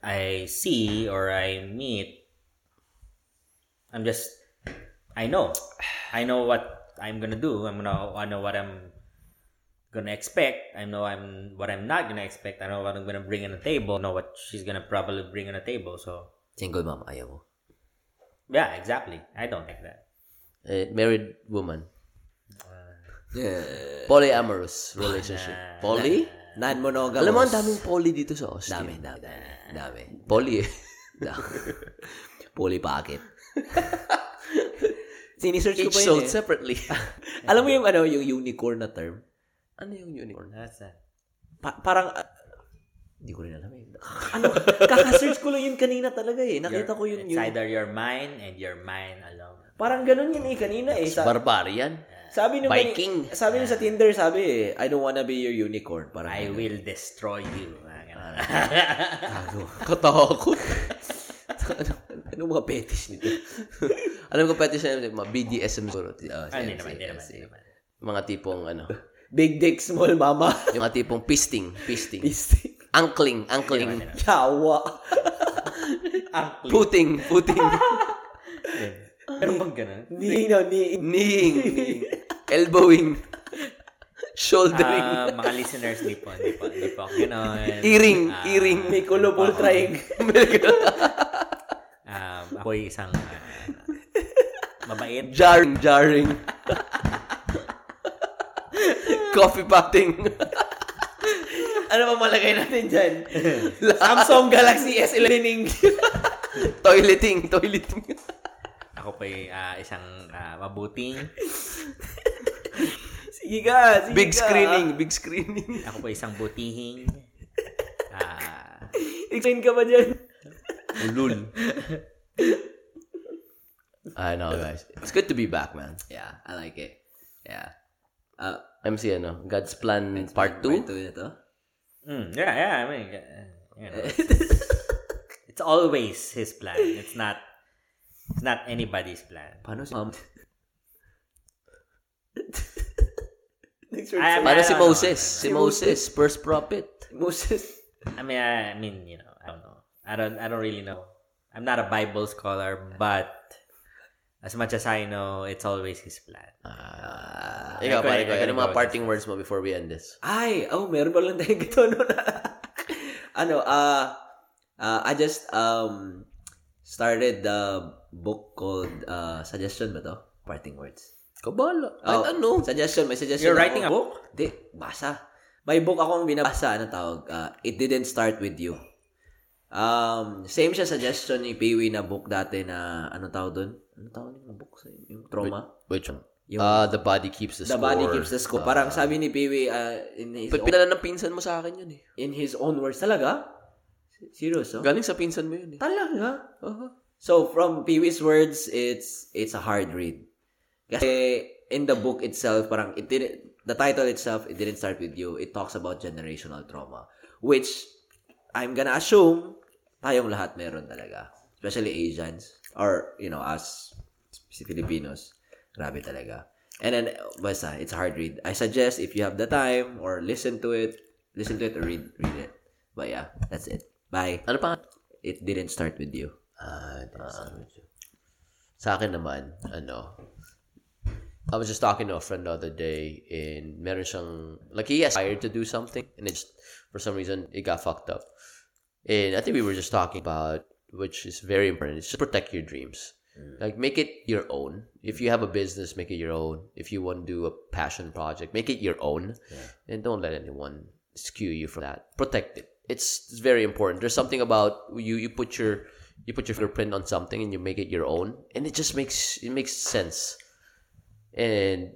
Speaker 3: I see or I meet, I'm just I know, I know what I'm gonna do. I'm gonna I know what I'm gonna expect. I know I'm what I'm not gonna expect. I know what I'm gonna bring on the table. I know what she's gonna probably bring on the table. So
Speaker 2: Single mom, ayaw mo.
Speaker 3: yeah, exactly. I don't like that.
Speaker 2: Eh, married woman.
Speaker 1: Yeah. Ah,
Speaker 2: Polyamorous relationship. Poly?
Speaker 1: Non-monogamous.
Speaker 2: Alam mo, ang daming poly dito sa Austin.
Speaker 1: Dami, dami, dami. dami.
Speaker 2: Poly eh.
Speaker 1: Poly packet. Sinesearch ko
Speaker 2: Each
Speaker 1: pa yun
Speaker 2: sold
Speaker 1: eh.
Speaker 2: separately.
Speaker 1: Alam mo yung ano, yung unicorn na term?
Speaker 2: ano yung unicorn?
Speaker 3: That's that.
Speaker 1: Pa- parang, ah, hindi ko rin alam eh. Ano, kakasearch ko lang yun kanina talaga eh. Nakita ko yun
Speaker 3: It's
Speaker 1: yun.
Speaker 3: either your mind and your mind alone.
Speaker 1: Parang ganun yun eh kanina eh. Sa-
Speaker 2: Barbarian?
Speaker 1: sabi nung kani-
Speaker 2: Viking.
Speaker 1: sabi nung sa Tinder, sabi eh, I don't wanna be your unicorn. Parang
Speaker 3: I
Speaker 1: ganun.
Speaker 3: will destroy you. Mga ganun.
Speaker 1: Gago.
Speaker 2: Ano? Katakot.
Speaker 1: ano, ano mga fetish nito?
Speaker 2: Alam ko pati siya, mga BDSM siguro.
Speaker 1: Ah,
Speaker 3: Ah, Hindi
Speaker 1: sige,
Speaker 3: naman, hindi
Speaker 1: sige,
Speaker 3: naman,
Speaker 1: sige.
Speaker 3: hindi naman.
Speaker 2: Mga tipong ano.
Speaker 1: Big dick, small mama.
Speaker 2: Yung mga tipong pisting. Pisting.
Speaker 1: Pisting.
Speaker 2: Angkling. Angkling.
Speaker 1: Yawa.
Speaker 3: Ang
Speaker 2: Puting. Puting.
Speaker 3: Pero bang ganun?
Speaker 1: Ni, no, ni.
Speaker 2: Kneeing. kneeing. Elbowing. Shouldering.
Speaker 3: Ah, mga listeners, di po, di po, di po. Ganun.
Speaker 2: Earring,
Speaker 3: Ah,
Speaker 2: earring.
Speaker 1: May kulubol trying.
Speaker 3: Um, ako'y isang ah, mabait.
Speaker 2: jarring, jarring. Coffee potting.
Speaker 1: ano ba malagay natin dyan? Samsung Galaxy S11.
Speaker 2: toileting, toileting.
Speaker 3: Ako po'y ah, isang ah, mabuting.
Speaker 1: sige ka, sige
Speaker 2: Big
Speaker 1: ka.
Speaker 2: screening, big screening.
Speaker 3: Ako po'y isang butihing. Ah,
Speaker 1: Explain ka ba dyan?
Speaker 2: Ulul. I know, guys. It's good to be back, man.
Speaker 1: Yeah, I like it. Yeah.
Speaker 2: MC, ano? God's Plan Part 2?
Speaker 1: na to.
Speaker 3: mm, yeah, yeah, I mean, uh, you know, it's always his plan. It's not, it's not anybody's plan.
Speaker 1: Paano Ano si um, Mom? Next
Speaker 3: I-
Speaker 1: word.
Speaker 2: Para si
Speaker 3: Ano, ano,
Speaker 2: Moses. Si Moses, first prophet.
Speaker 1: Moses.
Speaker 3: I mean, I, I mean, you know, I don't know. I don't, I don't really know. I'm not a Bible scholar, but as much as I know, it's always His plan.
Speaker 2: Ikaw,
Speaker 3: Ikaw,
Speaker 2: pare ko.
Speaker 3: ikaw,
Speaker 2: Ano
Speaker 3: ikaw,
Speaker 2: mga
Speaker 3: ikaw.
Speaker 2: parting words mo before we end this?
Speaker 1: Eh, Ay, oh, meron ba lang tayong ganito no? ano, ah, ah, I just, um, started the book called, uh, suggestion ba to? Parting words.
Speaker 2: Kabala.
Speaker 1: Oh,
Speaker 2: Ay, ano?
Speaker 1: Suggestion, may suggestion.
Speaker 3: You're writing a
Speaker 1: ako.
Speaker 3: book?
Speaker 1: Hindi, basa. May book akong binabasa, ano tawag, ah, It Didn't Start With You. Um, same siya suggestion ni Peewee na book dati na, ano tawag dun? Ano tawag yung book sa yung trauma?
Speaker 2: Which one?
Speaker 1: Yung-
Speaker 2: Ah, the body keeps the,
Speaker 1: The
Speaker 2: score.
Speaker 1: Body Keeps the Score. Parang sabi ni Peewee, ah, in his
Speaker 2: Pa- Pinala ng pinsan mo sa akin yun eh.
Speaker 1: In his own words. Talaga? Serious, oh?
Speaker 2: Galing sa pinsan mo yun eh.
Speaker 1: Talaga? Uh-huh. So, from Pee-wee's words, it's it's a hard read. Kasi in the book itself, parang it didn't, the title itself, it didn't start with you. It talks about generational trauma. Which, I'm gonna assume, tayong lahat meron talaga. Especially Asians. Or, you know, us, si Filipinos. Grabe talaga. And then, basta, it's a hard read. I suggest if you have the time or listen to it, listen to it or read, read it. But yeah, that's it. Bye.
Speaker 2: Ano pa?
Speaker 1: It didn't start with you.
Speaker 2: Ah, sa akin naman, ano, I was just talking to a friend the other day and meron siyang, like he aspired to do something and it just, for some reason, it got fucked up. And I think we were just talking about, which is very important, is just protect your dreams. Like, make it your own. If you have a business, make it your own. If you want to do a passion project, make it your own. And don't let anyone skew you from that. Protect it. It's, it's very important. There's something about you, you put your, you put your fingerprint on something and you make it your own. And it just makes, it makes sense and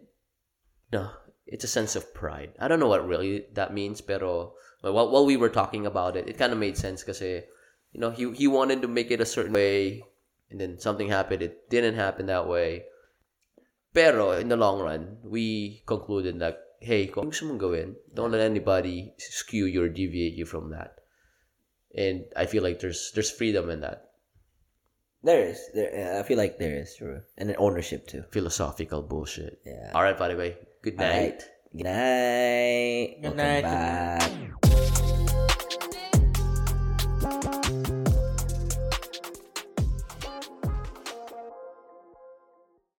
Speaker 2: no, it's a sense of pride. I don't know what really that means, pero while, while eh, we were talking about it, it kind of made sense because you know he he wanted to make it a certain way, And then something happened. It didn't happen that way. Pero in the long run, we concluded that, hey, kung gusto mong gawin, don't let anybody skew you or deviate you from that. And I feel like there's there's freedom in that.
Speaker 1: There is. There, yeah, I feel like there is, true. And then ownership, too.
Speaker 2: Philosophical bullshit.
Speaker 1: Yeah.
Speaker 2: All right, by the way, good night.
Speaker 1: Alright. Good night.
Speaker 3: Good night.
Speaker 1: Welcome back.